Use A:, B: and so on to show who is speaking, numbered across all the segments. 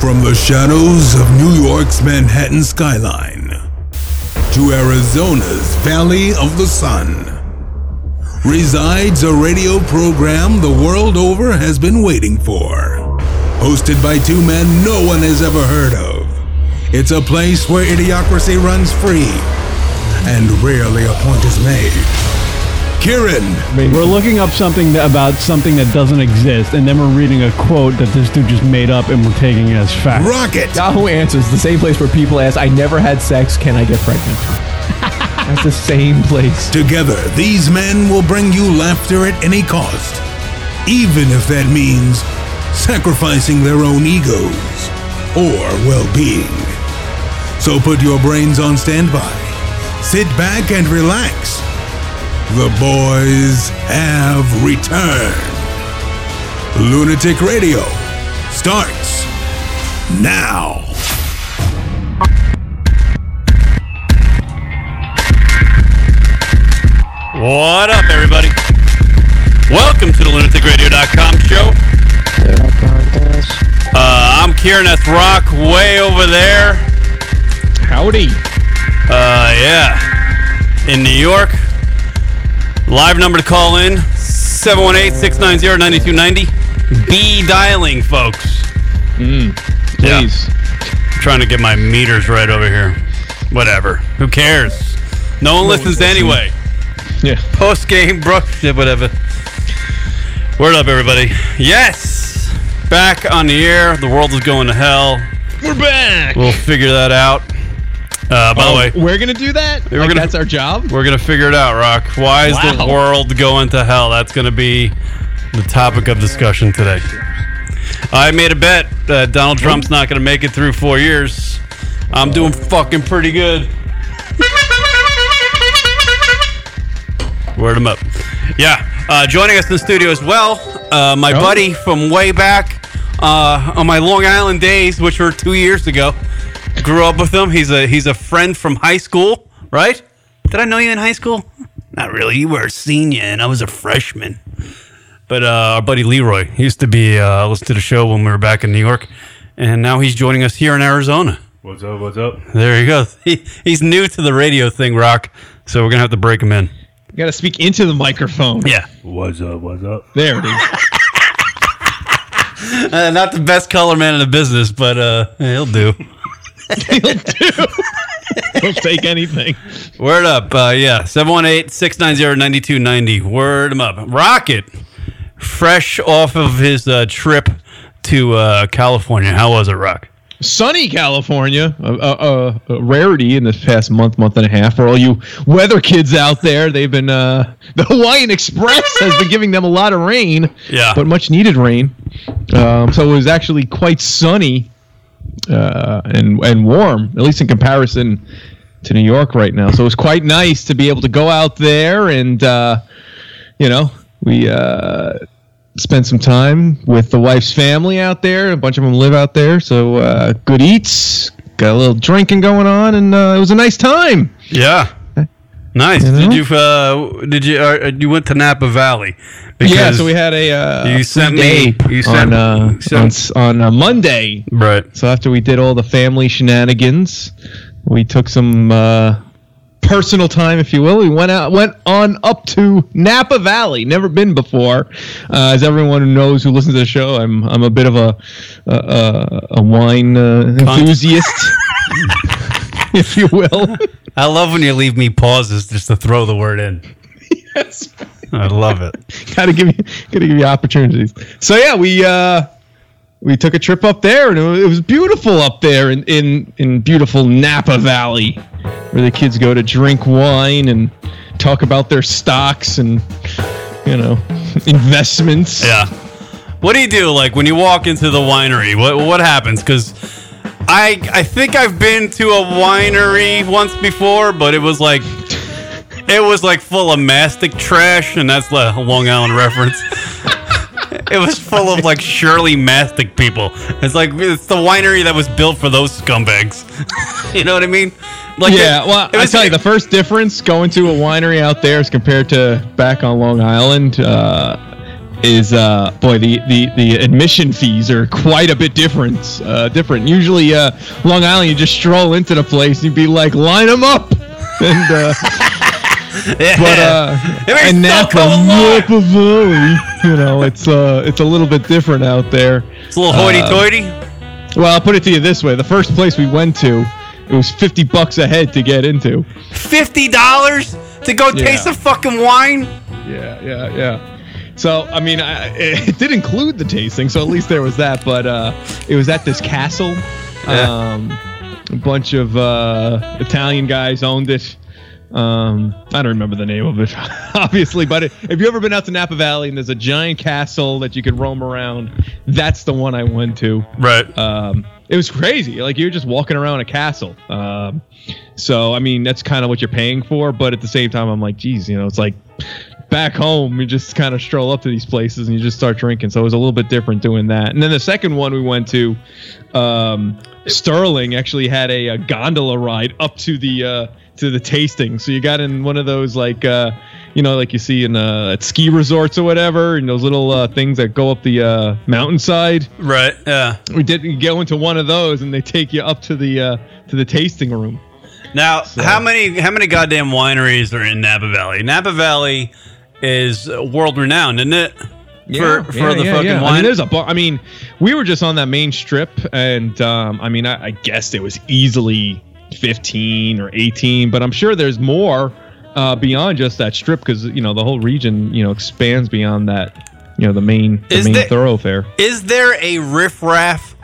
A: From the shadows of New York's Manhattan skyline to Arizona's Valley of the Sun resides a radio program the world over has been waiting for. Hosted by two men no one has ever heard of. It's a place where idiocracy runs free and rarely a point is made. Kieran
B: We're looking up something that, about something that doesn't exist, and then we're reading a quote that this dude just made up, and we're taking it as fact.
A: Rocket
C: Yahoo Answers, the same place where people ask, I never had sex, can I get pregnant? That's the same place.
A: Together, these men will bring you laughter at any cost, even if that means sacrificing their own egos or well being. So put your brains on standby, sit back and relax. The boys have returned. Lunatic Radio starts now.
D: What up, everybody? Welcome to the lunaticradio.com show. Uh, I'm Kieran S. Rock, way over there.
C: Howdy.
D: Uh, yeah, in New York. Live number to call in 718 690 9290. Be dialing, folks. Yeah.
E: Please.
D: trying to get my meters right over here. Whatever. Who cares? No one listens anyway.
E: Yeah.
D: Post game, bro. Yeah, whatever. Word up, everybody. Yes, back on the air. The world is going to hell.
E: We're back.
D: We'll figure that out. Uh, by the way,
E: Oh, We're gonna do that.
D: We're
E: Like,
D: gonna-
E: that's our job.
D: we're gonna figure it out, Rock. Why is the
E: Wow.
D: world going to hell? That's gonna be the topic of discussion today. I made a bet that Donald Trump's not gonna make it through four years. I'm doing fucking pretty good. Word him up. Yeah. Uh, joining us in the studio as well, uh, my buddy from way back uh, on my Long Island days, which were two years ago. Grew up with him. He's a he's a friend from high school, right? Did I know you in high school? Not really. You were a senior, and I was a freshman. But uh, our buddy Leroy he used to be uh, listen to the show when we were back in New York, and now he's joining us here in Arizona.
F: What's up? What's up?
D: There he goes. He, he's new to the radio thing, Rock. So we're gonna have to break him in.
E: You gotta speak into the microphone.
D: Yeah.
F: What's up? What's up?
E: There it is.
D: Uh, not the best color man in the business, but uh, he'll do.
E: Don't take anything.
D: Word up. Uh, yeah. 718 690 9290. Word him up. Rocket, fresh off of his uh, trip to uh, California. How was it, Rock?
E: Sunny California, a, a, a- a rarity in this past month, month and a half. For all you weather kids out there, they've been uh, the Hawaiian Express has been giving them a lot of rain.
D: Yeah.
E: but much needed rain. Um, so it was actually quite sunny uh, and and warm, at least in comparison to New York right now. So it was quite nice to be able to go out there and uh, you know we uh, spent some time with the wife's family out there. A bunch of them live out there, so uh, good eats. Got a little drinking going on, and uh, it was a nice time.
D: Yeah. Nice.
E: Eh? You know?
D: Did you, uh, did you, uh, you went to Napa Valley? Because
E: yeah, so we had a uh,
D: You
E: a
D: sent
E: free
D: me-
E: day
D: you sent-
E: on uh,
D: you sent-
E: on, s- on uh, Monday.
D: Right.
E: So after we did all the family shenanigans, we took some uh, personal time, if you will. We went out, went on up to Napa Valley. Never been before, uh, as everyone who knows who listens to the show. I'm I'm a bit of a a- a, a wine uh, enthusiast, if you will.
D: I love when you leave me pauses just to throw the word in.
E: Yes.
D: I love it.
E: gotta give you gotta give you opportunities. So yeah, we uh we took a trip up there and it wa- it was beautiful up there in in, in beautiful Napa Valley where the kids go to drink wine and talk about their stocks and you know investments.
D: Yeah. What do you do like when you walk into the winery? What what happens? Cuz I I think I've been to a winery once before, but it was like it was like full of mastic trash and that's a Long Island reference. It was full of like Shirley Mastic people. It's like it's the winery that was built for those scumbags. you know what I mean? Like
E: Yeah,
D: it-
E: well,
D: it
E: I
D: was-
E: tell you, the first difference going to a winery out there as compared to back on Long Island, uh, is uh boy the the the admission fees are quite a bit different uh different usually uh long island you just stroll into the place and you'd be like line them up and uh but uh
D: Everybody's
E: and
D: so
E: Napa,
D: cold, Lord.
E: Napa Valley, you know it's uh it's a little bit different out there
D: It's a little hoity-toity.
E: uh, well i'll put it to you this way the first place we went to it was 50 bucks a head to get into
D: Fifty dollars to go
E: Yeah.
D: taste the fucking wine.
E: Yeah, yeah, yeah. So I mean, I, it did include the tasting, so at least there was that. But uh, it was at this castle.
D: Yeah.
E: Um, a bunch of uh, Italian guys owned it. Um, I don't remember the name of it, obviously. But it, if you've ever been out to Napa Valley and there's a giant castle that you could roam around, that's the one I went to
D: Right.
E: um, it was crazy. Like you're just walking around a castle. Um, so I mean, that's kind of what you're paying for. But at the same time, I'm like, geez, you know, it's like back home, you just kind of stroll up to these places and you just start drinking. So it was a little bit different doing that. And then the second one we went to, um, Sterling actually had a, a gondola ride up to the uh, to the tasting. So you got in one of those like. Uh, you know, like you see in uh, at ski resorts or whatever, and those little uh, things that go up the uh, mountainside
D: Right. Yeah.
E: we did go into one of those and they take you up to the uh, to the tasting room
D: Now, how many how many goddamn wineries are in Napa Valley? Napa Valley is world renowned, isn't it? for for the fucking
E: yeah. I mean,
D: wine.
E: there's a bar. I mean, we were just on that main strip, and um, I mean, I, I guess it was easily 15 or 18, but I'm sure there's more uh, beyond just that strip because you know the whole region you know expands beyond that you know the main the
D: Is
E: main
D: there-
E: thoroughfare.
D: Is there a riffraff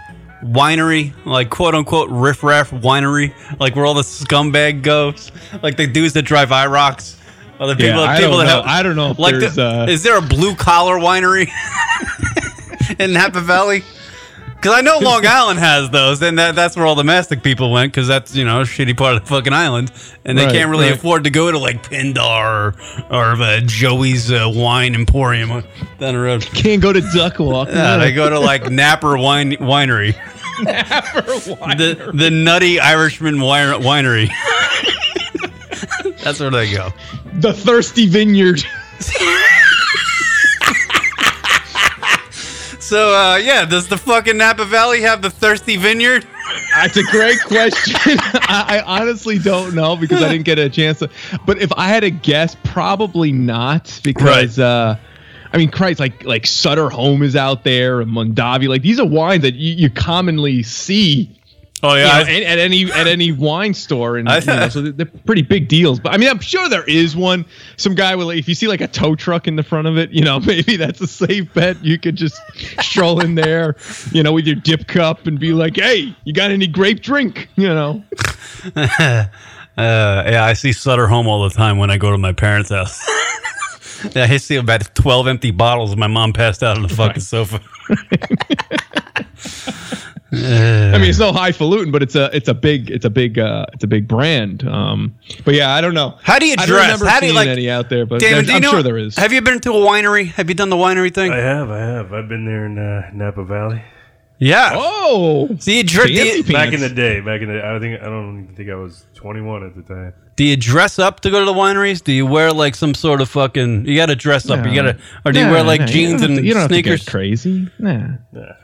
D: winery, like quote unquote riffraff winery, like where all the scumbag goes, like the dudes that drive IROCs, or the people,
E: I
D: people
E: don't
D: that
E: know.
D: have,
E: I don't know if
D: like,
E: there's.
D: the-
E: uh,
D: is there a blue collar winery in Napa Valley? Because I know Long Island has those, and that, that's where all the mastic people went. Because that's you know a shitty part of the fucking island, and they
E: Right,
D: can't really
E: right.
D: afford to go to like Pindar or, or uh, Joey's uh, Wine Emporium down the road.
E: can't go to Duck Walk.
D: Yeah, they go to like Napper Wine Winery, the the Nutty Irishman wine- Winery. That's where they go.
E: the thirsty vineyard.
D: So uh, yeah, does the fucking Napa Valley have the Thirsty Vineyard?
E: That's a great question. I, I honestly don't know because I didn't get a chance to. But if I had to guess, probably not because. Uh, I mean, Christ, like like Sutter Home is out there and Mondavi. Like these are wines that you, you commonly see
D: Oh
E: you know, at, at any at any wine store, and
D: I
E: you know,
D: thought-
E: so they're- they're pretty big deals. But I mean, I'm sure there is one. Some guy will, if you see like a tow truck in the front of it, you know, maybe that's a safe bet. You could just stroll in there, you know, with your dip cup and be like, "Hey, you got any grape drink?" You know,
D: Uh, yeah, I see Sutter Home all the time when I go to my parents' house. yeah, I see about 12 empty bottles and my mom passed out on the fucking sofa.
E: I mean, it's no highfalutin, but it's a it's a big it's a big uh, it's a big brand. Um, but yeah, I don't know.
D: How do you
E: I don't
D: dress?
E: remember
D: How do you
E: seeing
D: like?
E: any out there? But
D: Damon,
E: there's-
D: do you
E: I'm
D: know,
E: sure there is.
D: Have you been to a winery? Have you done the winery thing?
F: I have, I have. I've been there in uh, Napa Valley.
D: yeah.
E: oh,
D: Do you, dre- do,
E: Fancy
D: you,
E: pants.
F: Back in the day, back in the I think I don't even think I was 21 at the time.
D: do you dress up to go to the wineries? Do you wear like some sort of fucking? You got to dress up. You got to, or do you
E: Nah,
D: wear like
E: nah, you
D: jeans
E: don't have to-
D: and
E: you don't have to get
D: sneakers?
E: crazy. Nah.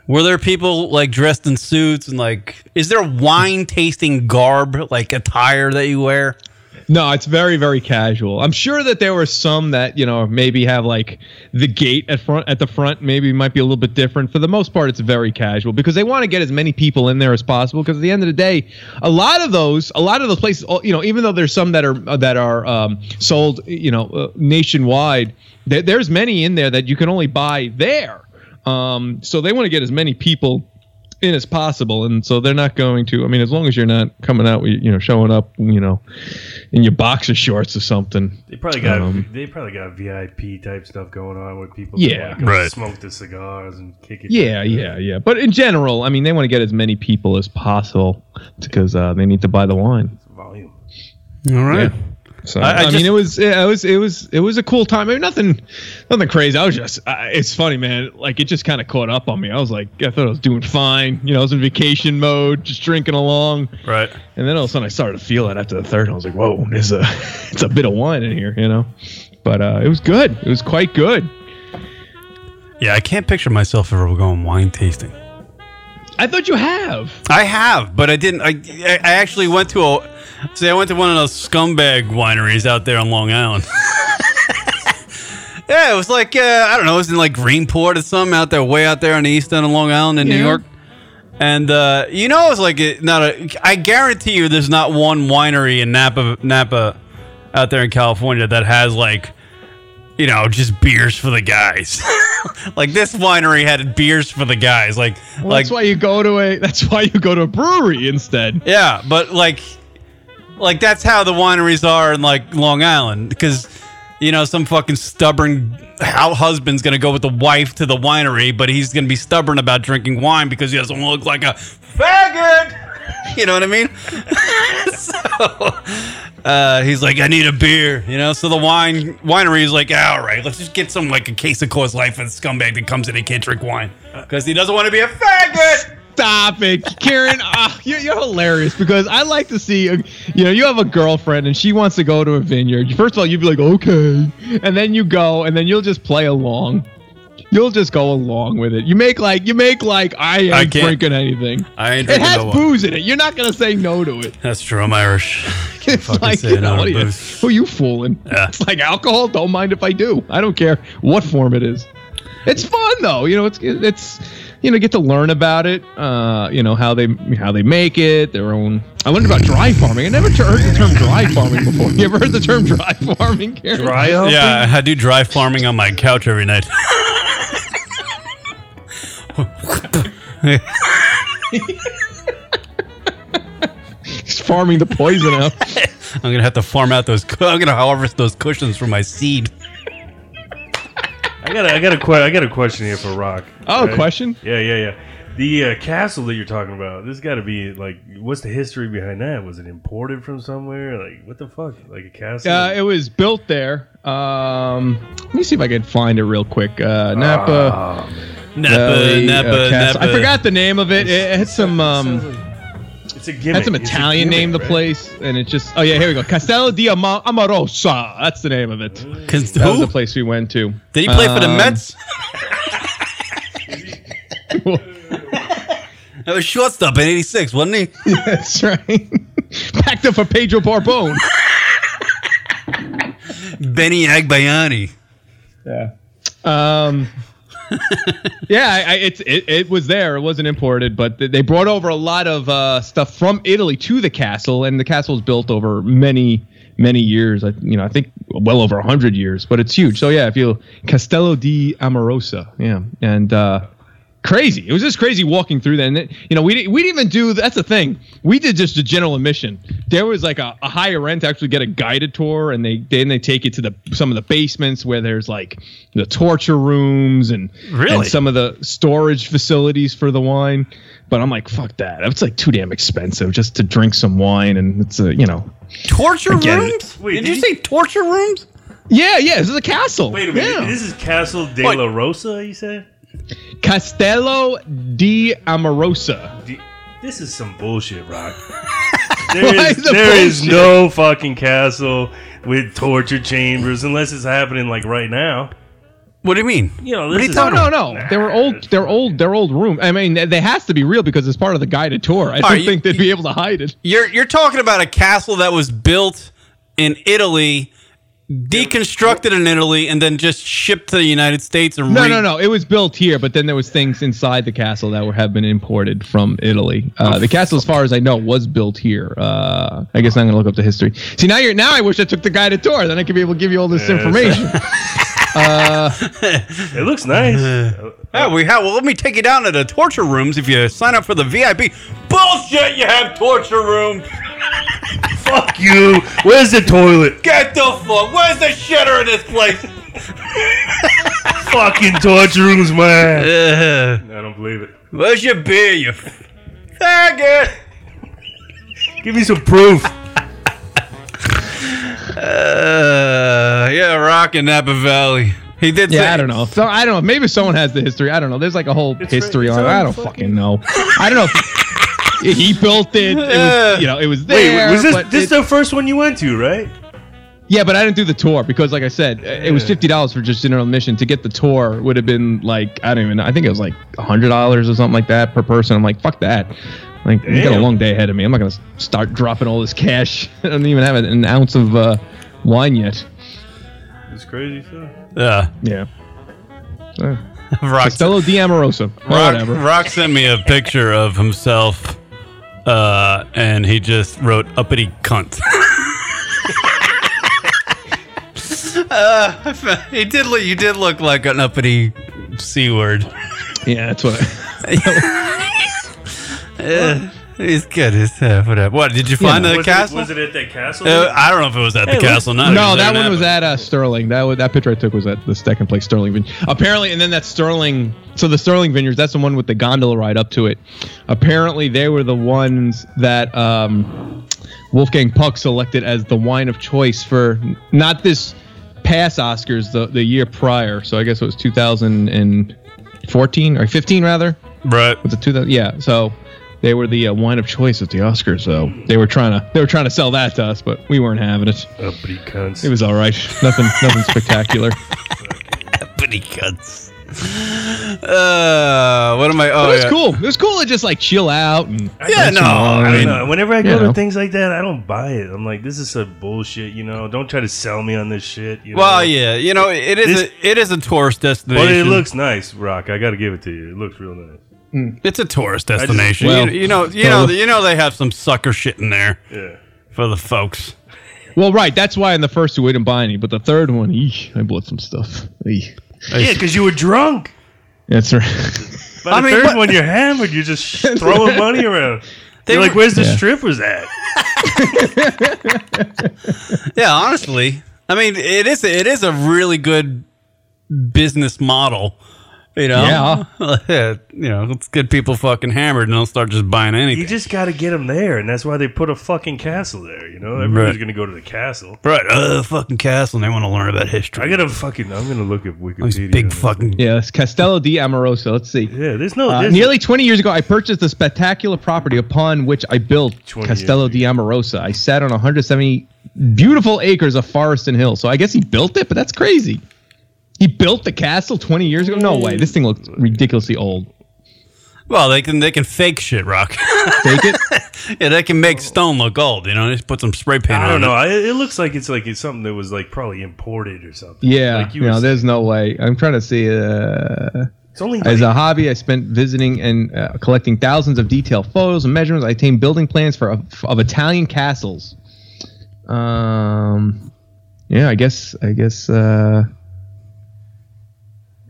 D: Were there people like dressed in suits and like? Is there wine tasting garb like attire that you wear?
E: No, it's very very casual. I'm sure that there were some that you know maybe have like the gate at front at the front maybe might be a little bit different. For the most part, it's very casual because they want to get as many people in there as possible. Because at the end of the day, a lot of those a lot of those places, all- you know, even though there's some that are that are um, sold you know uh, nationwide, there, there's many in there that you can only buy there. Um, so they want to get as many people in as possible and so they're not going to i mean as long as you're not coming out with you know showing up you know in your boxer shorts or something
F: They probably got
E: Um,
F: they probably got VIP type stuff going on with people.
E: Yeah.
F: that, like,
D: Right.
F: Smoke the cigars and kick it.
E: yeah yeah yeah but in general i mean they want to get as many people as possible because uh, they need to buy the wine
F: Volume.
D: All right.
E: so
D: I- I
E: i,
D: just-
E: mean it was it was it was it was a cool time i mean nothing nothing crazy i was just I, it's funny man like it just kind of caught up on me i was like i thought i was doing fine you know i was in vacation mode just drinking along
D: Right.
E: And then all of a sudden, I started to feel it after the third. and I was like, "Whoa, there's a, it's a bit of wine in here," you know. But uh, it was good. It was quite good.
D: Yeah, I can't picture myself ever going wine tasting.
E: I thought you have.
D: I have, but I didn't. I, I I actually went to a. See, I went to one of those scumbag wineries out there on Long Island. yeah, it was like uh, I don't know. It was in like Greenport or something out there, way out there on the east end of Long Island in New
E: Yeah.
D: York. And uh, you know, it's like it, not a. I guarantee you, there's not one winery in Napa, Napa, out there in California that has like, you know, just beers for the guys. like this winery had beers for the guys. Like,
E: Well,
D: like
E: that's why you go to a. That's why you go to a brewery instead.
D: yeah, but like, like that's how the wineries are in like Long Island because you know some fucking stubborn out husband's gonna go with the wife to the winery, but he's gonna be stubborn about drinking wine because he doesn't look like a faggot. You know what I mean? so uh, he's like, I need a beer. You know, so the wine winery is like, all right, let's just get some like a case of Coors Light for the scumbag that comes in and can't drink wine because he doesn't want to be a faggot.
E: Stop it, Karen. Ah, you're, you're hilarious because I like to see, a, you know, you have a girlfriend and she wants to go to a vineyard. First of all, you'd be like, okay. And then you go and then you'll just play along. You'll just go along with it. You make like, you make like, I ain't
D: I can't-
E: drinking anything.
D: I ain't
E: It
D: drinking
E: has
D: no wine.
E: booze in it. You're not going to say no to it.
D: That's true. I'm Irish.
E: It's
D: fucking
E: like,
D: say
E: you
D: no to
E: know, what are you-
D: booze.
E: who you fooling?
D: Yeah.
E: It's like alcohol. Don't mind if I do. I don't care what form it is. It's fun though. You know, it's it's you know get to learn about it. Uh, you know how they how they make it. Their own. I learned about dry farming. I never ter- heard the term dry farming before. You ever heard the term dry farming? Karen?
F: Dry humping?
D: Yeah, I do dry farming on my couch every night.
E: It's farming the poison out.
D: I'm gonna have to farm out those. cu- I'm gonna harvest those cushions for my seed.
F: I got a, I got a que- I got a question here for Rock.
E: Oh,
F: Right?
E: question.
F: Yeah, yeah, yeah. The uh, castle that you're talking about, this got to be like, what's the history behind that? Was it imported from somewhere? Like, what the fuck? Like a castle?
E: Uh, it was built there. Um, let me see if I can find it real quick. Uh, Napa.
F: Ah,
E: uh,
F: man.
D: Napa,
E: Valley, uh,
D: Napa,
E: Castle.
D: Napa.
E: I forgot the name of it. It had some um,
F: it's a gimmick.
E: That's some
F: It's a
E: Italian
F: gimmick,
E: name, the
F: right?
E: place, and it just. Oh yeah, here we go. Castello di Ama- Amarosa. That's the name of it.
D: Cons-
E: That was
D: who?
E: the place we went to.
D: Did he play for the
E: Um,
D: Mets? That was shortstop in '86, wasn't he?
E: That's right. Packed up for Pedro Barbone.
D: Benny Agbayani.
E: yeah. Um. yeah, I, I, it's it, it was there. It wasn't imported, but th- they brought over a lot of uh, stuff from Italy to the castle, and the castle was built over many many years. I you know I think well over hundred years, but it's huge. So yeah, if you Castello di Amorosa, yeah, and uh, crazy. It was just crazy walking through that. And it, you know, we didn't, we didn't even do that's the thing. We did just a general admission. There was like a, a higher end to actually get a guided tour, and they then they take you to the some of the basements where there's like the torture rooms and
D: Really?
E: and some of the storage facilities for the wine. But I'm like, fuck that. It's like too damn expensive just to drink some wine, and it's a you know.
D: Torture
E: get it.
D: rooms?
F: Wait,
D: did
F: did
D: you
F: he-
D: say torture rooms?
E: Yeah, yeah, this is a castle.
F: Wait a minute.
E: Yeah.
F: This is Castle de
D: What?
F: la Rosa, you said?
E: Castello di Amorosa.
F: Do- This is some bullshit, Rock. There
E: Why
F: is,
E: is it
F: there is
E: bullshit?
F: no fucking castle with torture chambers unless it's happening like right now.
D: What do you mean?
F: You know,
D: are
F: this
D: you
F: is
E: No,
D: talking
E: no, no. They were old. They're old. They're old room. I mean, they- they has to be real because it's part of the guided tour. I don't
D: right, you-
E: think they'd be able to hide it.
D: You're you're talking about a castle that was built in Italy, deconstructed in Italy, and then just shipped to the United States and
E: No,
D: re-
E: no, no. It was built here, but then there was things inside the castle that were, have been imported from Italy. Uh, the castle, as far as I know, was built here. Uh, I guess I'm gonna look up the history. See, now you're now I wish I took the guided tour. Then I could be able to give you all this
F: Yeah,
E: information.
F: It looks nice.
D: Yeah, we have. Well, let me take you down to the torture rooms if you sign up for the VIP. Bullshit! You have torture room.
F: Fuck you. Where's the toilet?
D: Get the fuck. Where's the shitter in this place?
F: fucking torture rooms, man.
D: Uh,
F: I don't believe it.
D: where's your beer, you f- faggot?
F: Give me some proof.
D: Uh, yeah, rock in Napa Valley. He did. say-
E: yeah, I don't know. So I don't know. Maybe someone has the history. I don't know. There's like a whole history
F: it's
E: on it. I
F: on
E: don't
F: fucking-
E: fucking, know. I don't know. If he built it. It was, you know, it was
F: Wait,
E: there.
F: was this
E: but
F: this
E: it-
F: the first one you went to, right?
E: Yeah, but I didn't do the tour because, like I said, it was fifty dollars for just general admission. To get the tour would have been like I don't even. know. I think it was like hundred dollars or something like that per person. I'm like, fuck that. Like, we got a
F: Damn.
E: long day ahead of me. I'm not gonna s- start dropping all this cash. I don't even have an ounce of uh, wine yet.
F: It's crazy stuff.
D: Uh,
E: Yeah. Uh,
D: Rock,
E: Costello D'Amoroso. or
D: Rock,
E: whatever.
D: Rock sent me a picture of himself, uh, and he just wrote "uppity cunt." uh, I fe- he did look. You did look like an uppity c word.
E: Yeah, that's what. I,
D: Uh, he's good. He's, uh, whatever. What did you find the
F: was
D: castle?
F: It, was it at that castle?
D: Uh, I don't know if it was at the castle. or not. It
E: no,
D: there
E: that
D: now,
E: one was
D: but-
E: at uh, Sterling. That wa- that picture I took was at the second place Sterling Vineyard. Apparently, and then that Sterling. So the Sterling Vineyards, that's the one with the gondola ride up to it. Apparently, they were the ones that um, Wolfgang Puck selected as the wine of choice for not this past Oscars, the the year prior. So I guess it was 2014 or 15 rather.
D: Right.
E: Was it 2000? Yeah. So they were the uh, wine of choice at the Oscars. So they were trying to they were trying to sell that to us, but we weren't having it.
F: Uppity cunts.
E: It was all right. Nothing, nothing spectacular.
D: Uppity cunts. Uh, what am I? Oh,
E: But it was
D: yeah.
E: cool. It was cool to just like chill out and
D: Yeah, no. I
F: I
D: mean,
F: don't know. Whenever I
E: you
F: go
E: know.
F: to things like that, I don't buy it. I'm like, this is a bullshit. You know, don't try to sell me on this shit. You know?
D: well, yeah. You know, it is.
F: This-
D: a, it is a tourist destination.
F: But it looks nice, Rock. I got to give it to you. It looks real nice.
D: It's a tourist destination.
E: well,
D: you, you know, you know, you know, they have some sucker shit in there
F: Yeah.
D: for the folks.
E: well, right. That's why in the first two we didn't buy any, but the third one, eesh, I bought some stuff. Eesh.
F: Yeah, because you were drunk.
E: That's right.
F: By the
D: I mean,
F: third
D: what-
F: one, you're hammered. You're just throwing money around. They're like,
D: were-
F: where's the
E: Yeah.
F: strippers at?
D: Yeah, honestly, I mean, it is. It is a really good business model. You know, yeah. you know, let's get people fucking hammered, and they'll start just buying
F: You
D: anything.
F: just got to get them there, and that's why they put a fucking castle there. You know, everybody's gonna go to the castle.
D: right? Uh, fucking castle, and they want to learn about history.
F: I gotta fucking. I'm gonna look at
D: these
F: Wikipedia.
D: big fucking.
E: yeah, it's Castello di Amoroso. Let's see.
F: Yeah, there's no.
E: Uh,
F: there's
E: nearly 20 years ago, I purchased the spectacular property upon which I built
F: 20
E: Castello
F: years
E: di Amorosa. I sat on 170 beautiful acres of forest and hill. So I guess he built it, but that's crazy. He built the castle 20 years ago? No way. This thing looks ridiculously old.
D: Well, they can they can fake shit, rock.
E: Take it.
D: yeah, they can make stone look old. You know, just put some spray paint.
F: I
D: on
E: Um,
F: don't
D: it.
F: know. I, it looks like it's like it's something that was like probably imported or something.
E: Yeah,
F: like you
E: no,
F: were-
E: there's no way. I'm trying to see. Uh,
F: it's only
E: as
F: like-
E: a hobby, I spent visiting and uh, collecting thousands of detailed photos and measurements. I obtained building plans for of, of Italian castles. Um, yeah, I guess. I guess. Uh,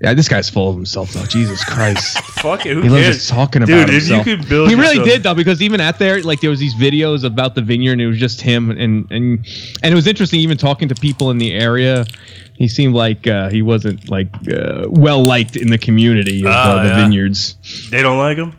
E: yeah, this guy's full of himself though. Jesus Christ,
F: fuck it. Who
E: he loves
F: cares?
E: just talking about
F: Dude,
E: himself.
F: if you could build,
E: he really
F: yourself-
E: did though, because even at there, like there was these videos about the vineyard, and it was just him, and and and it was interesting even talking to people in the area. He seemed like uh, he wasn't like uh, well liked in the community of
D: Ah,
E: uh, the
D: yeah.
E: vineyards.
F: They don't like him.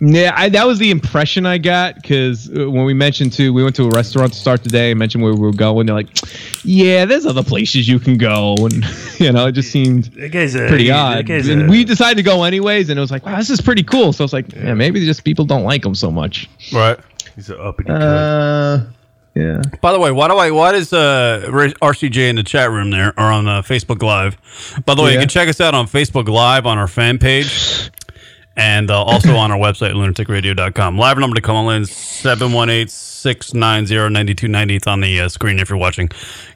E: Yeah, I, that was the impression I got because when we mentioned to we went to a restaurant to start today, I mentioned where we were going. They're like, "Yeah, there's other places you can go," and you know, it just seemed
F: That guy's a,
E: pretty
F: that
E: odd.
F: guy's
E: And
F: a-
E: we decided to go anyways, and it was like, wow, this is pretty cool. So it's like, yeah, maybe just people don't like them so much.
D: Right.
F: he's an uppity. cunt.
E: Uh, yeah.
D: By the way, why do I? Why does uh, R- RCJ in the chat room there or on uh, Facebook Live? By the way, you
E: Yeah.
D: can check us out on Facebook Live on our fan page, and uh, also on our website lunaticradio.com. Live number to call in 718-690-9290. It's on the uh, screen if you're watching.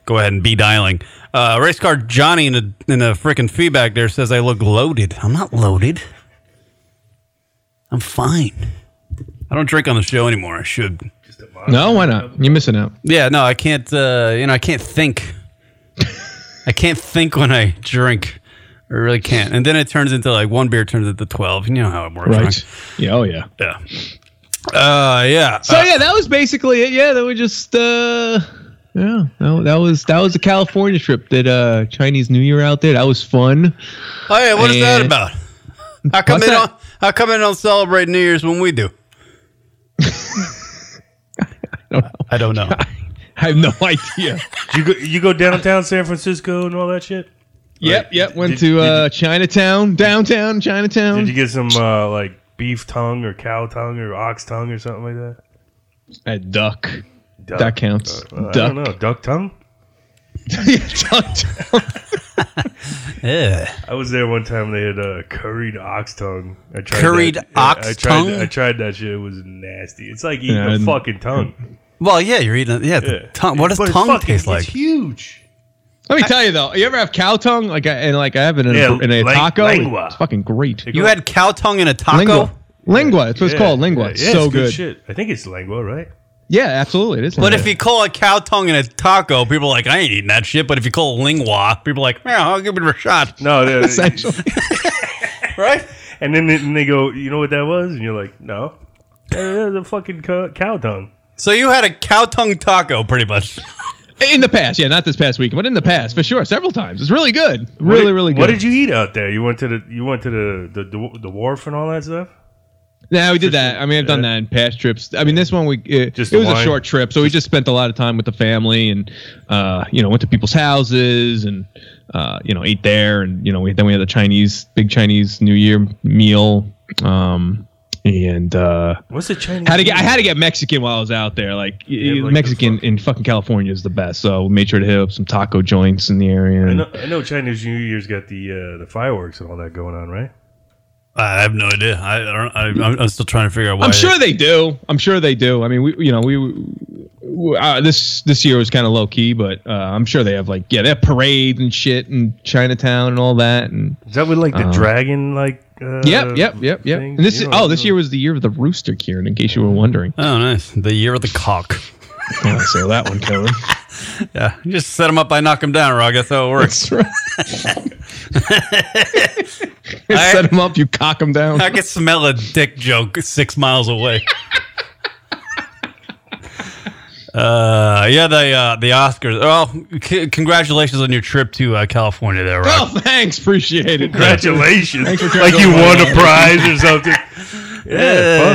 D: Go ahead and be dialing. Uh, race car Johnny in the in the freaking feedback there says I look loaded. I'm not loaded. I'm fine. I don't drink on the show anymore. I should.
E: No, why not? You're missing out.
D: Yeah, no, I can't. Uh, you know, I can't think. I can't think when I drink. I really can't. And then it turns into like one beer turns into twelve. You know how it works,
E: Right. Yeah. Oh yeah.
D: Yeah. Uh, yeah.
E: So yeah, that was basically it. Yeah, that was just uh yeah, that, that was that was a California trip. That uh Chinese New Year out there. That was fun.
D: oh yeah. What is that
E: And-
D: about? How come
E: What's
D: they
E: that?
D: don't? How come they don't celebrate New Year's when we do? I don't know.
E: I have no idea.
F: You go, you go downtown San Francisco and all that shit.
E: yep, yep. Went
F: Did-
E: to
F: did
E: uh Chinatown, downtown
F: Did you
E: Chinatown.
F: get some uh, like beef tongue or cow tongue or ox tongue or something like that?
E: At duck. That counts.
F: Uh,
E: duck.
F: I don't know. Duck tongue.
D: Ugh.
F: I was there one time. They had uh, curried ox tongue. I tried
D: Curried
F: that.
D: ox
F: I tried,
D: tongue?
F: I tried that shit. It was nasty. It's like eating
E: Yeah,
F: a
E: and-
F: fucking tongue.
D: Well, yeah, you're eating. Yeah, the
F: Yeah.
D: tongue. What does
F: But it's
D: tongue
F: fucking-
D: taste like?
F: It's huge.
E: Let me tell you though, you ever have cow tongue? Like I- and like I have it in,
F: Yeah,
E: a, in a
F: lang-
E: taco.
F: lengua.
E: It's fucking great.
D: You had cow tongue in a taco.
E: Lingua. Lingua. That's what it's
F: Yeah,
E: called. Lingua.
F: yeah,
E: It's
F: yeah,
E: so
F: it's
E: good.
F: Shit. I think it's lingua, right?
E: Yeah, absolutely. It is.
D: But
E: lingua.
D: if you call a cow tongue in a taco, people are like, I ain't eating that shit. But if you call it lingua, people are like, man, I'll give it a shot,
F: No, they-
E: Essentially.
D: right?
F: and then they, and they go, you know what that was? And you're like, no, that was a fucking cow, cow tongue.
D: So you had a cow tongue taco, pretty much.
E: in the past, yeah, not this past week, but in the past for sure, several times. It's really good. Really,
F: What did-
E: really good.
F: What did you eat out there? You went to the you went to the the, the, the wharf and all that stuff.
E: No, we did that. I mean, I've done that in past trips. I mean, this one we it,
F: Just
E: it was
F: wine.
E: a short trip, so we just spent a lot of time with the family, and uh, you know, went to people's houses and uh, you know, ate there, and you know, we, then we had the Chinese big Chinese New Year meal, um, and uh,
F: What's the Chinese?
E: had to get I had to get Mexican while I was out there. Like,
F: Yeah, like the
E: Mexican
F: fuck-
E: in fucking California is the best, so we made sure to hit up some taco joints in the area.
F: I
E: and-
F: know, I know Chinese New Year's got the uh, the fireworks and all that going on, right?
D: I have no idea. I don't. I, I'm, I'm still trying to figure out why.
E: I'm sure they do. I'm sure they do. I mean, we, you know, we, we uh, this this year was kind of low key, but uh, I'm sure they have like yeah, they have parades and shit in Chinatown and all that. And
F: Is that with like the
E: Uh-huh.
F: dragon like? Uh,
E: yep, yep, yep, yep.
F: things?
E: And this
F: You
E: is
F: know,
E: oh, this
F: you
E: year
F: know.
E: was the year of the rooster, Kieran. In case you were wondering,
D: Oh, nice. The year of the cock.
E: yeah, so that one covered.
D: Yeah, you just set them up by knock them down, Rog. That's how it works.
E: That's right. Set them up, you cock them down.
D: I can smell a dick joke six miles away. Uh, yeah, the uh, the Oscars. Oh, c- congratulations on your trip to uh, California, there, Rog.
E: Oh, thanks, appreciate it.
F: Congratulations!
E: Thanks for
F: like you
E: congratulating
F: won a
E: me.
F: prize or something. Yeah,
D: yeah,
F: fun.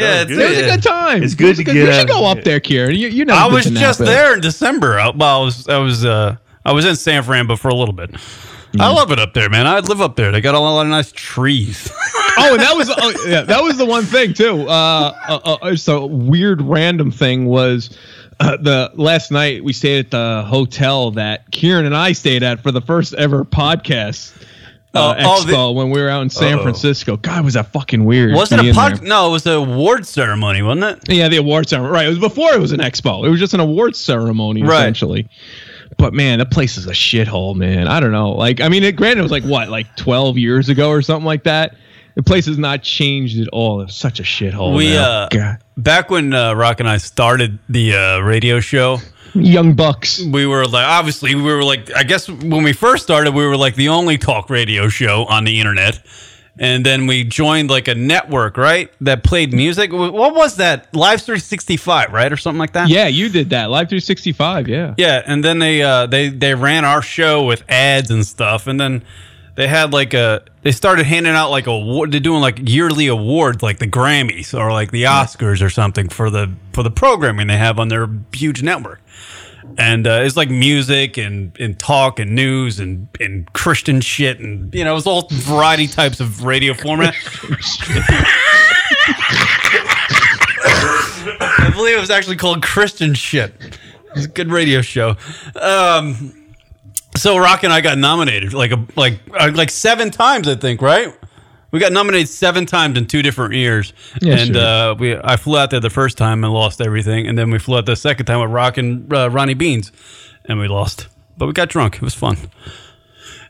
D: yeah, it's,
F: good.
E: It was a good time.
F: It's
E: It
F: good
E: was
F: to
E: a
F: get
E: You should
F: out.
E: go up there, Kieran. You, you know,
D: I
E: been
D: was
E: to
D: just
E: Napa.
D: there in December. I, well, I was I was uh, I was in San Fran, but for a little bit.
E: Mm.
D: I love it up there, man. I live up there. They got a lot of nice trees.
E: oh, and that was oh, yeah, that was the one thing too. Uh, uh, uh, just a weird random thing was uh, the last night we stayed at the hotel that Kieran and I stayed at for the first ever podcast uh,
D: Oh, oh,
E: expo when we were out in San
F: Uh-oh.
E: Francisco. God, was that fucking weird?
D: was it a
E: being
D: pod?
E: there.
D: No, it was the award ceremony, wasn't it?
E: Yeah, the awards ceremony. Right, it was before it was an expo. It was just an awards ceremony
D: Right.
E: essentially. But man, that place is a shithole, man. I don't know. Like, I mean, it, granted, it was like what, like twelve years ago or something like that. The place has not changed at all. It's such a shithole.
D: We,
E: now.
D: uh,
E: God.
D: Back when uh, Rock and I started the uh, radio show,
E: young bucks.
D: we were like, obviously, we were like, I guess when we first started, we were like the only talk radio show on the internet. And then we joined like a network, right? That played music. Wh- What was that? Live 365, right? Or something like that?
E: Yeah, you did that live through sixty five. Yeah.
D: Yeah, and then they uh, they they ran our show with ads and stuff, and then they had like a they started handing out like award. They're doing like yearly awards, like the Grammys or like the Oscars or something for the for the programming they have on their huge network. And uh, it's like music and, and talk and news and, and Christian shit and you know it was all variety types of radio format. I believe it was actually called Christian Shit. It was a good radio show. Um, so Rock and I got nominated like a, like uh, like seven times, I think. Right? We got nominated seven times in two different years,
E: Yeah,
D: and
E: sure.
D: uh, we I flew out there the first time and lost everything, and then we flew out the second time with Rock and uh, Ronnie Beans, and we lost. But we got drunk. It was fun.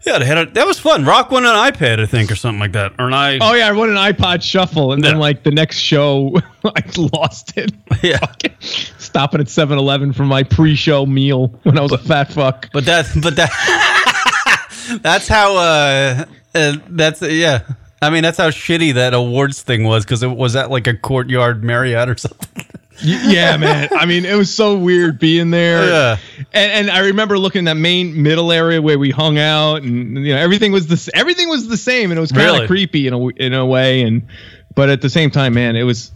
D: Yeah, they had a, that was fun. Rock won an iPad, I think, or something like that, or an i.
E: Oh yeah, I won an iPod Shuffle, and then
D: Yeah.
E: like the next show, I lost it.
D: Yeah.
E: Stopping at 7-Eleven for my pre-show meal when I was a fat fuck.
D: But that, but that, that's how. Uh, uh, that's yeah. I mean, that's how shitty that awards thing was because it was at like a courtyard Marriott or something.
E: yeah, man. I mean, it was so weird being there.
D: Yeah.
E: And and I remember looking in that main middle area where we hung out, and you know everything was the s- everything was the same, and it was kind of
D: Really?
E: creepy in a w- in a way, and but at the same time, man, it was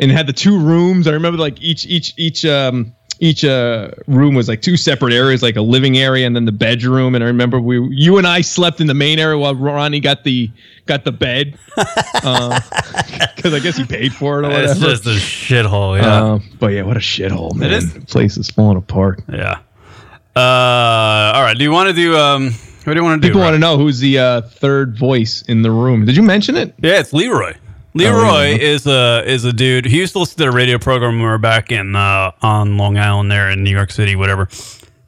E: and it had the two rooms. I remember like each each each um each uh room was like two separate areas like a living area and then the bedroom and i remember we you and i slept in the main area while ronnie got the got the bed because i guess he paid for it or whatever Uh-huh.
D: It's just a shithole. Yeah,
E: um, but yeah, what a shithole, man.
D: is.
E: The place is falling apart.
D: yeah. Uh, all right. Do you want to do? Um, what do you want to do?
E: People
D: Rob?
E: want to know who's the uh, third voice in the room. Did you mention it?
D: Yeah, it's Leroy. Leroy
F: Oh,
D: is a is a dude. He used to listen to a radio program when we were back in uh, on Long Island, there in New York City, whatever.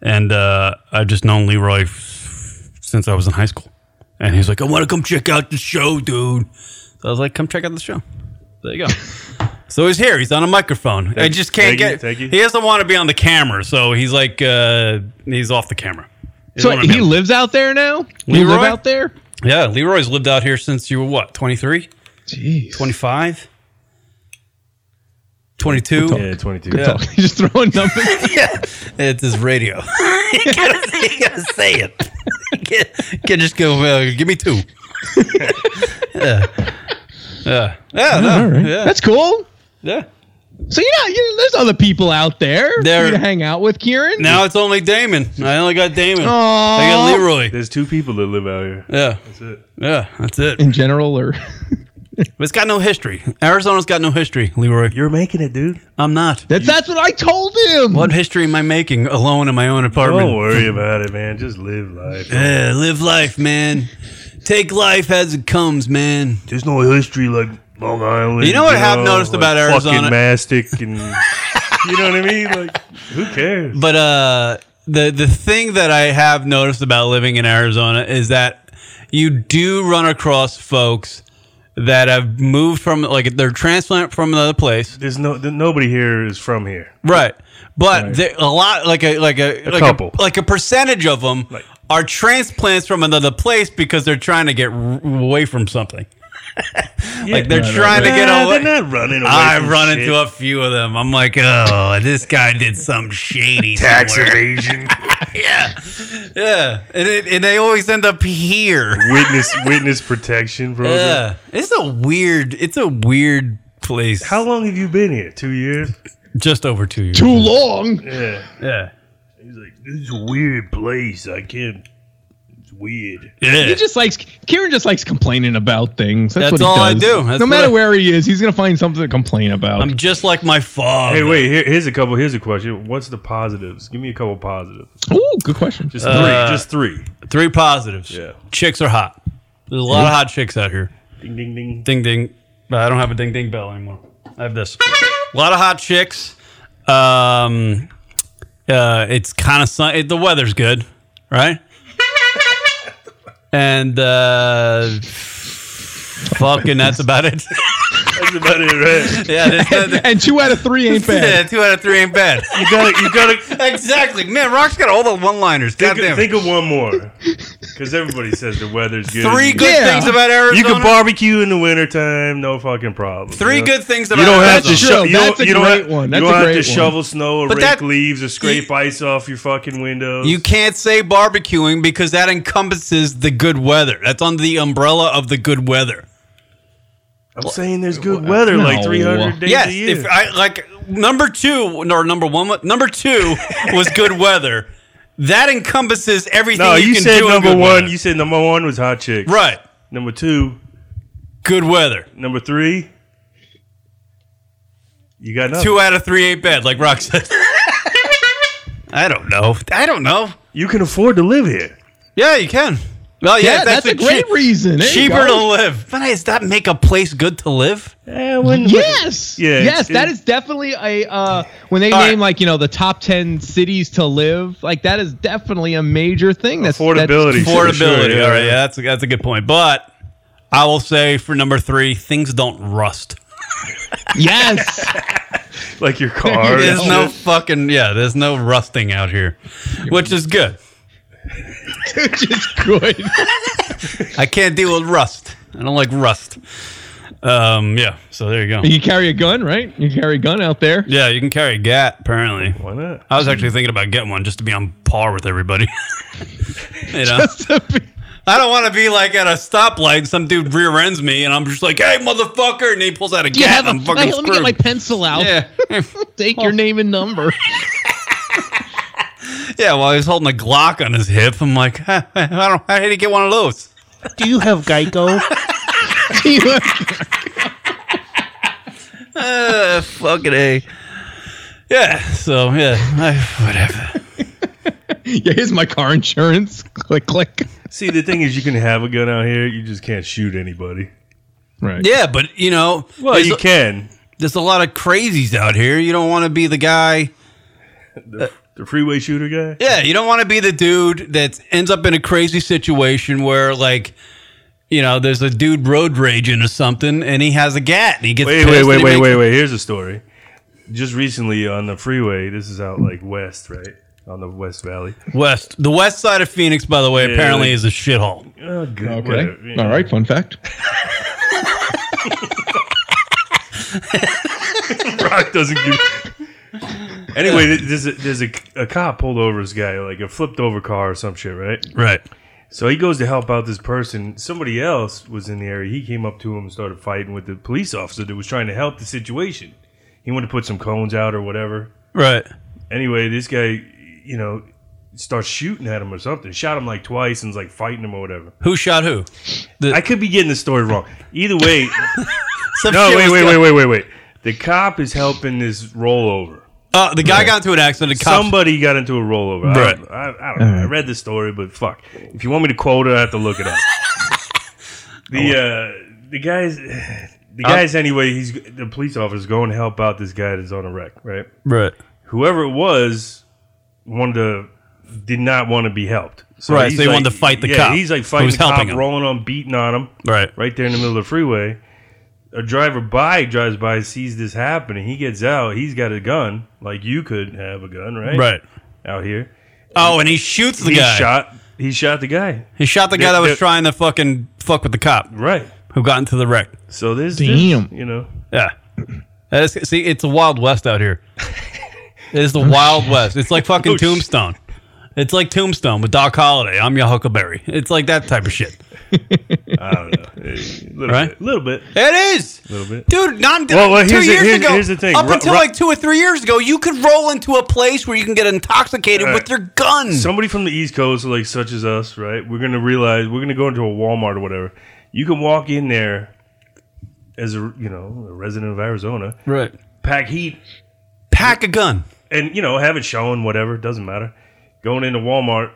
D: And uh, I've just known Leroy f- since I was in high school. And he's like, "I want to come check out the show, dude." So I was like, "Come check out the show." There you go. so he's here. He's on a microphone. I just can't
F: thank you,
D: get.
F: thank you.
D: He doesn't want to be on the camera, so he's like, uh, he's off the camera. He
E: So
D: doesn't wanna
E: he
D: be on-
E: lives out there now. You
D: Leroy?
E: live out there.
D: yeah, Leroy's lived out here since you were what, twenty three?
E: Jeez.
D: 25 22
F: Yeah, 22.
D: Yeah.
E: Talk- Just throwing numbers.
D: it's his radio you, gotta, you gotta say it you can't, you can't just go uh, give me two yeah yeah yeah, no, yeah,
E: That's cool.
D: yeah.
E: So you know, you, there's other people out there for
D: There-
E: you to hang out with, Kieran.
D: now it's only damon i only got damon i
E: Aww.
D: got leroy
F: There's two people that live out here.
D: yeah
F: That's it.
D: yeah that's it
E: in general, or
D: But it's got no history arizona's got no history leroy
F: You're making it, dude.
D: i'm not
E: that's that's what I told him.
D: what history am i making alone in my own apartment
F: Don't worry about it, man. Just live life.
D: Yeah, live life, man. Take life as it comes, man.
F: There's no history like Long Island.
D: You know what I have noticed about Arizona?
F: Fucking mastic and you know what I mean. Like, who cares?
D: But uh, the the thing that I have noticed about living in Arizona is that you do run across folks that have moved from like they're transplant from another place,
F: There's no th- nobody here is from here.
D: right? But there- a lot like a like a, like
F: couple.
D: like a percentage of them
F: Like-
D: are transplants from another place because they're trying to get r- away from something. like they're trying to get
F: Nah,
D: away.
F: They're not running away.
D: I've
F: from
D: run
F: shit.
D: into a few of them. I'm like, oh, this guy did some shady
F: tax
D: somewhere.
F: evasion.
D: Yeah, yeah, and, it, and they always end up here.
F: witness witness protection program.
D: Yeah, it's a weird. It's a weird place.
F: How long have you been here? Two years.
D: Just over two years.
E: Too long.
F: Yeah.
D: Yeah,
F: He's like, this is a weird place. I can't. It's weird.
E: He
D: yeah.
E: just likes Kieran. Just likes complaining about things. That's,
D: That's
E: what he
D: all I
E: does.
D: do. That's what
E: no matter
D: I-
E: where he is, he's gonna find something to complain about.
D: I'm just like my father.
F: Hey, wait. Here, here's a couple. Here's a question. What's the positives? Give me a couple positives.
E: Ooh, good question.
F: Just three. Just three.
D: Three positives.
F: Yeah.
D: Chicks are hot. There's a lot of hot chicks out here.
F: Ding ding ding.
D: Ding ding. Uh, I don't have a ding ding bell anymore. I have this. A lot of hot chicks. Um, uh, it's kind of sun. It, the weather's good, right? And uh, fucking, that's about it.
F: That's about it, right?
D: yeah, that's, that-
E: and two out of three ain't bad.
D: yeah, two out of three ain't bad.
F: You gotta. You gotta.
D: exactly, man. Rock's got all the one-liners.
F: Think,
D: Goddamn.
F: think of one more, because everybody says the weather's good.
D: Three good
E: Yeah.
D: things about Arizona.
F: You can barbecue in the wintertime, no fucking problem.
D: Three
F: you know?
D: good things about
F: You don't have
D: Arizona.
F: to
E: That's
F: shovel.
E: true.
F: You don't,
E: That's a
F: you don't
E: great
F: have,
E: one.
F: you
E: That's
F: don't
E: a
F: have to
E: great one.
F: shovel snow or
D: But
F: rake
D: that-
F: leaves or scrape ice off your fucking windows.
D: You can't say barbecuing because that encompasses the good weather. That's under the umbrella of the good weather.
F: I'm saying there's good weather like
E: no.
F: 300 days
D: yes,
F: a year.
D: if I like number two or number one, number two was good weather. That encompasses everything.
F: no,
D: you,
F: you,
D: can
F: said
D: do in
F: number
D: good
F: one.
D: weather.
F: You said number one was hot chicks.
D: right?
F: Number two,
D: Good weather.
F: number three. You got nothing.
D: Two out of three ain't bad, like Rock said. I don't know. I don't know.
F: You can afford to live here.
D: Yeah, you can. Well, yeah,
E: Yeah, that's, a great
D: chea-
E: reason. There you
D: Cheaper to
E: go.
D: live, but does that make a place good to live?
F: Eh, when,
E: Yes.
F: Yeah, it's-
E: yes, that
F: it-
E: is definitely a uh, when they
D: All
E: name
D: right.
E: like you know the top ten cities to live. Like that is definitely a major thing. That's
F: Affordability.
E: That's,
D: affordability.
F: for sure, yeah.
D: All right, yeah, that's that's a good point. But I will say for number three, things don't rust.
E: yes.
F: Like your car. and
D: There's
F: shit.
D: no fucking yeah. There's no rusting out here, which is good.
E: Which is good.
D: I can't deal with rust. I don't like rust. Um, yeah. So there you go.
E: You carry a gun, right? You carry a gun out there.
D: Yeah, you can carry a gat. Apparently,
F: Why not?
D: I was actually thinking about getting one just to be on par with everybody. you know, I don't want to be like at a stoplight and some dude rear ends me and I'm just like, "Hey, motherfucker!" and he pulls out a
E: You
D: gat.
E: have
D: and
E: a,
D: I'm
E: hey,
D: fucking
E: let me get my
D: screwed.
E: pencil out.
D: Yeah.
E: Take your name and number.
D: Yeah, while he was holding a Glock on his hip, I'm like, I don't, how did he get one of those?
G: Do you have Geico?
D: Uh, fucking a. Yeah. So yeah, I, whatever.
E: yeah, here's my car insurance. Click, click.
F: See, the thing is, you can have a gun out here, you just can't shoot anybody.
E: Right.
D: Yeah, but you know,
F: Well,
D: there's,
F: you
D: a,
F: can.
D: there's a lot of crazies out here. You don't want to be the guy.
F: The freeway shooter guy.
D: Yeah, you don't want to be the dude that ends up in a crazy situation where like. You know, there's a dude road raging or something, and he has a gat, and he gets
F: Wait,
D: pissed
F: wait,
D: and
F: wait,
D: he
F: wait,
D: makes-
F: wait, wait. Here's a story. Just recently on the freeway, this is out like west, right? On the West Valley.
D: West, the west side of Phoenix, by the way,
F: Yeah.
D: apparently is a shithole.
F: Oh, good.
E: Okay.
F: whatever, you
E: All
F: know.
E: right. Fun fact.
F: Rock doesn't give. Anyway, th- there's a, there's a, a cop pulled over this guy, like a flipped over car or some shit, right?
D: Right.
F: So he goes to help out this person. Somebody else was in the area. He came up to him and started fighting with the police officer that was trying to help the situation. He wanted to put some cones out or whatever.
D: Right.
F: Anyway, this guy, you know, starts shooting at him or something. Shot him like twice and is like fighting him or whatever.
D: Who shot who?
F: I could be getting the story wrong. Either way,
D: Some
F: no,
D: shit
F: wait,
D: was
F: wait,
D: go-
F: wait, wait, wait, wait. The cop is helping this rollover.
D: Uh, the guy got into an accident. The cops.
F: Somebody got into a rollover. I
D: Right.
F: don't- I, I, don't know. I read the story, but fuck. If you want me to quote it, I have to look it up. the uh, the guys, the guys. anyway, he's the police officer's going to help out this guy that's on a wreck, right?
D: right.
F: Whoever it was wanted to did not want to be helped. So
D: Right,
F: he's
D: so he wanted to fight the
F: yeah,
D: cop
F: He's like
D: who
F: fighting
D: was
F: the cop,
D: helping him.
F: rolling on, beating on him
D: Right.
F: right there in the middle of the freeway. A driver by drives by, sees this happening. He gets out. He's got a gun, like you could have a gun, right?
D: Right.
F: Out here,
D: Oh, and he shoots the
F: he
D: guy.
F: shot. He shot the guy.
D: He shot the guy that was
F: Yeah.
D: trying to fucking fuck with the cop
F: Right.
D: who got into the wreck.
F: So this,
E: Damn.
F: this, you know,
D: Yeah. That is, see, it's the Wild West out here. It is the Wild West. It's like fucking
F: Oh, shit.
D: Tombstone. It's like Tombstone with Doc Holliday. I'm your Huckleberry. It's like that type of shit.
F: I don't know, a little
D: Right.
F: bit, little bit,
D: It is.
F: little bit.
D: Dude, not
F: Well, well,
D: two
F: here's the-
D: years
F: here's-
D: ago.
F: here's the thing.
D: Up
F: Ru-
D: until
F: ru-
D: like two or three years ago, you could roll into a place where you can get intoxicated
F: All right.
D: with your gun.
F: Somebody from the East Coast, like such as us, right? We're gonna realize we're gonna go into a Walmart or whatever. You can walk in there as a you know a resident of Arizona,
D: right.
F: pack heat,
D: Pack a gun.
F: and you know have it shown whatever doesn't matter going into walmart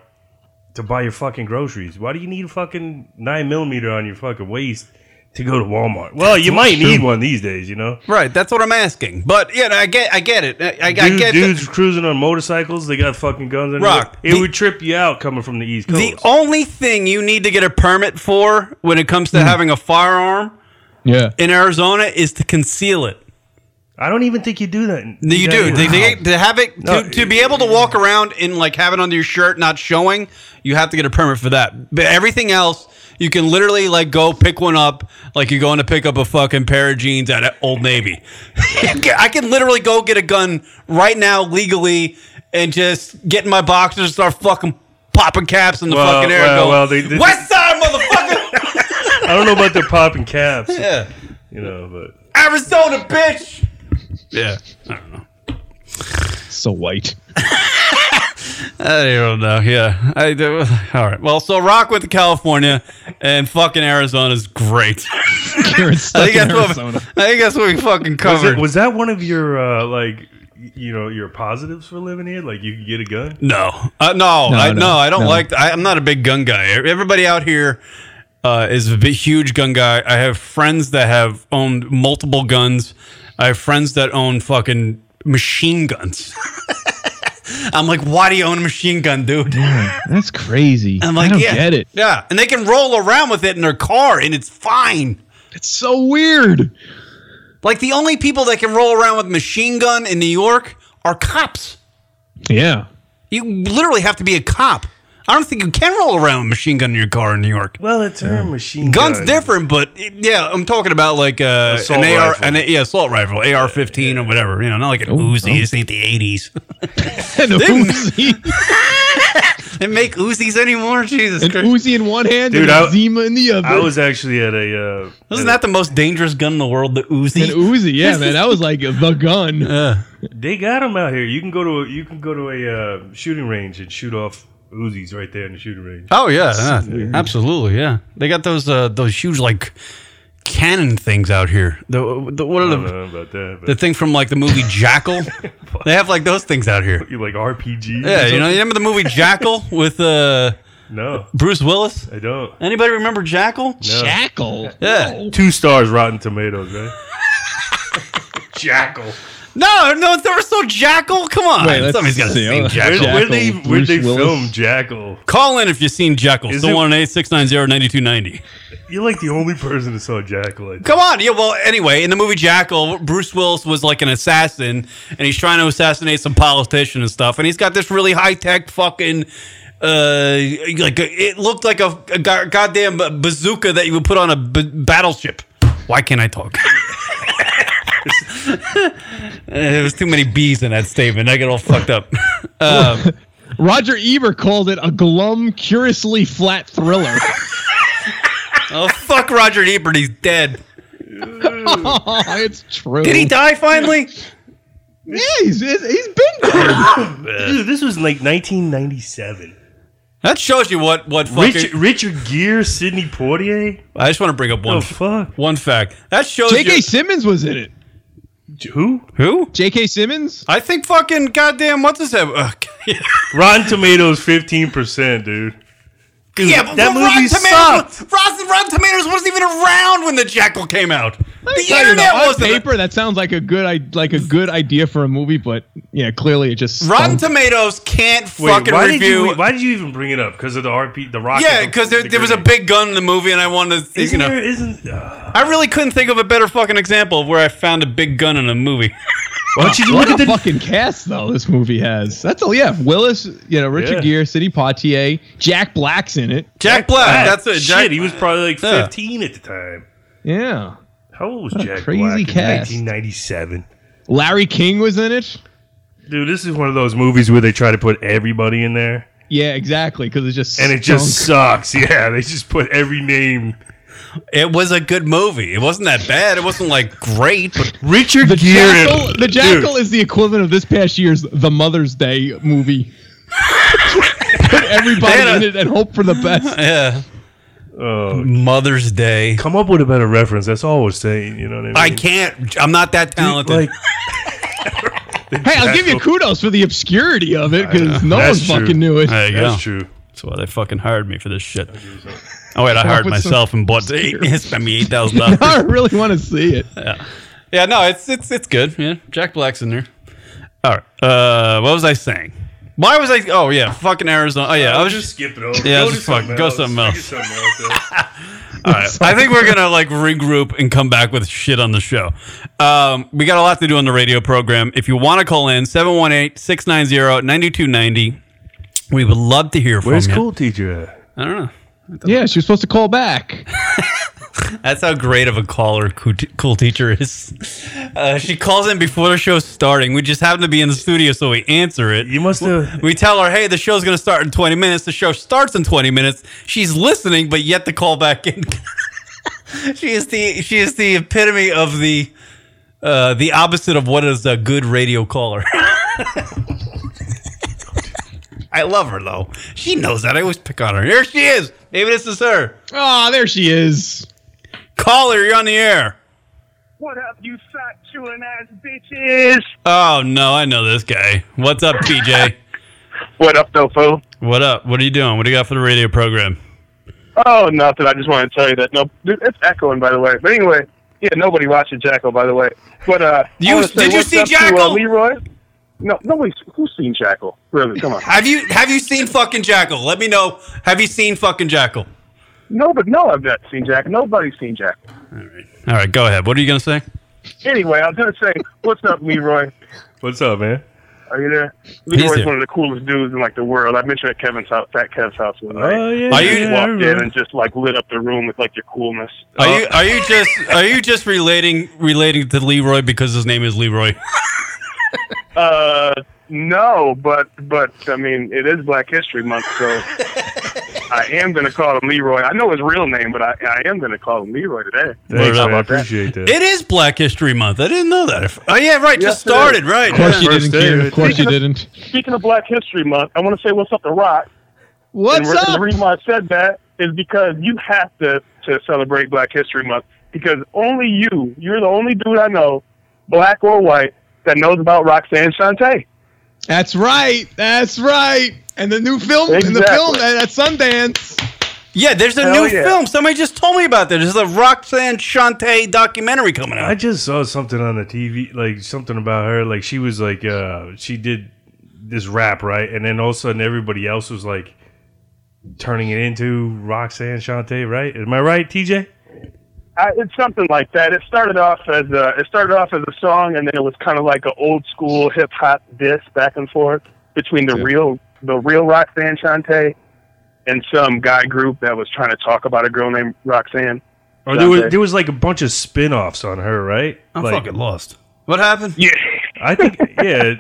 F: to buy your fucking groceries why do you need a fucking 9 millimeter on your fucking waist to go to walmart well you might need one these days you know
D: Right. That's what I'm asking. But yeah, I get, I get it. I, I, I
F: Dude,
D: get
F: dudes cruising on motorcycles they got fucking guns on
D: Rock,
F: it
D: the-
F: would trip you out coming from the east coast
D: The only thing you need to get a permit for when it comes to
F: Hmm.
D: having a firearm
E: Yeah.
D: in Arizona is to conceal it.
F: i don't even think you do that in-
D: You do
F: Wow.
D: to, to- to have it
F: No,
D: to, to be able to walk around and like have it under your shirt, not showing. You have to get a permit for that. But everything else, you can literally like go pick one up, like you're going to pick up a fucking pair of jeans at a- Old Navy. I can literally go get a gun right now legally and just get in my boxers and start fucking popping caps in the
F: Well,
D: fucking air.
F: well,
D: and go,
F: well, they- they-
D: West Side, motherfucker,
F: i don't know about their popping caps
D: Yeah.
F: you know but
D: Arizona, bitch. Yeah.
E: So white.
D: I don't know. Yeah, I do. All right. Well, so rock with California and fucking Arizona's great.
E: You're
D: I
E: stuck
D: think
E: in
D: that's what
E: Arizona.
D: I think that's what we fucking
F: was,
D: covered.
F: it, was that one of your uh, like y- you know your positives for living here like you could get a gun
D: no, uh, no,
E: No,
D: I, no,
E: no,
D: I don't
E: no.
D: like. I, I'm not a big gun guy. E, Everybody out here uh, is a big, huge gun guy. I have friends that have owned multiple guns. I have friends that own fucking machine guns. I'm like, why do you own a machine gun, dude?
E: That's crazy.
D: I'm like,
E: I don't
D: yeah,
E: get it.
D: Yeah, and they can roll around with it in their car, and it's fine.
E: It's so weird.
D: Like the only people that can roll around with machine gun in New York are cops.
E: Yeah.
D: You literally have to be a cop. I don't think you can roll around with machine gun in your car in New York.
F: well it's her machine
D: Guns
F: gun.
D: different, but eh, yeah, I'm talking about like uh,
F: Assault
D: an AR,
F: rifle.
D: an, yeah, assault rifle, AR-15 or whatever. You know, not like
E: Oh,
D: an Uzi. This ain't the '80s.
E: And a
D: Didn't-
E: Uzi,
D: they make Uzis anymore. Jesus
E: an
D: Christ!
E: Uzi in one hand
F: Dude,
E: and a
F: I-
E: Zima in the other.
F: I was actually at a. Uh,
D: Isn't that the most dangerous gun in the world? The
E: an
D: Uzi.
E: Uzi, yeah, man. That was like the gun.
F: they got them out here. You can go to a, you can go to a uh, shooting range and shoot off Uzis right there in the shooting range.
D: Oh yeah, yeah, absolutely. Yeah, they got those uh, those huge like cannon things out here. The, the what are
F: I don't
D: the
F: know about that.
D: the
F: But
D: thing from like the movie Jackal? they have like those things out here.
F: you like RPG?
D: Yeah, you know, you remember the movie Jackal with uh,
F: No,
D: Bruce Willis?
F: I don't.
D: Anybody remember Jackal?
E: Jackal.
D: Yeah.
F: Two stars, Rotten Tomatoes, right? Jackal.
D: No, no one's ever saw Jackal. Come on,
E: Wait, let's
D: somebody's got to
E: see. Oh.
D: see
E: Where's-
F: Where,
D: Jackal.
E: where's-
F: where they
E: Jackal,
F: where they
E: Bruce Willis.
F: film Jackal?
D: Call in if you've seen Jackal.
F: Is
D: Still
F: it-
D: one eight six nine zero ninety two ninety.
F: You're like the only person that saw Jackal. I think.
D: Come on, yeah. Well, anyway, in the movie Jackal, Bruce Willis was like an assassin, and he's trying to assassinate some politician and stuff. And he's got this really high tech fucking, uh, like it looked like a, a go- goddamn bazooka that you would put on a b- battleship. Why can't I talk? there was too many B's in that statement. I get all fucked up. Um,
E: Roger Ebert called it a glum, curiously flat thriller.
D: oh fuck, Roger Ebert, he's dead.
E: oh, it's true.
D: Did he die finally?
E: Yeah, he's, he's he's been dead.
F: Dude, this was like 1997.
D: That shows you what what fucking.
F: Richard, Richard Gere, Sidney Poitier.
D: I just want to bring up one
F: Oh fuck!
D: One fact. That shows
E: J.K.
D: you.
E: Simmons was in it.
F: Who?
D: Who?
E: J.K. Simmons?
D: I think fucking goddamn what's his name? Uh,
F: Rotten Tomatoes, 15 percent, dude. Dude,
D: yeah, but
F: that
D: Rotten
F: movie
D: Tomatoes,
F: sucked.
D: Rotten, Rotten Tomatoes wasn't even around when the Jackal came out. The internet
E: On
D: wasn't.
E: paper. That sounds like a good i- like a good idea for a movie, but yeah, clearly it just
D: Rotten
E: stunk.
D: Tomatoes can't
F: Wait,
D: fucking
F: why
D: review.
F: Did you, why did you even bring it up? Because of the RP, the rocket.
D: yeah, because there, there was a big gun in the movie, and I wanted to. You
F: Isn't
D: know,
F: there? Isn't? Uh,
D: I really couldn't think of a better fucking example of where I found a big gun in a movie.
F: why don't you
E: What
F: look at
E: a
F: the
E: fucking cast though this movie has. That's all. Yeah, Willis, you know, Richard
F: Yeah.
E: Gere, Sidney Poitier, Jack Black's in it.
D: Jack Black. That's it. Jack,
F: Shit, he was probably like
D: Yeah.
F: 15 at the time.
E: Yeah,
F: How old was
E: What a
F: Jack
E: crazy
F: Black
E: cast.
F: in 1997?
E: Larry King was in it.
F: Dude, this is one of those movies where they try to put everybody in there,
E: Yeah, exactly. Because it just
F: and it just sucks. Yeah, they just put every name.
D: It was a good movie. It wasn't that bad. It wasn't like great, but
F: Richard
E: The
F: Gere.
E: Jackal, the
F: Dude,
E: Jackal is the equivalent of this past year's The Mother's Day movie. Put everybody
D: They had a-
E: in it and hope for the best.
D: yeah.
F: Oh,
D: Mother's Day.
F: come up with a better reference. That's all we're saying. You know what I mean?
D: I can't. I'm not that talented.
F: Like,
E: Hey, I'll give you kudos for the obscurity of it because no one
F: That's true.
E: fucking knew it.
D: There you
F: that's
D: go.
F: true.
D: That's why they fucking hired me for this shit. Oh wait, I hired
E: with
D: myself and bought eight, spent me eight thousand dollars.
E: I really want to see it.
D: Yeah, no, it's it's it's good. Yeah, Jack Black's in there. All right. Uh, what was I saying? Why was I? Oh yeah, fucking Arizona. Oh yeah, I was just.
F: skip it over.
D: Yeah,
F: Go
D: just
F: to something
D: fuck- go
F: else.
D: something else.
F: Get something else, yeah.
D: All right. I think we're gonna like regroup and come back with shit on the show. Um, we got a lot to do on the radio program. If you want to call in, 718-690-9290. We would love to hear from
F: Where's
D: you.
F: cool teacher at?
D: I don't know.
E: Yeah, she was supposed to call back.
D: That's how great of a caller cool, t- cool teacher is. Uh, she calls in before the show's starting. We just happen to be in the studio, so we answer it.
F: You must have.
D: we tell her, hey, the show's going to start in 20 minutes. The show starts in 20 minutes. She's listening, but yet to call back in. she is the she is the epitome of the uh, the opposite of what is a good radio caller. I love her though. She knows that. I always pick on her. Here she is. Maybe this is her.
E: Oh, there she is.
D: Caller, you're on the air.
H: What up, you fat chewing ass bitches?
D: Oh no, I know this guy. What's up, PJ?
H: What up, Dofo?
D: what up? What are you doing? What do you got for the radio program?
H: Oh, nothing. I just want to tell you that. No, dude, it's echoing, by the way. But anyway, yeah, nobody watches Jackal, by the way. But uh, I
D: You-
H: wanna say
D: did you
H: what's
D: see
H: up to,
D: Jackal?
H: uh, Leroy? No, nobody's who's seen Jackal. Really? Come on.
D: Have you have you seen fucking Jackal? Let me know. Have you seen fucking Jackal?
H: No, but no, I've not seen Jack. Nobody's seen Jackal.
D: All right, go ahead. What are you gonna say?
H: Anyway, I was gonna say, what's up, Leroy?
F: What's up, man?
H: Are you there?
D: here.
H: Leroy's one of the coolest dudes in like the world. I mentioned at Kevin's house, at Kevin's house one night.
F: Oh yeah.
D: Are
F: yeah,
D: you-
F: yeah, I
H: Walked in
F: remember.
H: and just like lit up the room with like your coolness. Uh,
D: Are you are you just are you just relating relating to Leroy because his name is Leroy?
H: Uh, no, but but I mean, it is Black History Month, so I am going to call him Leroy. I know his real name, but I, I am going to call him Leroy today.
F: Thanks,
D: Word
F: man. I
D: up.
F: appreciate that.
D: It is Black History Month. I didn't know that. Oh yeah, right. Just
H: Yes, it is.
D: started. Right.
E: Of
D: yeah.
E: course you didn't,
F: day,
E: Karen.
F: right
E: Of course you
H: there.
E: didn't.
H: Speaking of Black History Month, I want to say what's up to Rock.
E: What's
H: and the
E: up?
H: reason why I said that is because you have to to celebrate Black History Month. because only you, you're the only dude I know, black or white, that knows about Roxanne Shante.
E: That's right. That's right. And the new film, and the
H: Exactly.
E: film at, at Sundance.
D: Yeah, there's a
H: Hell
D: new
H: yeah.
D: film. Somebody just told me about this. There's a Roxanne Shante documentary coming
F: I
D: out.
F: just saw something on the TV, like something about her. Like she was like, uh, she did this rap, right? And then all of a sudden, everybody else was like turning it into Roxanne Shante, right? Am I right, TJ?
H: I, it's something like that. It started off as a, it started off as a song, and then it was kind of like an old school hip hop diss back and forth between the real the real Roxanne Shante and some guy group that was trying to talk about a girl named Roxanne.
F: Or there was
H: Shante.
F: there was like a bunch of spin offs on her, right?
D: I'm
F: like,
D: fucking lost. What happened?
H: Yeah,
F: I think yeah.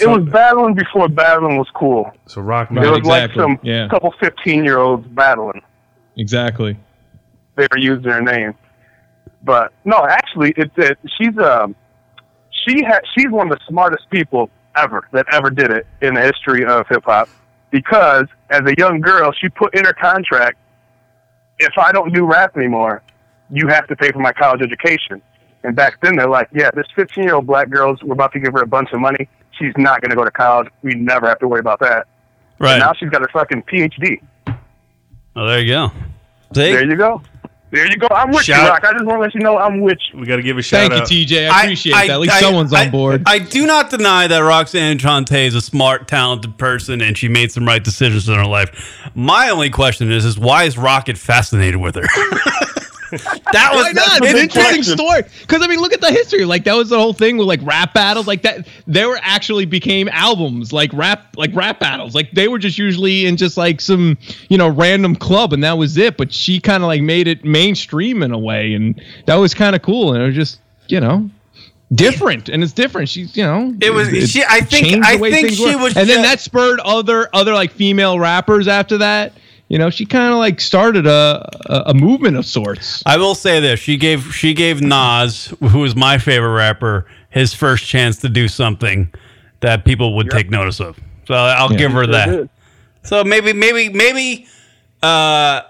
H: it was battling before battling was cool.
F: so rock
H: It
F: music.
H: was like
E: exactly.
H: some
E: Yeah.
H: couple fifteen year olds battling.
E: Exactly.
H: they were using their name. But no, actually, it's it, she's um she ha- she's one of the smartest people ever that ever did it in the history of hip hop because as a young girl she put in her contract if I don't do rap anymore, you have to pay for my college education. And back then they're like, yeah, this 15 year old black girl's we're about to give her a bunch of money. She's not going to go to college. We never have to worry about that.
D: Right.
H: Now she's got her fucking PhD.
D: Oh, there you go. See?
H: There you go. There you go. I'm with
D: Shout-
H: you, Rock. I just want to let you know I'm with you.
F: we got to give a shout
E: Thank
F: out.
E: you, TJ. I appreciate that. At least
D: I-
E: someone's
D: I-
E: on board.
D: I do not deny that Roxanne Trante is a smart, talented person, and she made some right decisions in her life. My only question is, is why is Rocket fascinated with her? that was
E: Why not? It's an
D: it-
E: interesting story. Because I mean, look at the history. Like that was the whole thing with like rap battles. Like that, they were actually became albums. Like rap, like rap battles. Like they were just usually in just like some you know random club, and that was it. But she kind of like made it mainstream in a way, and that was kind of cool. And it was just you know. Different and it's different. She's you know
D: It was- she- I think-
E: changed the
D: I
E: way
D: think
E: things
D: she
E: were.
D: was
E: and then
D: ju-
E: that spurred other other like female rappers after that. You know, she kind of like started a, a a movement of sorts.
D: I will say this: she gave she gave Nas, who is my favorite rapper, his first chance to do something that people would take notice of. So I'll give her that. So maybe maybe maybe uh,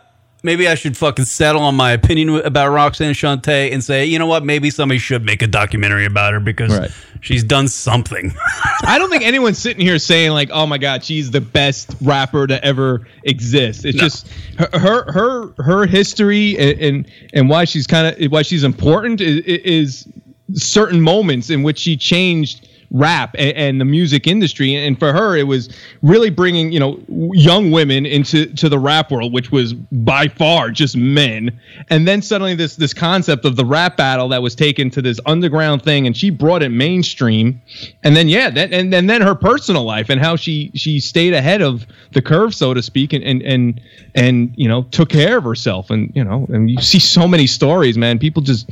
D: maybe I should fucking settle on my opinion about Roxanne Shante and say, you know what? Maybe somebody should make a documentary about her because
E: Right.
D: she's done something.
E: I don't think anyone's sitting here saying like, "Oh my God, she's the best rapper to ever exist." It's just her her her, her history and, and and why she's kind of why she's important is, is certain moments in which she changed rap and, and the music industry and for her it was really bringing you know w- young women into to the rap world which was by far just men and then suddenly this this concept of the rap battle that was taken to this underground thing and she brought it mainstream and then yeah that and, and then her personal life and how she she stayed ahead of the curve so to speak and and and, and you know took care of herself and you know and you see so many stories man people just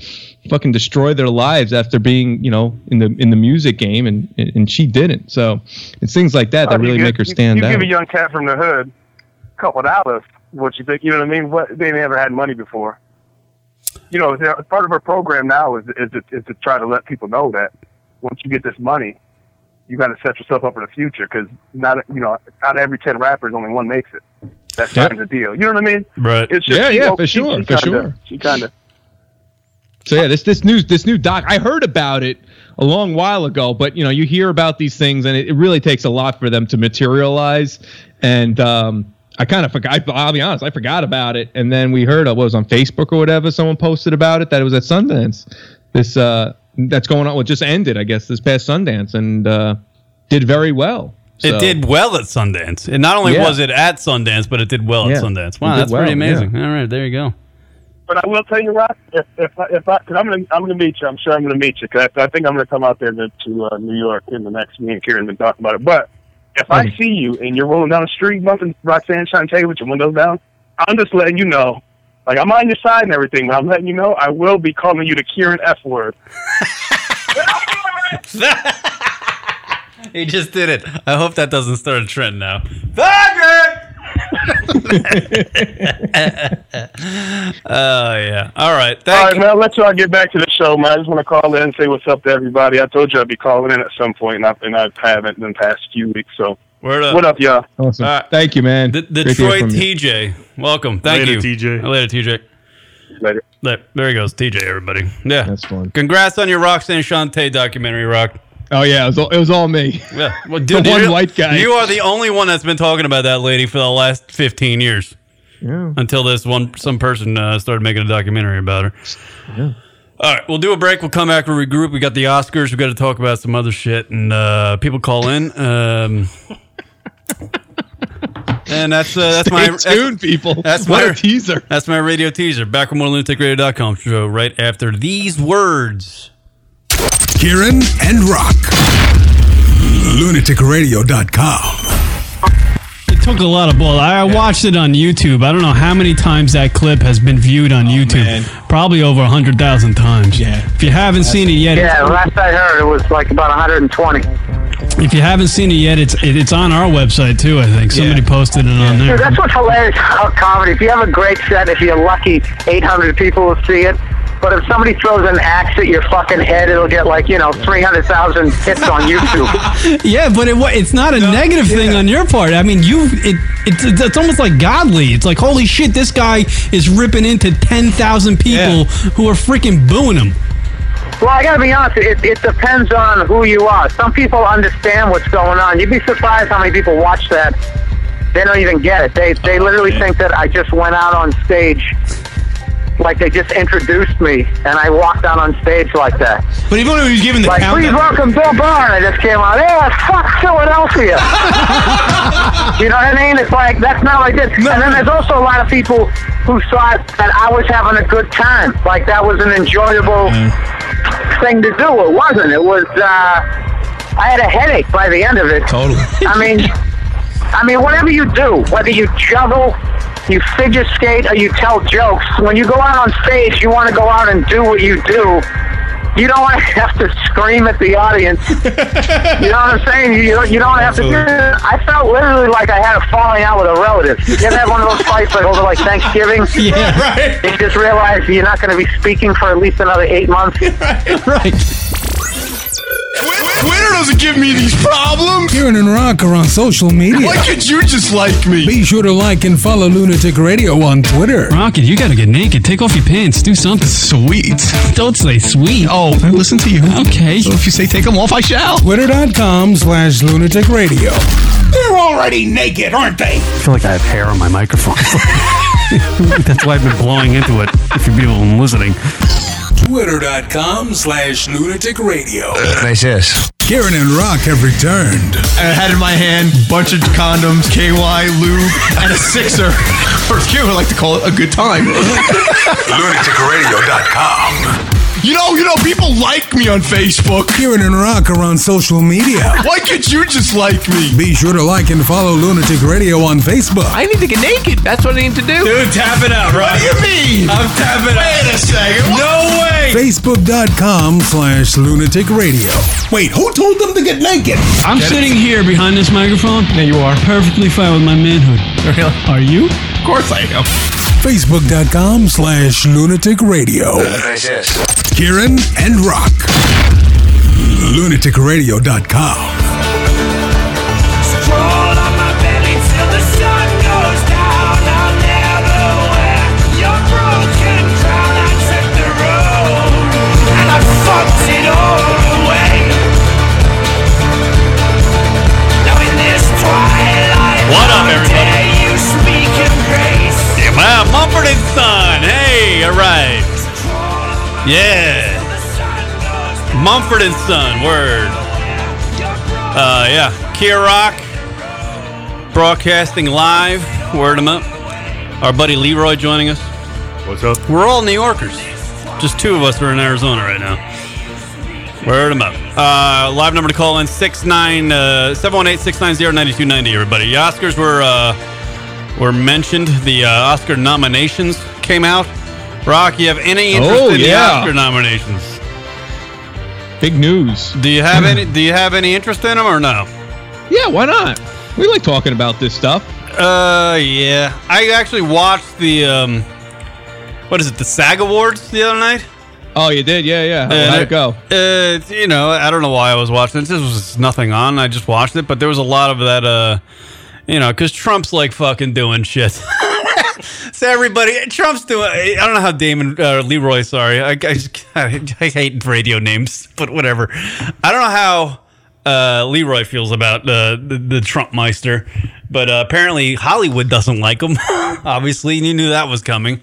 E: fucking destroy their lives after being you know in the in the music game and and, and she didn't so it's things like that that
H: Oh, You
E: really
H: give-
E: make her
H: you-
E: stand
H: you,
E: out
H: give a young cat from the hood a couple dollars, what you think? You know what I mean? What they never had money before. You know, there- part of her program now is is to, is to try to let people know that once you get this money, you got to set yourself up for the future because not you know out of every ten rappers, only one makes it. That's
E: Yeah.
H: kind of the deal. You know what I mean?
D: Right.
H: It's just,
E: Yeah,
H: you
E: yeah,
H: know,
E: for
H: she- she
E: sure, for
H: kinda-
E: sure.
H: She kind of
E: So yeah, this this news this new doc I heard about it a long while ago, but you know you hear about these things and it, it really takes a lot for them to materialize. And um, I kind of forgot. I, I'll be honest, I forgot about it. And then we heard uh, what was on Facebook or whatever. Someone posted about it that it was at Sundance. This uh, that's going on. Well, just ended, I guess, this past Sundance and uh, did very well.
D: It
E: So-
D: did well at Sundance, and not only
E: Yeah.
D: was it at Sundance, but it did well
E: Yeah.
D: at Sundance.
E: It
D: Wow,
E: did
D: that's pretty
E: well, yeah.
D: amazing. All right, there you go.
H: But I will tell you, Rock, if if I, if I, cause I'm gonna I'm gonna meet you. I'm sure I'm gonna meet you. Cause I, I think I'm gonna come out there to, to uh, New York in the next me and Kieran been talking about it. But if I see you and you're rolling down the street bumping Roxanne Shante with your windows down, I'm just letting you know. Like I'm on your side and everything, but I'm letting you know I will be calling you the Kieran F word.
D: He just did it. I hope that doesn't start a trend now. Fucker! Oh yeah. All right.
H: All
D: Thank
H: right, man. I'll let y'all get back to the show, man. I just want to call in and say what's up to everybody. I told you I'd be calling in at some point, and I, and I haven't in the past few weeks. So
D: you. Word up.
H: what up, y'all?
E: Awesome.
D: All right.
E: Thank you, man.
D: uh, The,
E: Great to hear
D: Detroit
E: from you.
D: TJ. Welcome. Thank
F: Later,
D: you.
F: TJ.
D: Later, TJ.
H: Later.
D: There, there he goes, TJ. Everybody, yeah.
E: That's fun.
D: Congrats on your Roxanne Shante documentary, Rock.
E: Oh yeah, it was all, it was all me.
D: Yeah, well, dude,
E: one
D: you-
E: white guy.
D: You are the only one that's been talking about that lady for the last fifteen years.
E: Yeah.
D: Until this one, some person uh, started making a documentary about her. All right, we'll do a break. We'll come back. We'll regroup. We got the Oscars. We got to talk about some other shit, and uh, people call in. Um, and that's uh, that's my
E: Stay tuned, people.
D: that's
E: what
D: my-
E: a teaser.
D: That's my radio teaser. Back on lunaticradio.com show right after these words.
A: Kieran and Rock. LunaticRadio.com.
B: It took a lot of blood. I I watched it on YouTube. I don't know how many times that clip has been viewed on YouTube.
E: Oh, man.
B: Probably over 100,000 times.
E: Yeah.
B: If you haven't seen it yet,
I: Yeah, last I heard, it was like about 120. Dude,
B: if you haven't seen it yet, it's it, it's on our website too, I think. Somebody posted it on there.
I: that's what's hilarious about comedy. If you have a great set, if you're lucky, 800 people will see it. But if somebody throws an axe at your fucking head, it'll get like, you know, 300,000 hits on YouTube.
B: Yeah, but it, wa- it's not a negative thing on your part. I mean, you it it's, it's it's almost like godly. It's like holy shit, this guy is ripping into ten thousand people
E: Yeah.
B: who are freaking booing him.
I: well, I gotta be honest, it, it depends on who you are. Some people understand what's going on. You'd be surprised how many people watch that. They don't even get it. They, they literally think that I just went out on stage. Like they just introduced me, and I walked out on stage like that.
J: But even when he was giving the
I: Like,
J: countdown,
I: please welcome Bill Barr. I just came on. Yeah, fuck Philadelphia. you know what I mean? It's like, that's not what I did. and then there's also a lot of people who thought that I was having a good time. Like, that was an enjoyable thing to do. It wasn't. It was, uh, I had a headache by the end of it.
J: totally.
I: I mean, I mean, whatever you do, whether you juggle, you figure skate, or you tell jokes, when you go out on stage, you want to go out and do what you do. You don't want to have to scream at the audience. you know what I'm saying? You, you don't- you don't have to. do that. I felt literally like I had a falling out with a relative. You ever have one of those fights like over like Thanksgiving?
B: Yeah,
J: Right.
I: You just realize you're not going to be speaking for at least another eight months.
B: right.
J: Twitter doesn't give me these problems.
A: Kieran and Rock are on social media.
J: Why could you just like me?
A: Be sure to like and follow Lunatic Radio on Twitter.
B: Rocket, you gotta get naked. Take off your pants. Do something.
J: Sweet.
B: Don't say sweet.
J: Oh, I listen to you.
B: Okay.
J: So if you say take them off, I shall.
A: Twitter.com slash lunatic radio.
K: They're already naked, aren't they?
D: I feel like I have hair on my microphone. that's why I've been blowing into it. If you're people listening.
A: Twitter.com slash lunatic radio.
K: Uh, Nice ass.
A: Kieran and Rock have returned.
J: I had in my hand bunch of condoms, KY, lube, and a sixer. Or as Kieran would like to call it, a good time.
A: Lunaticradio.com.
J: You know, you know, people like me on Facebook.
A: Kieran and Rock are on social media.
J: Why can't you just like me?
A: Be sure to like and follow Lunatic Radio on Facebook.
L: I need to get naked. That's what I need to do.
J: Dude, tap it out, right? What do you mean? I'm tapping out. Wait a second. No way.
A: Facebook.com slash lunatic radio.
K: Wait, who told them to get naked?
B: I'm sitting here behind this microphone.
L: Yeah, you are.
B: Perfectly fine with my manhood.
L: Really?
B: Are you?
J: Of course I am.
A: Facebook.com slash lunatic radio. Kieran and Rock. Lunaticradio.com.
K: Roll on my belly till the sun goes down. I'll never wear your broken crown. I took the road and I fucked it all away. Now in this twilight,
D: What up,
K: how
D: everybody?
K: dare you speak in grace?
D: Wow, Mumford and Son. Hey, all right. Yeah.
K: The sun goes down.
D: Mumford and Son, word. Uh, yeah. Kier Rock, broadcasting live. Word him up. Our buddy Leroy joining us.
M: What's up?
D: We're all New Yorkers. Just two of us are in Arizona right now. Word them up. Uh, live number to call in 69, uh, 718-690-9290, everybody. The Oscars were uh, were mentioned. The uh, Oscar nominations came out. Rock, you have any interest
E: Oh,
D: in
E: yeah.
D: the Oscar nominations?
E: Big news.
D: Do you have any do you have any interest in them or no?
E: Yeah, why not? We like talking about this stuff.
D: Uh yeah. I actually watched the um what is it, the SAG Awards the other night?
E: Oh, you did? Yeah, yeah. How'd it go?
D: Uh, you know, I don't know why I was watching it. There was nothing on. I just watched it, but there was a lot of that. Uh, you know, because Trump's like fucking doing shit. So everybody, Trump's doing. I don't know how Damon uh, Leroy. Sorry, I, I just I, hate radio names, but whatever. I don't know how uh, Leroy feels about uh, the the Trump Meister, but uh, apparently Hollywood doesn't like him. Obviously, and you knew that was coming.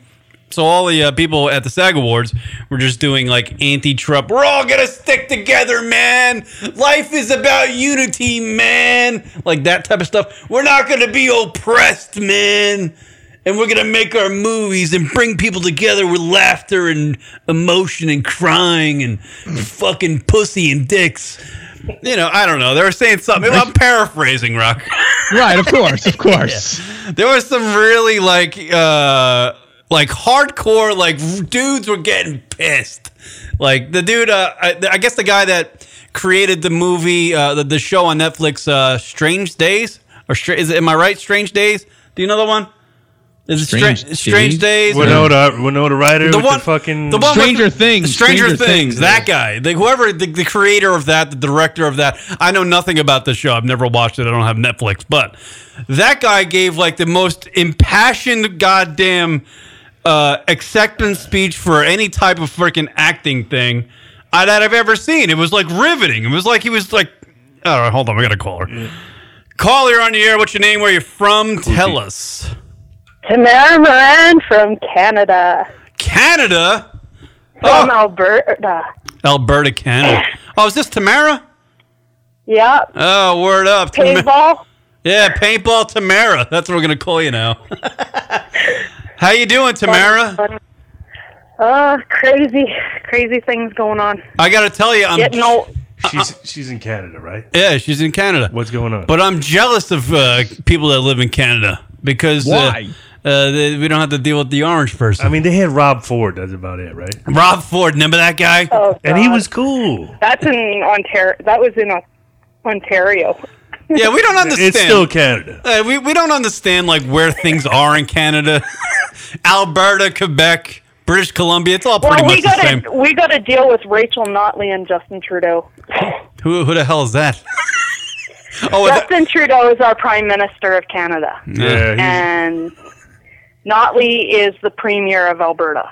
D: So all the uh, people at the SAG Awards were just doing like anti-Trump. We're all gonna stick together, man. Life is about unity, man. Like that type of stuff. We're not gonna be oppressed, man. And we're gonna make our movies and bring people together with laughter and emotion and crying and fucking pussy and dicks. You know, I don't know. They were saying something. I'm paraphrasing, Rock.
E: Right, of course, of course.
D: There was some really like uh like hardcore like dudes were getting pissed. Like the dude, uh, I, I guess the guy that created the movie, uh, the, the show on Netflix, uh, Strange Days, or Stra- is it, am I right? Strange Days. Do you know the one? Is it Strange,
E: Strange
D: Strange Days?
F: Winona, Winona Ryder
D: The
F: with
D: one-
F: the fucking
D: the one with
E: Stranger Things,
D: Stranger,
E: Stranger
D: Things.
E: Things,
D: That guy, the, whoever the, the creator of that, the director of that. I know nothing about the show. I've never watched it. I don't have Netflix, but that guy gave like the most impassioned goddamn uh, acceptance speech for any type of freaking acting thing I, that I've ever seen. It was like riveting. It was like he was like, all right, hold on, we gotta call her. Call her on the air. What's your name? Where you from? Tell us.
I: Tamara Moran from Canada.
D: Canada. Oh.
I: From Alberta.
D: Alberta, Canada. Oh, is this Tamara?
I: Yep.
D: Oh, word up. Tam-
I: Paintball.
D: yeah, paintball Tamara. That's what we're gonna call you now. How you doing, Tamara?
I: Uh, crazy, crazy things going on.
D: I gotta tell you, I'm
I: Getting old.
F: she's she's in Canada, right?
D: yeah, she's in Canada.
F: What's going on?
D: But I'm jealous of uh, people that live in Canada because uh,
E: Why?
D: Uh, they, we don't have to deal with the orange person.
F: I mean, they had Rob Ford. That's about it, right?
D: Rob Ford, remember that guy?
I: Oh,
F: And he
I: God.
F: was cool.
I: That's in Ontario. That was in Au- Ontario.
D: Yeah, we don't understand.
F: It's still Canada.
D: Uh, we, we don't understand like where things are in Canada, Alberta, Quebec, British Columbia. It's all pretty
I: Well,
D: much
I: we
D: the same.
I: gotta we gotta deal with Rachel Notley and Justin Trudeau.
D: Who, who the hell is that? oh, that,
I: Justin Trudeau is our Prime Minister of Canada,
D: Mm.
F: Yeah,
I: and Notley is the Premier of Alberta.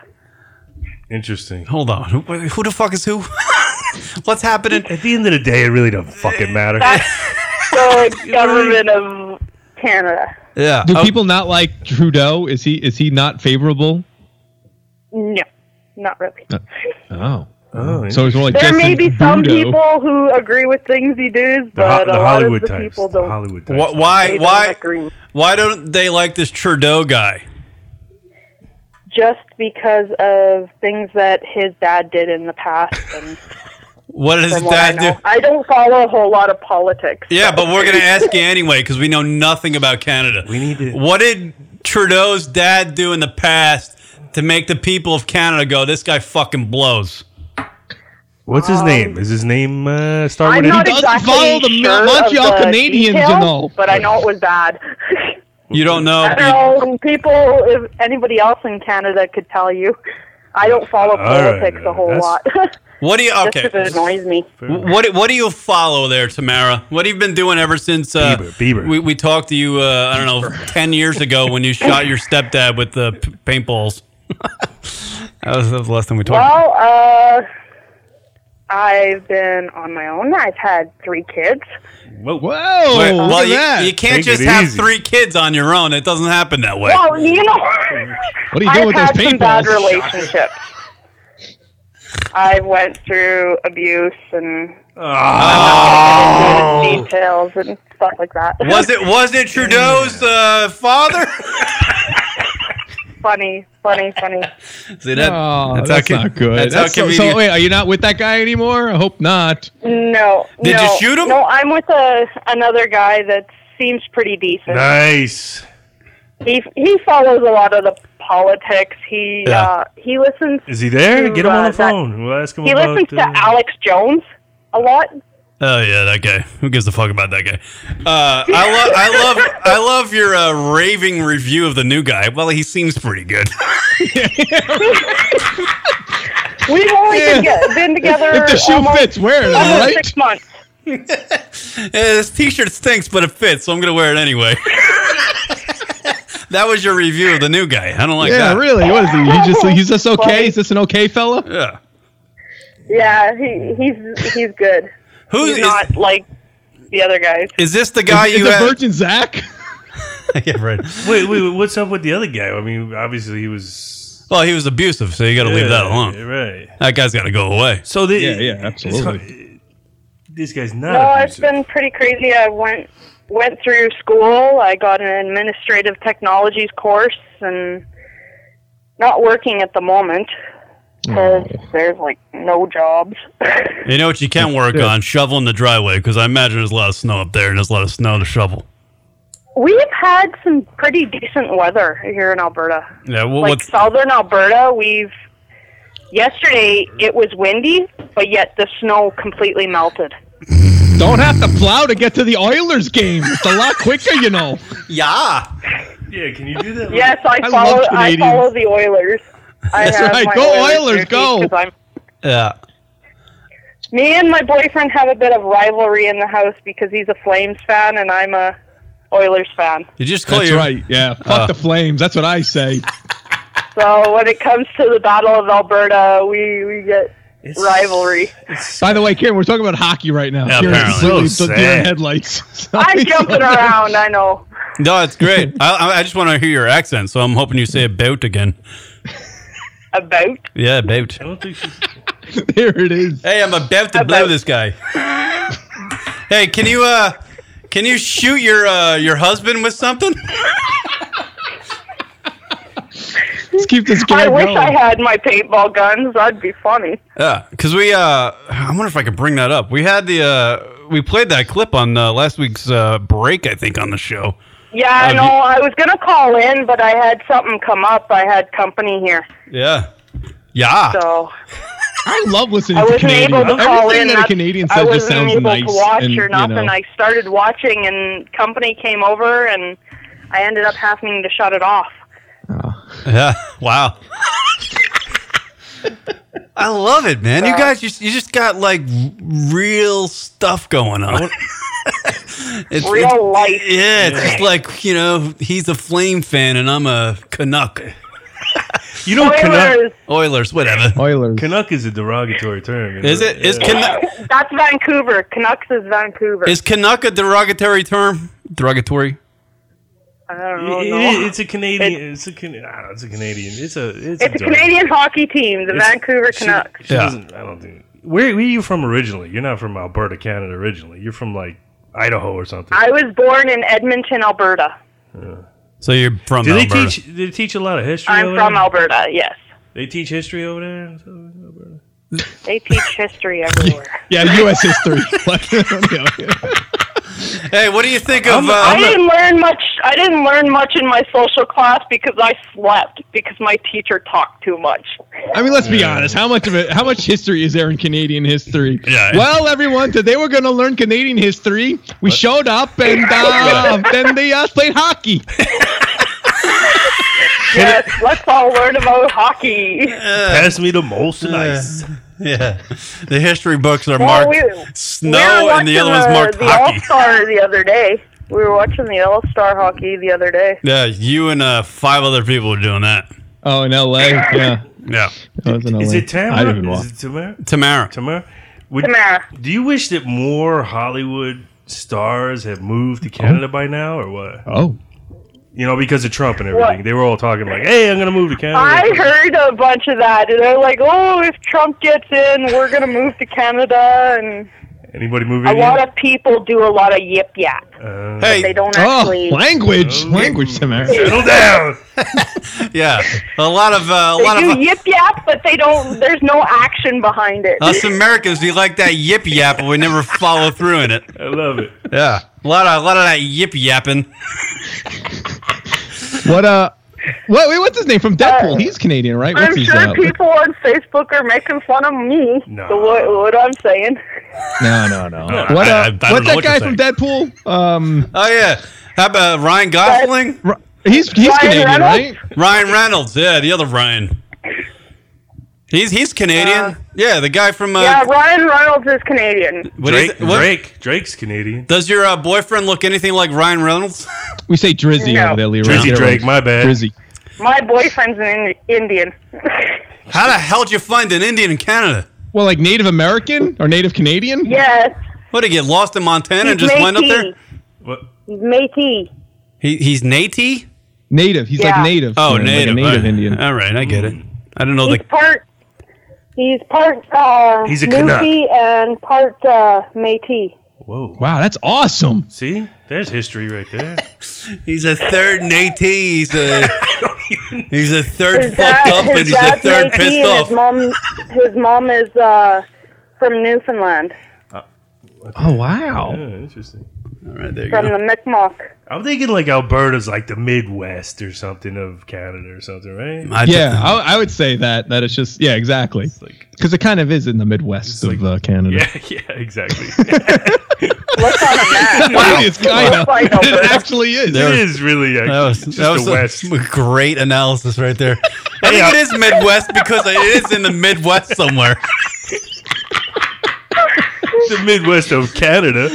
F: he's interesting.
D: hold on. Who, who the fuck is who? What's happening?
F: At the end of the day, it really doesn't fucking matter.
I: The government of Canada.
D: Yeah.
E: Do
D: oh,
E: people not like Trudeau? Is he is he not favorable?
I: No, not really.
E: Oh.
F: Oh,
E: So it's more like
I: There
E: Justin
I: may be some
E: Trudeau.
I: people who agree with things he does,
F: the, ho-
I: but
F: the
I: a lot of
F: Hollywood
I: the
F: types.
I: people
F: The
I: don't.
F: Hollywood types.
D: wh-
I: they
D: why
I: don't
D: why
I: agree.
D: why don't they like this Trudeau guy?
I: Just because of things that his dad did in the past, and
D: What does his
I: from what I
D: dad
I: know,
D: do?
I: I don't follow a whole lot of politics.
D: Yeah, but we're gonna ask you anyway because we know nothing about Canada. We
F: need to-
D: What did Trudeau's dad do in the past to make the people of Canada go, "This guy fucking blows"?
F: What's his name? Is his name uh, start
I: I'm
F: with an
I: not
F: E?
E: doesn't
I: exactly
E: follow the
I: sure
E: Montreal
I: of the
E: Canadians and
I: details,
E: all.
I: but I know it was bad.
D: You don't know.
I: I don't know people, if anybody else in Canada could tell you. I don't follow
F: right,
I: politics a whole
F: that's-
I: lot.
D: What do you?
I: Just
D: Okay.
I: 'cause it annoys me.
D: What what do you follow there, Tamara? What have you been doing ever since uh,
F: Bieber, Bieber.
D: We, we talked to you? Uh, I don't know, ten years ago when you shot your stepdad with the p- paintballs. that, was, that was the last time we talked.
I: Well, uh, I've been on my own. I've had three kids.
E: Whoa!
D: Wait,
E: look
D: well,
E: at
D: you,
E: that.
D: you can't
F: Take it
D: just have
F: easy.
D: three kids on your own. It doesn't happen that way.
I: Well, you know,
E: what are you doing
I: I've
E: with those
I: had some bad
E: paintballs?
I: relationships. I went through abuse and details and stuff like that.
D: Was it was it Trudeau's uh, father?
I: funny, funny, funny.
D: See, that-
E: Oh, that's,
D: how con-
E: not good.
D: That's,
E: That's
D: how
E: so,
D: comedian-
E: so wait, are you not with that guy anymore? I hope not.
I: No.
D: Did you
I: no,
D: shoot him?
I: No, I'm with a another guy that seems pretty decent.
F: Nice.
I: He he follows a lot of the politics. He
D: Yeah.
I: uh, he listens.
F: Is he there?
I: To,
F: Get him on
I: uh,
F: the
I: that-
F: phone. We'll ask him
I: He
F: about.
I: listens to
F: uh,
I: Alex Jones a lot.
D: Oh yeah, that guy. Who gives a fuck about that guy? Uh, I love, I love, I love your uh, raving review of the new guy. Well, he seems pretty good.
I: We've only
E: Yeah.
I: been, get, been together
E: If the shoe
I: almost,
E: fits, wear it,
I: almost
E: right?
I: six months.
D: Eh, this t-shirt stinks, but it fits, so I'm gonna wear it anyway. That was your review of the new guy. I don't like
E: yeah,
D: that.
E: really. What is he? He just he's just okay. Is this an okay fella?
D: Yeah.
I: Yeah, he, he's he's good.
D: Who
I: he's
D: is-
I: not like the other guys?
D: Is this the guy
E: Is- is
D: you
E: it
D: had?
E: Virgin Zach?
D: yeah, right.
F: Wait, wait, wait, what's up with the other guy? I mean, obviously he was.
D: Well, he was abusive, so you got to leave that
F: Yeah,
D: alone.
F: Right.
D: That guy's got to go away.
F: So the,
E: Yeah, yeah,
F: it's
E: absolutely.
F: hard- This guy's
I: No,
F: not.
I: it's
F: abusive.
I: been pretty crazy. I went went through school. I got an administrative technologies course and not working at the moment. 'cause there's like no jobs.
D: You know what you can work on? Shoveling the driveway, because I imagine there's a lot of snow up there and there's a lot of snow to shovel.
I: We've had some pretty decent weather here in Alberta.
D: Yeah, well,
I: like
D: what's.
I: southern Alberta, we've yesterday it was windy, but yet the snow completely melted.
E: Don't have to plow to get to the Oilers game. It's a lot quicker, you know.
D: Yeah.
F: Yeah, can you do that?
I: Yes, I,
E: I
I: follow.
E: love
I: I
E: Canadians.
I: follow the Oilers. I
E: That's
I: have
E: right.
I: my
E: Go
I: Oilers
E: Oilers,
I: jerseys
E: go.
I: 'cause I'm-
D: Yeah.
I: me and my boyfriend have a bit of rivalry in the house because he's a Flames fan and I'm a Oilers fan.
D: You Uh. just call
E: That's
D: your.
E: right. Yeah. Fuck the Flames. That's what I say.
I: So when it comes to the Battle of Alberta, we we get
F: It's-
I: rivalry.
E: By the way, Karen, we're talking about hockey right now.
D: Yeah,
E: Karen's
D: apparently.
E: completely
F: So
E: d- deer in
F: sad.
E: headlights.
I: I'm jumping around. I know.
D: No, it's great. I, I- I just want to hear your accent, so I'm hoping you say about again.
I: About
D: Yeah, about.
F: I don't think she's.
E: there it is.
D: Hey, I'm about to blow this guy. hey, can you uh, can you shoot your uh, your husband with something?
E: Let's keep this game
I: I wish
E: going.
I: I had my paintball guns. That'd be funny.
D: Yeah, because we uh, I wonder if I could bring that up. We had the uh, we played that clip on uh, last week's uh, break, I think, on the show.
E: Uh,
I: Yeah, I
D: Um,
I: know. I was gonna call in, but I had something come up. I had company here,
D: Yeah, yeah.
I: so
E: I love listening
I: I
E: to
I: wasn't
E: Canadians.
I: able to call
E: Oh, Everything
I: in.
E: that a
I: That's-
E: Canadian
I: I
E: says
I: wasn't
E: just sounds
I: able
E: nice.
I: to watch
E: and,
I: or nothing.
E: You know,
I: I started watching, and company came over, and I ended up having to shut it off.
D: Yeah. Wow. I love it, man. You guys, just, you just got like real stuff going on. it's,
I: Real life.
D: Yeah, it's just like you know, he's a Flame fan and I'm a Canuck,
F: You know, Canuck,
I: Oilers,
D: Oilers, whatever.
C: Oilers.
F: Canuck is a derogatory term.
D: Is it is Canuck
I: that's Vancouver. Canucks is Vancouver.
D: is Canuck a derogatory term? Derogatory?
I: I don't know.
F: It-
I: no.
F: it- it's a Canadian. it's a Can. ah, It's a Canadian. It's a. It's,
I: It's a
F: derog-
I: Canadian hockey team, the
F: It's-
I: Vancouver
F: she-
I: Canucks.
F: She,
D: Yeah.
F: doesn't. I don't think. Where, where are you from originally? You're not from Alberta, Canada originally. You're from like Idaho or something.
I: I was born in Edmonton, Alberta.
D: So you're from
F: do they
D: Alberta.
F: teach? Do they teach a lot of history?
I: I'm
F: over
I: from
F: there?
I: Alberta. Yes,
F: They teach history over there. in Southern Alberta?
I: they teach history everywhere.
E: yeah, U.S. history. Like, you know,
D: Hey, what do you think of? uh,
I: I didn't learn much. I didn't learn much in my social class because I slept because my teacher talked too much.
E: I mean, let's be honest. How much of it? How much history is there in Canadian history?
D: Yeah.
E: Well, everyone, today we're going to learn Canadian history. We showed up, and uh, then they uh, played hockey.
I: Yes, let's all learn about hockey.
F: Pass me the most ice.
D: yeah, the history books are
I: Well,
D: marked
I: we- uh,
D: snow, and the other one's marked
I: the
D: hockey.
I: All Star the other day. We were watching the All Star hockey the other day.
D: Yeah, you and uh, five other people were doing that.
E: Oh, in L.A. Yeah.
D: Yeah.
E: Oh, it's in
F: Is
E: LA.
F: it Tamara?
E: I didn't watch.
F: Is it Tamara?
D: Tamara.
F: Tamara? Would,
I: Tamara.
F: Do you wish that more Hollywood stars have moved to Canada by now, or what?
E: Oh.
F: You know, because of Trump and everything, they were all talking like, "Hey, I'm gonna move to Canada."
I: I heard a bunch of that, and they're like, "Oh, if Trump gets in, we're gonna move to Canada." And
F: Anybody moving?
I: a
D: Mm-hmm.
F: in?
I: lot of people do a lot of yip yap.
F: Uh,
I: They
D: Hey,
I: don't
E: Oh,
I: actually.
E: language, language, Tamara.
F: settle down.
D: yeah, a lot of uh, a
I: They
D: lot
I: do
D: of
I: yip yap, but they don't. There's no action behind it.
D: uh, us Americans we like that yip yap, but we never follow through in it.
F: I love it.
D: Yeah, a lot of a lot of that yip yapping.
E: What uh? What, wait, what's his name from Deadpool? He's Canadian, right? What's
I: Uh, I'm
E: his,
I: sure
E: uh,
I: people on Facebook are making fun of me.
F: No.
I: So what, what I'm saying.
E: No, no, no.
D: No,
E: What,
D: I-
E: uh,
D: I- I don't
E: what's
D: know
E: that
D: what
E: guy
D: you're
E: from Deadpool? Um,
D: Oh yeah, how about Ryan Gosling,
E: r- he's he's
I: Ryan
E: Canadian,
I: Reynolds?
E: right?
D: Ryan Reynolds? Yeah, the other Ryan. He's he's Canadian. yeah, the guy from uh,
I: yeah, Ryan Reynolds is Canadian.
D: What is
F: Drake,
D: it? What-
F: Drake, Drake's Canadian.
D: Does your uh, boyfriend look anything like Ryan Reynolds?
E: We say Drizzy
I: No.
E: over there, Leroy.
F: Drizzy
E: Get it
F: Drake,
E: right.
F: my bad.
E: Drizzy.
I: My boyfriend's an Ind- Indian.
D: How the hell did you find an Indian in Canada?
E: Well, like Native American or Native Canadian?
I: yes,
D: What did he get lost in Montana and
I: he's
D: just went up there?
I: Métis.
F: What?
I: He's Métis.
D: He, he's Native.
E: Native. He's
I: Yeah.
E: like Native.
D: Oh,
E: you know, like a
D: Native.
E: native
D: All right.
E: Indian.
D: All right, I get it. I don't know
I: He's
D: the.
I: part. He's part uh,
F: He's a Canuck.
I: Nupi and part uh, Métis.
F: Whoa.
E: Wow, that's awesome.
F: See, there's history right there.
D: He's a third Native. He's a. he's a third
I: His
D: fucked
I: dad,
D: up, and
I: his
D: he's a
I: dad's
D: third
I: Métis
D: pissed
I: and
D: off.
I: His mom, his mom is uh, from Newfoundland,
E: Oh, wow.
F: yeah, interesting.
D: All right, there you
I: from
D: go.
I: the Mi'kmaq.
F: I'm thinking like Alberta's like the Midwest or something of Canada or something, right?
D: I d-
E: Yeah, I, I would say that. That it's just, yeah, exactly.
F: like-
E: Because it kind of is in the Midwest of uh, Canada.
F: Yeah, yeah, exactly.
I: What's on the map?
E: It is kind of.
I: Like
E: It
I: Alberta.
E: actually is.
F: it is really actually
D: That was,
F: just
D: that was
F: the West.
D: a Oh, great analysis right there. I think it is Midwest because it is in the Midwest somewhere.
F: the Midwest of Canada.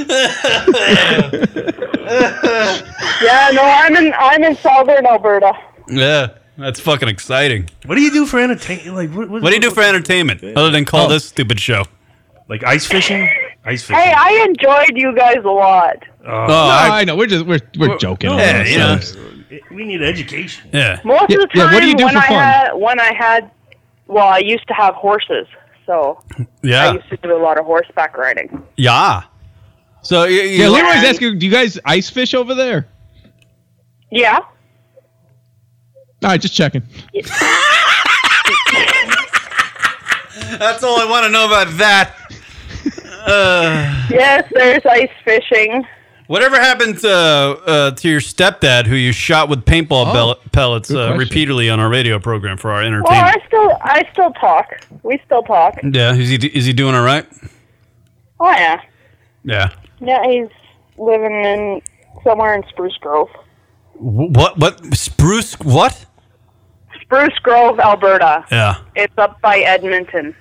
I: Yeah, no, I'm in I'm in southern Alberta.
D: Yeah, that's fucking exciting.
F: What do you do for entertainment? Like, what,
D: What do you do for entertainment other than call this stupid show?
F: Like ice fishing? Ice fishing.
I: Hey, I enjoyed you guys a lot.
D: Oh,
E: No,
D: I,
E: I know. We're just, we're, we're joking. on
D: yeah,
E: this,
D: you know.
E: so-
F: we need education.
D: yeah.
I: Most
E: Yeah,
I: of the
E: yeah,
I: time,
E: what do you do
I: when
E: for
I: I
E: fun?
I: had when I had, well, I used to have horses, so I
E: Ah.
D: Yeah.
I: used to do a lot of horseback riding.
D: Yeah. So you, you-
E: Yeah, Leroy's asking, do you guys ice fish over there?
I: Yeah,
E: All right, just checking.
D: that's all I want to know about that.
I: yes, there's ice fishing.
D: Whatever happened to, uh, to your stepdad who you shot with paintball bell- pellets uh,
E: question.
D: repeatedly on our radio program for our
I: Well, I
D: entertainment?
I: still I still talk. We still talk.
D: Yeah, is he, is he doing all right?
I: Oh yeah,
D: Yeah.
I: yeah, he's living in somewhere in Spruce Grove,
D: Wh- What? What? Spruce? What?
I: Spruce Grove, Alberta.
D: Yeah.
I: It's up by Edmonton.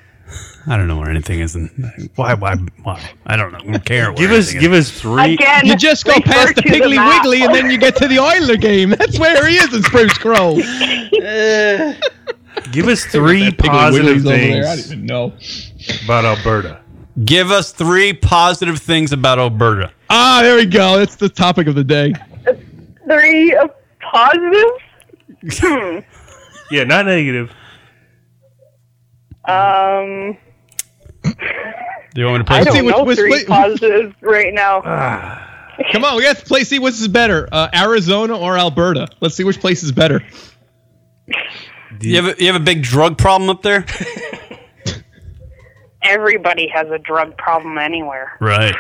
D: I don't know where anything is. In, why? Why? Why? I don't know. I don't care.
F: Give us, give us three.
I: Again,
E: You just go
I: refer
E: past the
I: to
E: Piggly
I: map.
E: Wiggly and then you get to the Oiler game. That's where he is in Spruce Grove.
F: Give us three positive things
E: even know.
F: about Alberta.
D: give us three positive things about Alberta.
E: Ah, there we go. That's the topic of the day.
I: three of positives.
F: Yeah, not negative.
I: Um,
D: Do you want me to
I: I
D: play?
I: don't
E: see, which-
I: know
E: which-
I: three
E: which-
I: positives right now.
E: Come on, we got to play. See what's is better, uh, Arizona or Alberta? Let's see which place is better.
D: You have, a, you have a big drug problem up there,
I: Everybody has a drug problem anywhere.
D: right?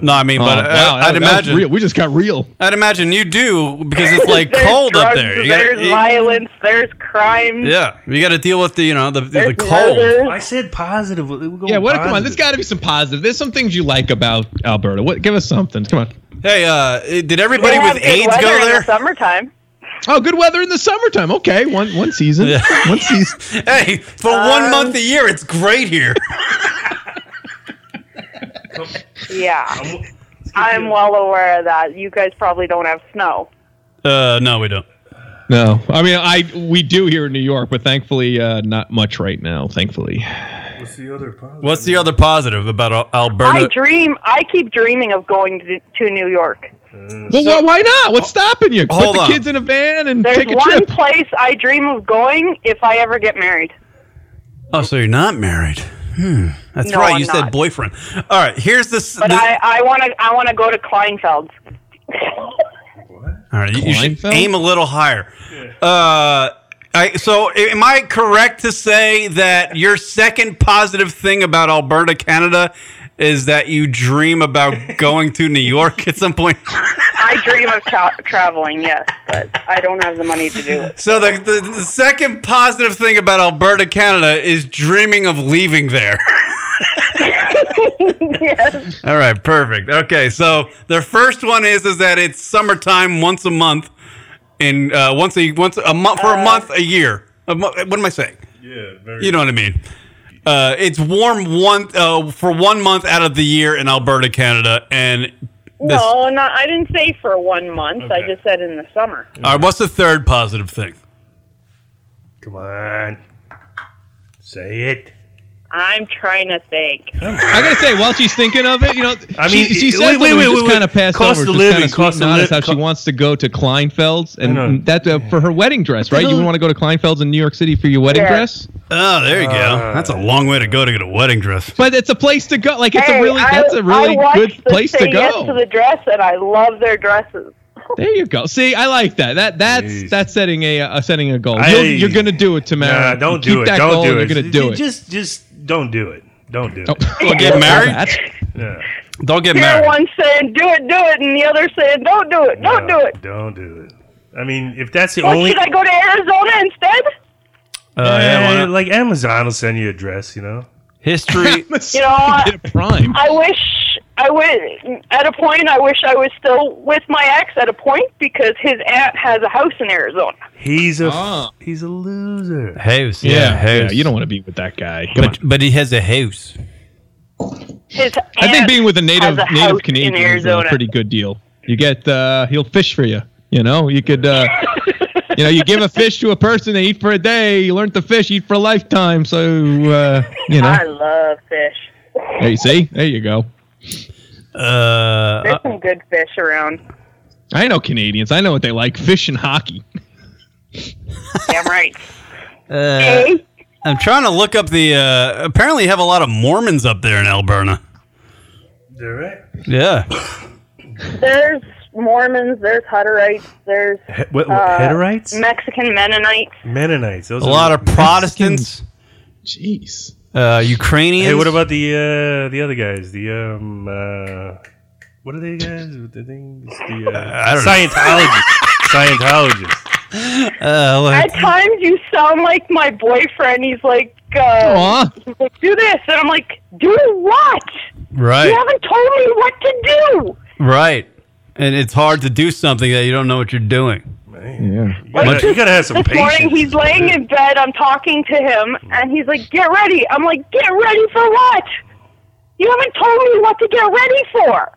D: No, I mean,
E: Oh,
D: but
E: wow,
D: I,
E: that-
D: I'd
E: that was
D: imagine,
E: real. we just got real.
D: I'd imagine you do because it's like
I: There's
D: cold up
I: drugs,
D: there. You
I: there's
D: gotta- you-
I: violence. There's crime.
D: yeah, you got to deal with the you know the, the
I: There's
D: cold.
I: murders.
F: I said positive. We're going
E: Yeah, what? Come on, there's
F: positive.
E: got to be some positive. There's some things you like about Alberta. What? Give us something. Come on.
D: Hey, uh, did
I: They
D: everybody
I: have
D: with
I: good
D: AIDS
I: weather
D: go
I: in the
D: there?
I: summertime.
E: Oh, good weather in the summertime. Okay, one one season. One season.
D: Hey, for
I: Um,
D: one month a year, it's great here.
I: Yeah, I'm well aware of that. You guys probably don't have snow.
D: Uh, no, we don't.
E: No, I mean, I we do here in New York, but thankfully, uh, not much right now. Thankfully,
F: What's the other positive?
D: What's the other positive about Al-
I: I
D: Alberta?
I: dream. I keep dreaming of going to, to New York.
E: well, why, why not? What's stopping you? Put
D: Hold
E: the
D: on.
E: kids in a van and
I: There's
E: take a
I: one
E: trip.
I: place I dream of going if I ever get married.
D: Oh, so you're not married? Hmm. That's
I: No,
D: right.
I: I'm
D: you said
I: not.
D: boyfriend. All right. Here's this.
I: But
D: this-
I: I, I want to. I want to go to Kleinfeld's.
D: all right. You, you should
E: Kleinfeld?
D: aim a little higher. Uh, I, so a- am I correct to say that your second positive thing about Alberta, Canada, is that you dream about going to New York at some point?
I: I dream of tra- traveling, yes, but I don't have the money to do it.
D: So the, the, the second positive thing about Alberta, Canada, is dreaming of leaving there.
I: yes.
D: All right, perfect. Okay, so the first one is is that it's summertime once a month, and uh, once a once a month for a month a year. A mo- what am I saying?
F: Yeah, very
D: You know what I mean. Uh, it's warm one uh, for one month out of the year in Alberta, Canada, and this,
I: Oh, No, not. I didn't say for one month. I just said in the summer.
D: All right, uh, what's the third positive thing?
F: Come on. Say it.
I: I'm trying to think.
E: I gotta say, while she's thinking of it, you know,
F: I
E: she-
F: mean,
E: she,
F: wait,
E: said
F: wait,
E: something
F: wait,
E: we
F: wait,
E: just kind of
F: wait.
E: passed
F: Cost
E: over,
F: of
E: just
F: living,
E: kinda
F: cost
E: sweet
F: of
E: nod
F: li-
E: is how she
F: co-
E: wants to go to Kleinfeld's
F: I
E: and that uh, for her wedding dress, right?
I: Mm-hmm.
E: You want to go to Kleinfeld's in New York City for your wedding
D: Yeah.
E: dress?
D: Oh, there you
E: Uh,
D: go. That's a long way to go to get a wedding dress.
E: But it's a place to go. Like it's
I: Hey,
E: a really,
I: I-
E: that's a really
I: I watched
E: good
I: the
E: place to
I: Say Yes
E: go.
I: to the dress, and I love their dresses.
E: There you go. See, I like that. That that's that's setting a uh, setting a goal.
F: I-
E: You'll- you're gonna do it, Tamara.
F: Nah,
E: You
F: don't
E: keep
F: do it.
E: that
F: Don't
E: goal
F: do
E: and
F: it.
E: You're gonna do it.
F: Just, just don't do it. Don't do it.
E: Well,
D: get married?
F: Yeah.
D: Don't get
I: You're
D: married.
I: one saying do it, do it, and the other saying don't do it, don't do it.
F: Don't do it. I mean, if that's the
I: Well,
F: only,
I: should I go to Arizona instead?
D: yeah, why
F: Eh,
D: not?
F: like Amazon will send you a dress, you know.
D: History.
I: You know, I,
E: Prime.
I: I wish I would. At a point, I wish I was still with my ex. At a point, because his aunt has a house in Arizona.
F: He's a f-
E: Ah.
F: he's a loser.
D: House.
E: Yeah, yeah,
D: house.
E: You don't want to be with that guy. Come
D: But, but he has a house.
I: His
E: on. I think
I: aunt
E: being with a native
I: has a house
E: native Canadian
I: in
E: is a
I: Arizona.
E: pretty good deal. You get uh, he'll fish for you. You know, you could. Uh, You know, you give a fish to a person, they eat for a day. You learn to fish, eat for a lifetime. So, uh, you
I: I
E: know,
I: love fish.
E: there you see, there you go.
D: Uh,
E: Uh,
I: There's some good fish around.
E: I know Canadians. I know what they like: fish and hockey.
I: Damn right.
D: uh,
I: Hey,
D: I'm trying to look up the. Uh, apparently, you have a lot of Mormons up there in Alberta.
F: All right.
D: Yeah.
I: there's Mormons, there's Hutterites, there's
F: He- what, what,
I: uh,
F: Hetterites,
I: Mexican Mennonites.
F: Mennonites. Those
D: A
F: are
D: lot of Protestants,
E: Jeez.
D: uh, Ukrainians.
F: Hey, what about the uh, the other guys? The um, uh, what are they guys? With the things? The uh,
D: I don't know.
F: Scientologists. Scientologists.
D: Uh,
I: At
D: like,
I: times, you sound like my boyfriend. He's like, uh,
E: Aw,
I: he's like, do this, and I'm like, do what? You
D: right,
I: haven't told me what to do.
D: right. And it's hard to do something that you don't know what you're doing.
E: yeah.
F: You gotta, you gotta have some
I: This morning,
F: patience.
I: he's laying in bed. I'm talking to him, and he's like, get ready. I'm like, get ready for what? You haven't told me what to get ready for.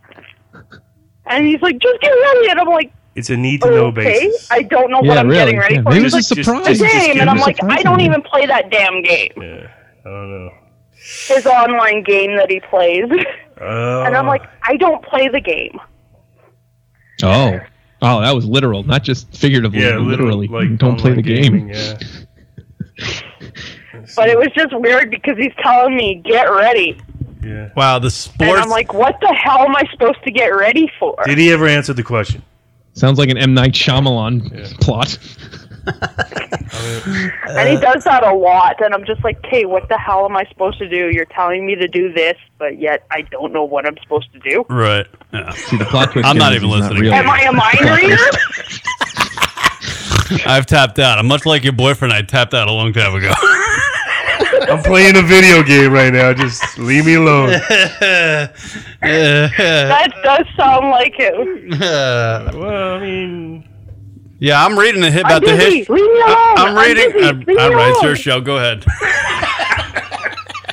I: And he's like, just get ready. And I'm like,
F: It's a need to know
I: okay,
F: basis.
I: I don't know what
E: Yeah,
I: I'm
E: really.
I: getting ready
E: Yeah,
I: for.
E: maybe
I: He's
E: it's
I: like,
E: a
F: just-
E: surprise.
F: just- just
I: game. And I'm like, I don't
E: surprising.
I: even play that damn game.
F: yeah, I don't know.
I: His online game that he plays.
F: Uh,
I: and I'm like, I don't play the game.
E: Oh. Oh, that was literal, not just figuratively.
F: yeah,
E: literally.
F: literally, like
E: don't play the
F: online gaming,
E: game.
F: Yeah.
I: But it was just weird because he's telling me, get ready.
F: yeah.
D: Wow, the
I: And
D: sports.
I: I'm like, what the hell am I supposed to get ready for?
F: Did he ever answer the question?
E: Sounds like an M Night Shyamalan plot.
I: and he does that a lot. And I'm just like, okay, what the hell am I supposed to do? You're telling me to do this, but yet I don't know what I'm supposed to do.
D: right. Yeah.
E: See, the plot twist
D: I'm not
E: is
D: even
E: he's
D: listening.
E: real.
I: Am I a
D: Uh,
I: mind reader?
D: I've tapped out. I'm much like your boyfriend. I tapped out a long time ago.
F: I'm playing a video game right now. Just leave me alone.
D: uh,
I: that does sound like him.
F: well, I mean,
D: yeah, I'm reading the hit
I: I'm
D: about the
I: busy.
D: history.
I: Leave me alone.
D: I'm reading.
I: busy. Leave me
D: I'm, all right,
I: alone.
D: it's your show. Go ahead.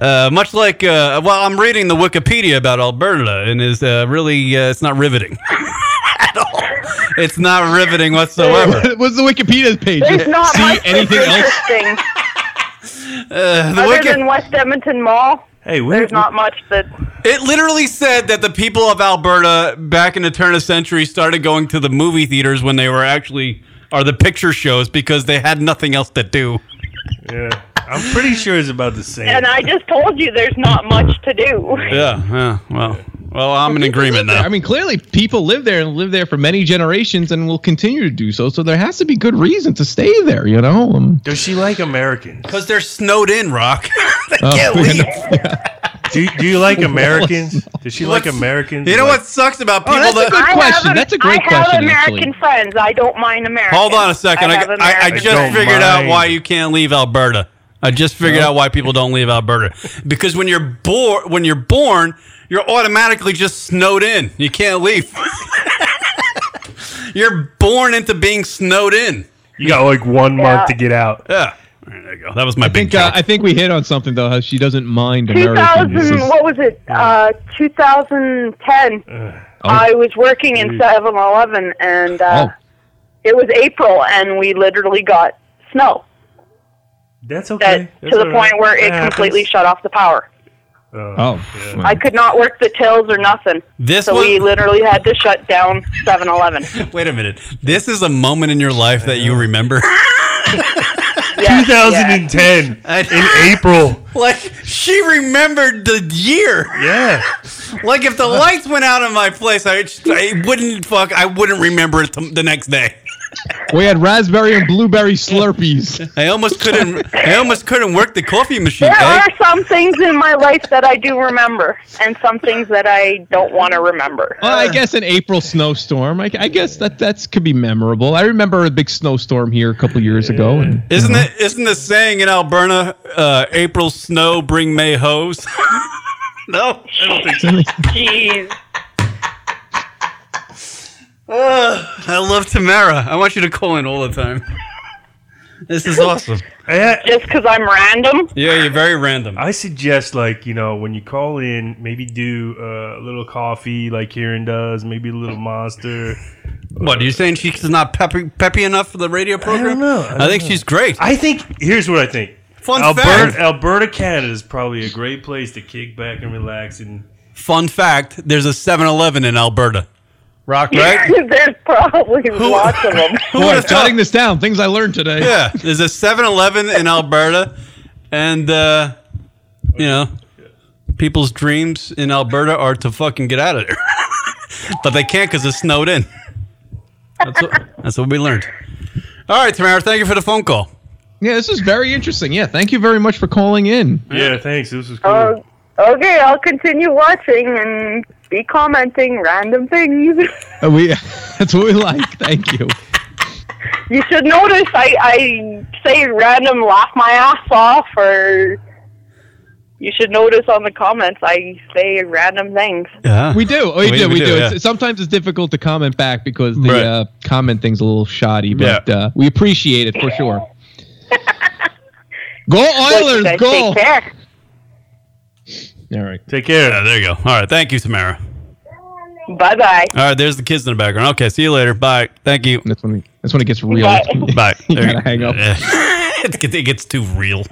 D: Uh, much like, uh, well, I'm reading the Wikipedia about Alberta, and is uh, really, uh, it's not riveting at all. It's not riveting whatsoever.
E: What's the Wikipedia page?
I: There's not
E: See
I: much
E: anything
I: that's
E: else?
I: interesting
D: Uh, the
I: other
D: Wiki-
I: than West Edmonton Mall.
F: hey, where,
I: There's not much that.
D: It literally said that the people of Alberta back in the turn of century started going to the movie theaters when they were actually or the picture shows because they had nothing else to do.
F: Yeah, I'm pretty sure it's about the same.
I: And I just told you there's not much to do.
D: Yeah, yeah. Well, well, I'm in agreement now.
E: I mean, clearly people live there and live there for many generations and will continue to do so. So there has to be good reason to stay there, you know? Um,
F: Does she like Americans?
D: Because they're snowed in, Rock. they
E: oh,
D: can't leave.
F: Do you, do you like Americans? Does she like Americans?
D: You know
F: Like-
D: what sucks about people
E: Oh, that's a
D: that.
E: good
I: I
E: question.
I: have,
E: That's a great
I: I have
E: question,
I: American
E: actually.
I: friends. I don't mind Americans.
D: Hold on a second. I,
I: have
D: I, I,
I: American
D: just
F: don't
D: figured out
F: mind.
D: why you can't leave Alberta. I just figured out why people don't leave Alberta because when you're born, when you're born, you're automatically just snowed in. You can't leave. you're born into being snowed in.
F: You got like one
I: Yeah.
F: month to get out.
D: Yeah. There you go. That was my
E: I
D: big
E: think, uh, I think we hit on something though. How she doesn't mind Americans.
I: 2000,
E: This is-
I: what was it? Uh, 2010. I was working in
E: Jeez.
I: 7 Eleven and
E: Oh,
I: uh, it was April and we literally got snow
F: That's okay. That's
I: to the
F: all right.
I: point where it
F: That
I: completely
F: happens.
I: shut off the power.
E: Oh,
I: I could not work the tills or nothing.
D: This
I: so we literally had to shut down 7 Eleven.
D: Wait a minute. This is a moment in your life that you remember.
F: 2010 in April.
D: like she remembered the year.
F: Yeah.
D: Like if the lights went out in my place, I, I wouldn't fuck. I wouldn't remember it th- the next day.
E: we had raspberry and blueberry Slurpees.
D: I almost couldn't. I almost couldn't work the coffee machine.
I: There
D: eh?
I: are some things in my life that I do remember and some things that I don't want to remember.
E: Well, I guess an April snowstorm. I, I guess that that's could be memorable. I remember a big snowstorm here a couple years ago, and
D: Isn't it? Isn't the saying in Alberta, uh, "April snow bring May hose"? no, I don't think so.
I: Jeez.
D: Ugh, I love Tamara. I want you to call in all the time. This is awesome.
I: Just because I'm random?
D: Yeah, you're very random.
F: I suggest, like, you know, when you call in, maybe do uh, a little coffee like Kieran does, maybe a little monster.
D: What are you saying? She's not peppy, peppy enough for the radio program?
F: know. I don't
D: think
F: know.
D: she's great.
F: I think, here's what I think.
D: Fun
F: Alberta,
D: fact.
F: Alberta, Canada is probably a great place to kick back and relax. And
D: Fun fact: There's a 7-Eleven in Alberta. Rock, right?
I: There's probably lots of them.
D: Who would
E: Boy,
D: have thought?
E: jotting this down. Things I learned today.
D: Yeah, there's a 7-Eleven in Alberta, and uh, you know, people's dreams in Alberta are to fucking get out of there, but they can't because it's snowed in. That's what, that's what we learned. All right, Tamara, thank you for the phone call.
E: Yeah, this is very interesting. Yeah, thank you very much for calling in.
F: yeah, thanks. This was cool.
I: Oh, okay, I'll continue watching and be commenting random things.
E: Uh, We that's what we like. Thank you.
I: you should notice I, I say random laugh my ass off, or you should notice on the comments I say random things.
D: Yeah,
E: We do. We, do. We, do.
D: yeah.
E: It's, sometimes it's difficult to comment back because the
D: Right.
E: uh, comment thing's a little shoddy, but uh, we appreciate it for sure. go
I: But you
E: Oilers,
I: guys
E: go!
I: Take care.
E: All right.
F: Take care.
D: Yeah, there you go. All right, thank you, Tamara.
I: Bye bye.
D: All right, there's the kids in the background. Okay, see you later. Bye. Thank you.
E: That's when, it- that's when it gets real.
I: Bye.
D: Bye.
E: You gotta hang up.
D: Yeah. it, gets, it gets too real.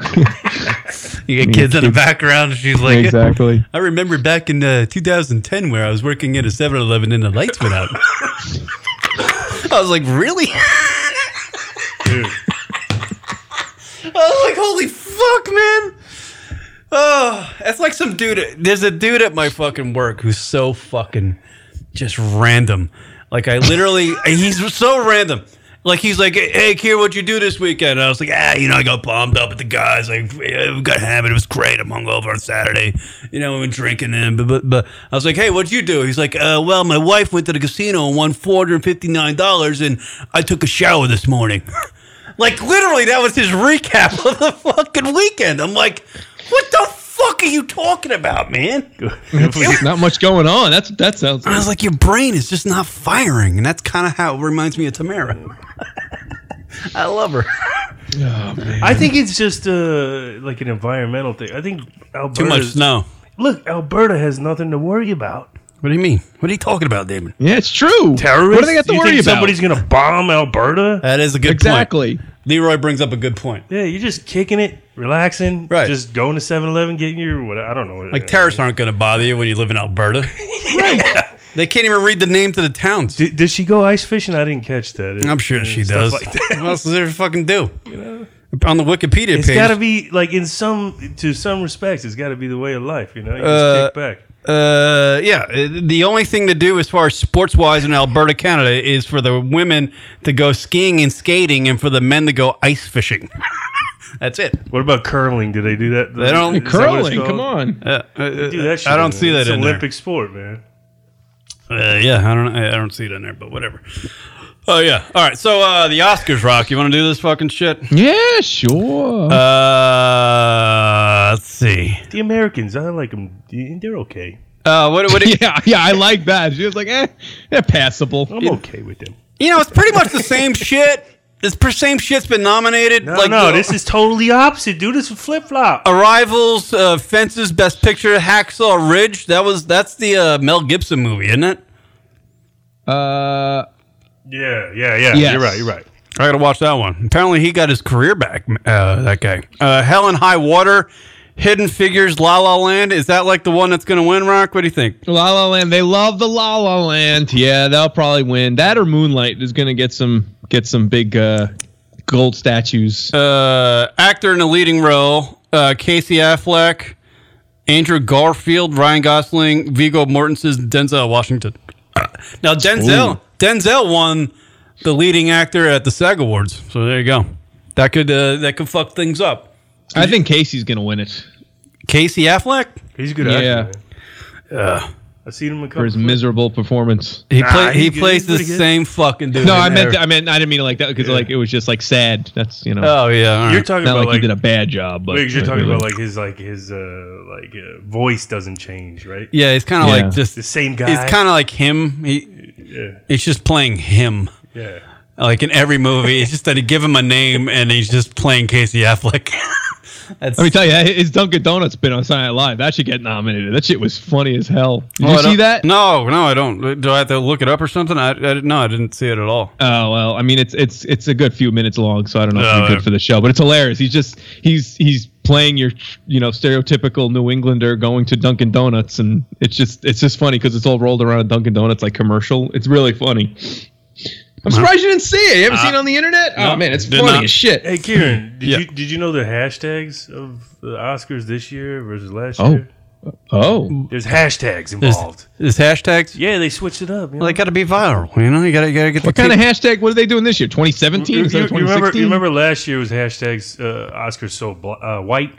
D: you get kids in the background. And she's like,
E: exactly.
D: I remember back in uh, 2010 where I was working at a 7 Eleven and the lights went out. I was like, really?
F: Dude.
D: I was like, holy fuck, man. Oh, that's like some dude. There's a dude at my fucking work who's so fucking just random. Like, I literally, he's so random. Like, he's like, hey, Kier, what'd you do this weekend? And I was like, ah, you know, I got bombed up with the guys. Like, yeah, we got hammered. It was great. I'm hungover on Saturday. You know, we were drinking and, but, but, but I was like, hey, what'd you do? He's like, uh, well, my wife went to the casino and won $459 and I took a shower this morning. Like literally, that was his recap of the fucking weekend. I'm like, what the fuck are you talking about, man?
E: Not much going on. That's That sounds
D: I was like, your brain is just not firing, and that's kind of how it reminds me of Tamara. I love her.
F: I think it's just uh, like an environmental thing. I think Alberta.
D: snow.
F: Look, Alberta has nothing to worry about.
D: What do you mean? What are you talking about, Damon?
E: Yeah, it's true.
F: Terrorists?
E: What do they got to
F: you
E: worry
F: think
E: about?
F: Somebody's gonna bomb Alberta.
D: That is a good
E: exactly.
D: point. Leroy brings up a good point.
F: Yeah, you're just kicking it, relaxing,
D: Right.
F: Just going to 7-Eleven, getting your what? I don't know.
D: Like terrorists aren't going to bother you when you live in Alberta. They can't even read the names of the towns.
F: Did, did she go ice fishing? I didn't catch that.
D: I'm sure she does.
F: Stuff like that.
D: what else does there fucking do? On the Wikipedia
F: It's
D: page,
F: got to be like in some to some respects, it's got to be the way of life. You know, you
D: Uh,
F: just kick back.
D: Uh, yeah. uh, The only thing to do as far as sports wise in Alberta, Canada, is for the women to go skiing and skating, and for the men to go ice fishing. That's it.
F: What about curling? Do they do that?
D: They don't-
F: Is that what
E: Curling,
F: it's called?
E: come on.
D: Uh, uh,
F: Do that shit,
D: I don't
F: man.
D: see that
F: it's
D: in
F: Olympic
D: there.
F: sport, man.
D: Uh, yeah, I don't. I I don't see it in there, but whatever. Oh yeah. All right. So uh, the Oscars rock. You want to do this fucking shit?
E: Mm-hmm. Yeah, sure.
D: Uh, let's see.
F: The Americans, I like them. They're okay.
D: Uh, what? What? do you-
E: yeah, yeah, I like that. She was like, eh, yeah, passable.
F: I'm okay with them.
D: You know, it's pretty much the same shit. This per- same shit's been nominated.
F: No,
D: like,
F: no,
D: the-
F: this is totally opposite, dude. This is flip flop.
D: Arrivals, uh, Fences, Best Picture, Hacksaw Ridge. That was that's the uh, Mel Gibson movie, isn't it?
E: Uh,
F: Yeah, yeah, yeah.
D: Yes.
F: You're right. You're right.
D: I gotta watch that one. Apparently, he got his career back. Uh, that guy. Uh, Hell and High Water, Hidden Figures, La La Land. Is that like the one that's gonna win? Rock. What do you think?
E: La La Land. They love the La La Land. Yeah, they'll probably win. That or Moonlight is gonna get some get some big uh, gold statues.
D: Uh, actor in a leading role: uh, Casey Affleck, Andrew Garfield, Ryan Gosling, Vigo Mortensen, Denzel Washington. Now Denzel,
E: Ooh.
D: Denzel won the leading actor at the SAG Awards. So there you go. That could uh, that could fuck things up.
E: I think Casey's gonna win it
D: Casey Affleck.
F: He's a good
E: Yeah.
F: actor. man.
D: Uh,
F: I've seen him a couple.
E: for his miserable performance.
D: He
F: Nah,
D: play,
F: he's
D: he
F: good.
D: plays
F: He's
D: the
F: pretty good.
D: same fucking dude.
E: No, I
D: in
E: meant
D: there.
E: I meant I didn't mean it like that because like it was just like sad. That's you know.
D: Oh yeah. all right.
F: You're talking
E: not
F: about
E: like,
F: like,
E: he did a bad job, but
F: Wait, you're talking about like his like his uh like uh, voice doesn't change, right?
D: yeah, he's kind of
E: Yeah.
D: like just
F: The same guy.
D: He's kind of like him. He
F: yeah,
D: he's just playing him.
F: yeah.
D: Like in every movie, it's just that he give him a name and he's just playing Casey Affleck. That's
E: Let me tell you, his Dunkin' Donuts been on Saturday Night Live. That should get nominated. That shit was funny as hell. Did
D: Oh, I
E: you see
D: don't-
E: that?
D: No, no, I don't. Do I have to look it up or something? I, I didn't- no, I didn't see it at all.
E: Oh well, I mean it's it's it's a good few minutes long, so I don't know if it'll be
D: Oh,
E: good for the show, but it's hilarious. He's just he's he's playing your you know stereotypical New Englander going to Dunkin' Donuts, and it's just it's just funny because it's all rolled around a Dunkin' Donuts like commercial. It's really funny. I'm surprised you didn't see it. You
F: Uh,
E: haven't seen it on the internet?
D: no,
E: oh man, it's
D: did
E: funny
D: not.
E: as shit.
F: Hey, Kieran, did
D: Yeah.
F: you did you know the hashtags of the Oscars this year versus last
E: Oh.
F: year?
E: Oh,
F: There's hashtags involved.
D: Is hashtags?
F: yeah, they switched it up. you know?
D: Well, they got to be viral. You know, you got to got to get
E: what
D: the
E: kind of hashtag? What are they doing this year? 2017
F: you,
E: instead
F: you-
E: of
F: you remember,
E: 2016?
F: you remember last year was hashtags uh, Oscars so bl- uh, white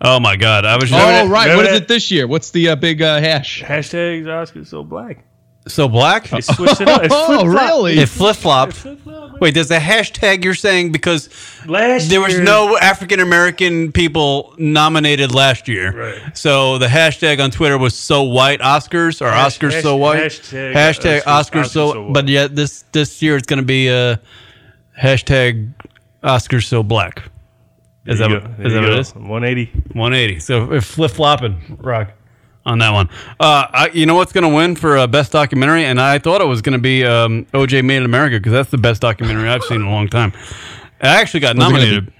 D: Oh my God, I was
E: Oh
D: just
E: right,
F: remember
E: what is
F: that-
E: it this year? What's the uh, big uh, hash?
F: hashtags Oscars so black.
D: so black.
F: They switched it up. It's
E: Oh
F: flip-flop.
E: really?
D: It flip flopped.
F: Flip-flop.
D: Wait, there's a hashtag you're saying because
F: Last
D: there was
F: year-
D: no African American people nominated last year.
F: Right.
D: So the hashtag on Twitter was so white Oscars or
F: Hash-
D: Oscars
F: hash-
D: so white.
F: hashtag, uh,
D: hashtag Oscars,
F: Oscars- Oscars
D: so,
F: so white.
D: but yet this this year it's going to be uh, hashtag Oscars so black. Is
F: There
D: that
F: you
D: what-
F: go.
D: is that
F: There you
D: what it
F: go.
D: is?
F: 180.
D: 180. So flip flopping rock on that one. Uh, I, you know what's going to win for uh, best documentary? And I thought it was going to be um, OJ Made in America because that's the best documentary I've seen in a long time. It actually got
E: gonna
D: nominated.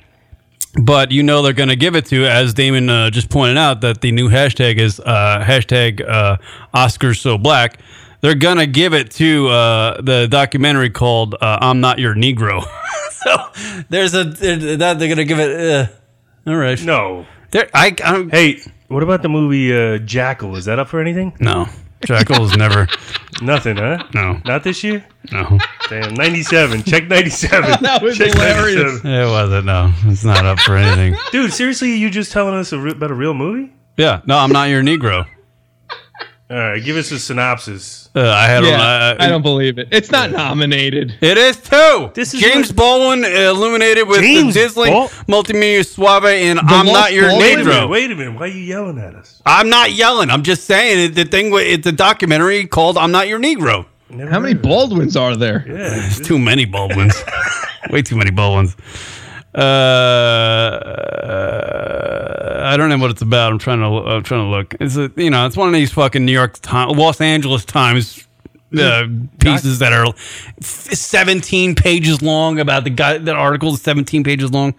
D: But you know they're going to give it to, as Damon uh, just pointed out, that the new hashtag is uh, hashtag uh, Oscars so black. They're going to give it to uh, the documentary called uh, "I'm Not Your Negro." so there's a there- that they're going to give it. Uh, all right,
F: No.
D: there, I, I'm,
F: Hey, what about the movie uh, Jackal? Is that up for anything?
D: no, Jackal's never.
F: Nothing, huh?
D: No,
F: Not this year?
D: no,
F: Damn, 97. Check 97.
E: That was
F: Check
E: hilarious.
F: 97.
D: it wasn't. No, it's not up for anything.
F: Dude, seriously, you just telling us a re- about a real movie?
D: Yeah, no, I'm not your Negro.
F: All right, give us a synopsis.
D: Uh, I had.
E: yeah,
D: uh,
E: I don't believe it. It's not nominated.
D: It is too.
F: This is
D: James
F: what-
D: Baldwin illuminated with
F: James
D: the Disney
F: Bal-
D: multimedia suave in "I'm
E: Lost
D: Not Your
E: Baldwin?
F: Wait a minute,
D: Negro."
F: wait a minute. Why are you yelling at us?
D: I'm not yelling. I'm just saying it, the thing. wa- It's a documentary called "I'm Not Your Negro."
F: Never
E: How many
F: heard of it.
E: Baldwins are there?
F: Yeah,
D: Too many Baldwins. Way too many Baldwins. Uh, I don't know what it's about. I'm trying to. I'm trying to look. It's a, you know, it's one of these fucking New York Times, Los Angeles Times uh, pieces that are f- 17 pages long about the guy. That article is 17 pages long.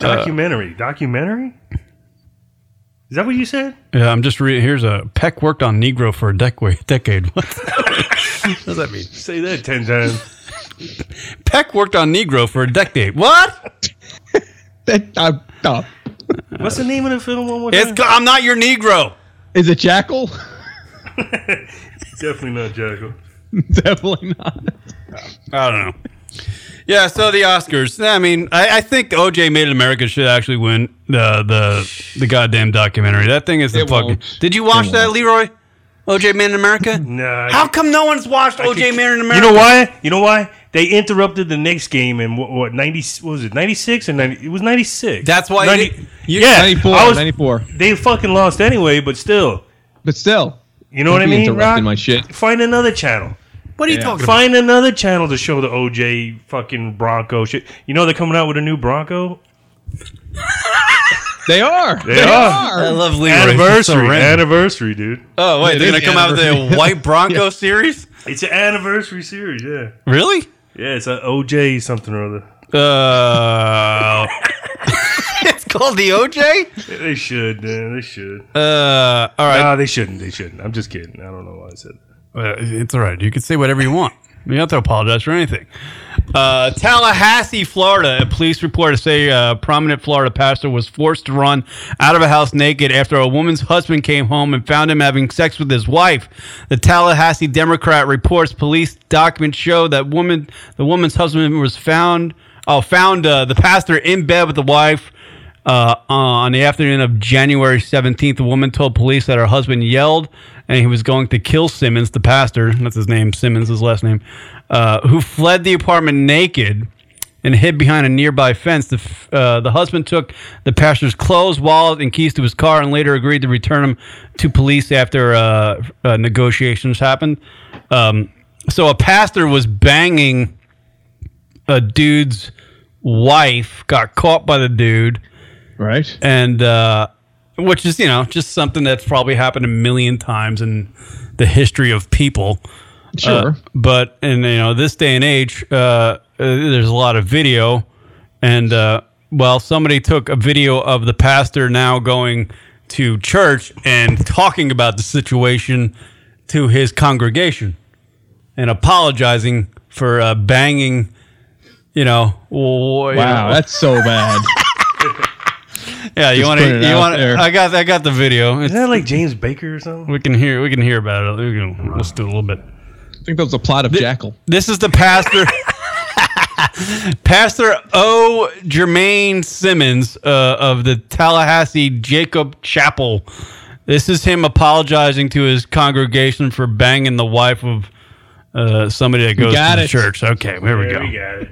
F: documentary. documentary? Is that what you said?
D: Yeah, I'm just reading. Here's a Peck worked on Negro for a decade. Decade. What does that mean?
F: Say that 10 times.
D: Peck worked on Negro for a decade. What?
E: That- uh, uh,
F: What's the name of the film one more
D: It's.
F: time?
D: go- I'm not your Negro.
E: is it Jackal?
F: Definitely not Jackal.
E: Definitely not.
D: I don't know. Yeah, so the Oscars. I mean, I, I think OJ Made in America should actually win the the the goddamn documentary. That thing is the
E: It
D: fucking.
E: won't.
D: Did you watch that, Leroy? OJ Made in America.
F: Nah.
D: How come no one's watched OJ
F: think-
D: Made in America?
F: You know why? You know why? They interrupted the next game in what, what ninety? What was it ninety six and ninety? It was ninety six.
D: That's why.
F: 90,
D: you- you-
F: yeah,
E: 94,
F: I was-
E: 94.
F: They fucking lost anyway, but still,
E: But still,
F: you know
E: Don't
F: what I
E: be
F: mean?
E: interrupting
F: Rock?
E: my shit.
F: Find another channel. What are you talking about? Find another channel to show the OJ fucking Bronco shit. You know they're coming out with a new Bronco?
E: They are.
F: They,
D: They
F: are.
D: are. I love Leroy. It's so
F: Anniversary.
D: random.
F: anniversary, dude.
D: Oh wait, they're gonna come out with a white Bronco
F: Yeah.
D: series.
F: It's an anniversary series, yeah.
D: Really?
F: Yeah, it's an OJ something or other.
D: Uh, it's called the OJ.
F: They should, man. They should.
D: Uh, all right.
F: Nah, they shouldn't. They shouldn't. I'm just kidding. I don't know why I said that.
D: Uh, it's all right. You can say whatever you want. You don't have to apologize for anything. Uh, Tallahassee, Florida. A police report say a prominent Florida pastor was forced to run out of a house naked after a woman's husband came home and found him having sex with his wife. The Tallahassee Democrat reports police documents show that woman, the woman's husband was found, oh, found uh, the pastor in bed with the wife. Uh, on the afternoon of January 17th, a woman told police that her husband yelled and he was going to kill Simmons, the pastor. That's his name, Simmons, his last name, uh, who fled the apartment naked and hid behind a nearby fence. The, f- uh, the husband took the pastor's clothes, wallet, and keys to his car and later agreed to return them to police after uh, uh, negotiations happened. Um, so a pastor was banging a dude's wife got caught by the dude.
E: Right.
D: And uh which is, you know, just something that's probably happened a million times in the history of people.
E: Sure.
D: Uh, but in you know, this day and age, uh, uh there's a lot of video and uh well, somebody took a video of the pastor now going to church and talking about the situation to his congregation and apologizing for uh, banging, you know. Wow,
E: Wow, that's so bad.
D: yeah. You
E: Just
D: want
E: put it
D: to? You
E: out
D: want?
E: there.
D: I got. I got the video. It's,
F: Isn't that like James Baker or something?
D: we can hear. We can hear about it. We can, let's do a little bit.
E: I think that was a plot of Jackal.
D: This is the pastor. Pastor O. Jermaine Simmons uh, of the Tallahassee Jacob Chapel. This is him apologizing to his congregation for banging the wife of uh, somebody that goes
E: got
D: to the
E: it.
D: church. Okay, here we go.
F: We got it.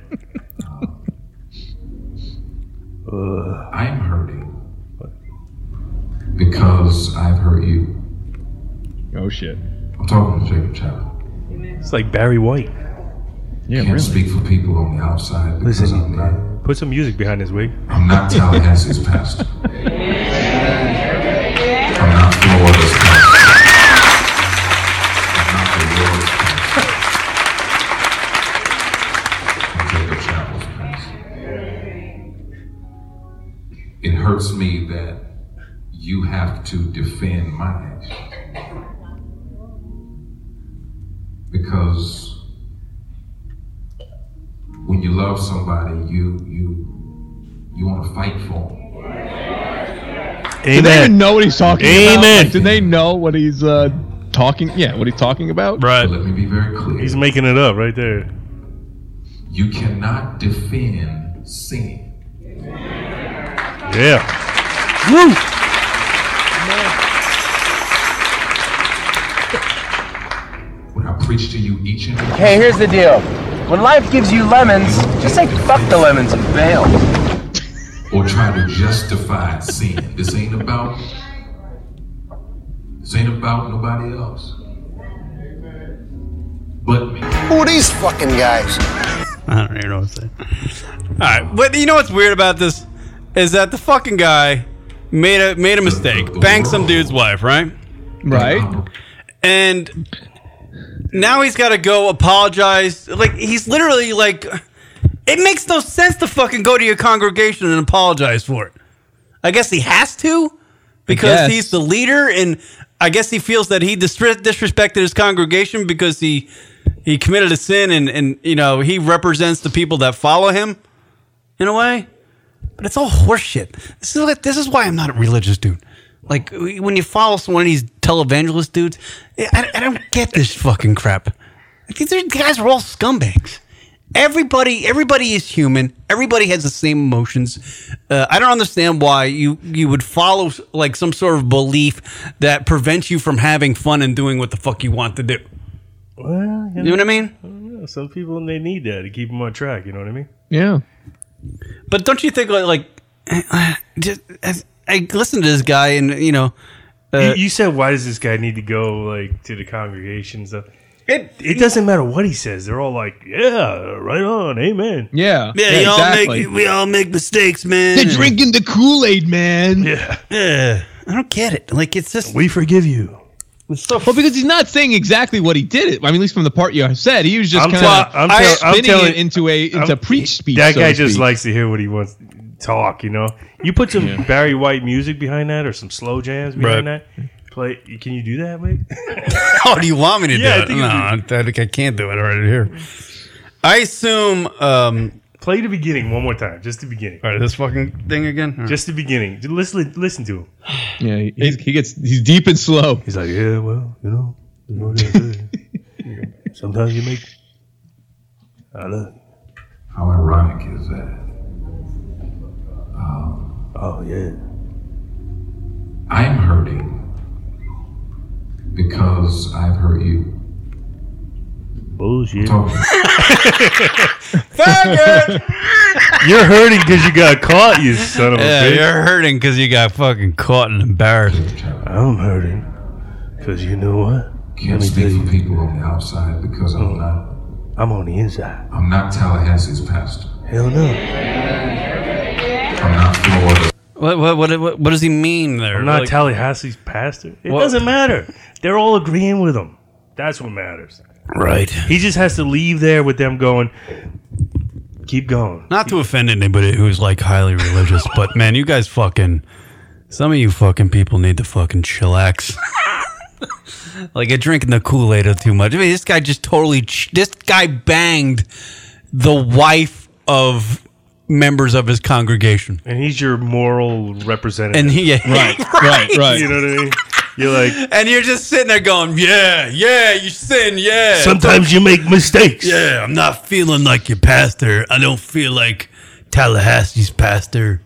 K: I'm hurting. Because I've hurt you.
E: Oh shit.
K: I'm talking to Jacob Chapel.
F: It's like Barry White.
E: Yeah,
K: Can't speak for people on the outside because
F: Listen,
K: I'm not.
F: Put some music behind his wig.
K: I'm not Tallahassee's pastor. I'm not Florida's pastor. I'm not the Lord's pastor. I'm Jacob Chapel's pastor. It hurts me that you have to defend my actions. Because when you love somebody, you you you want to fight for them.
E: Did they even know what he's talking about?
F: Amen.
E: Like, did they know what he's uh, talking? Yeah, what he's talking about?
D: Right.
K: Let me be very clear.
F: He's making it up right there.
K: you cannot defend sin.
F: Yeah.
K: When I preach to you each and every
N: Hey, here's the deal. When life gives you lemons, just say fuck the lemons and bail.
K: or try to justify sin. This ain't about this ain't about nobody else. But me.
G: Who are these fucking guys?
D: I don't even know what to say. All right, but you know what's weird about this is that the fucking guy made a made a mistake, banged some dude's wife, right?
E: Right.
D: And now he's got to go apologize. Like he's literally like, it makes no sense to fucking go to your congregation and apologize for it. I guess he has to because
E: guess.
D: he's the leader, and I guess he feels that he dis- disrespected his congregation because he he committed a sin, and and you know he represents the people that follow him in a way. But it's all horseshit. This is what, this is why I'm not a religious dude. Like when you follow one of these televangelist dudes, I, I don't get this fucking crap. These are- guys are all scumbags. Everybody, everybody is human. Everybody has the same emotions. Uh, I don't understand why you you would follow like some sort of belief that prevents you from having fun and doing what the fuck you want to do.
F: Well,
D: You know what I mean?
F: yeah, some people they need that to keep them on track. You know what I mean?
E: Yeah.
D: But don't you think like, like just, I, I listened to this guy and you know. Uh,
F: you, you said, why does this guy need to go like to the congregation and stuff? It it doesn't matter what he says. They're all like, yeah, right on, amen.
E: Yeah,
D: Yeah, you all make we all make mistakes, man.
F: They're
E: drinking the Kool Aid, man.
F: Yeah,
D: yeah. I don't get it. Like it's just
F: we forgive you.
E: well, because he's not saying exactly what he did. It. I mean, at least from the part you said, he was just
F: I'm
E: kind
F: tell-
E: of
F: I'm tell- I'm
E: spinning
F: telling-
E: it into a into
F: I'm-
E: preach speech.
F: That
E: so
F: guy
E: to
F: just
E: speak.
F: likes to hear what he wants talk. You know, you put some Barry White music behind that or some slow jams behind that. Play. Can you do that, Mike?
D: How do you want me to
F: Yeah, I
D: do it?
F: think
D: No,
F: it's-
D: I, think I can't do it right here. I assume. Um,
F: Play the beginning one more time, just the beginning.
D: All right, this fucking thing again. All right.
F: Just the beginning. Just Listen, listen to him.
E: Yeah, he, he's- he gets he's deep and slow.
F: He's like, yeah, well, you know, you know what I do. sometimes you make. I love.
K: How ironic is that?
F: Oh yeah.
K: I'm hurting because I've hurt you.
F: Bullshit.
D: Faggot!
F: You're hurting because you got caught, you son of a
D: Yeah,
F: bitch.
D: you're hurting because you got fucking caught and embarrassed.
F: I'm hurting because you know what?
K: Can't speak for people on the outside because
O: Hmm.
K: I'm not.
F: I'm on the inside.
K: I'm not Tallahassee's pastor.
F: Hell no.
K: I'm not Florida.
D: What, what what what what does he mean there?
F: I'm not
D: Like-
F: Tallahassee's pastor. It
D: What-
F: doesn't matter. They're all agreeing with him. That's what matters.
D: Right.
F: He just has to leave there with them going, keep going.
D: Not to offend anybody who's like highly religious, but man, you guys fucking some of you fucking people need to fucking chillax. like you're drinking the Kool Aid too much. I mean, this guy just totally. Ch- this guy banged the wife of members of his congregation.
F: And he's your moral representative.
D: And he- yeah, Right, right, right.
F: You know what I mean? You're like,
D: And you're just sitting there going, yeah, yeah, you sin, yeah.
F: sometimes you make mistakes.
D: Yeah, I'm not feeling like your pastor. I don't feel like Tallahassee's pastor.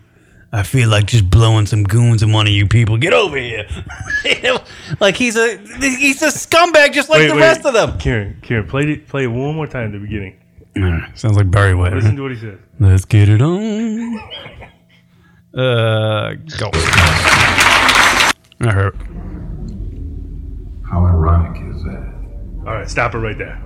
D: I feel like just blowing some goons in one of you people. Get over here. You know, like he's a he's a scumbag just like
F: Wait,
D: the
F: wait.
D: rest of them.
F: Kieran, Kieran, play it, play it one more time at the beginning.
D: Mm, Sounds like Barry White.
F: Listen to what he says.
D: Let's get it on. Uh, go. That hurt.
K: How ironic is that?
F: All right, stop it right there.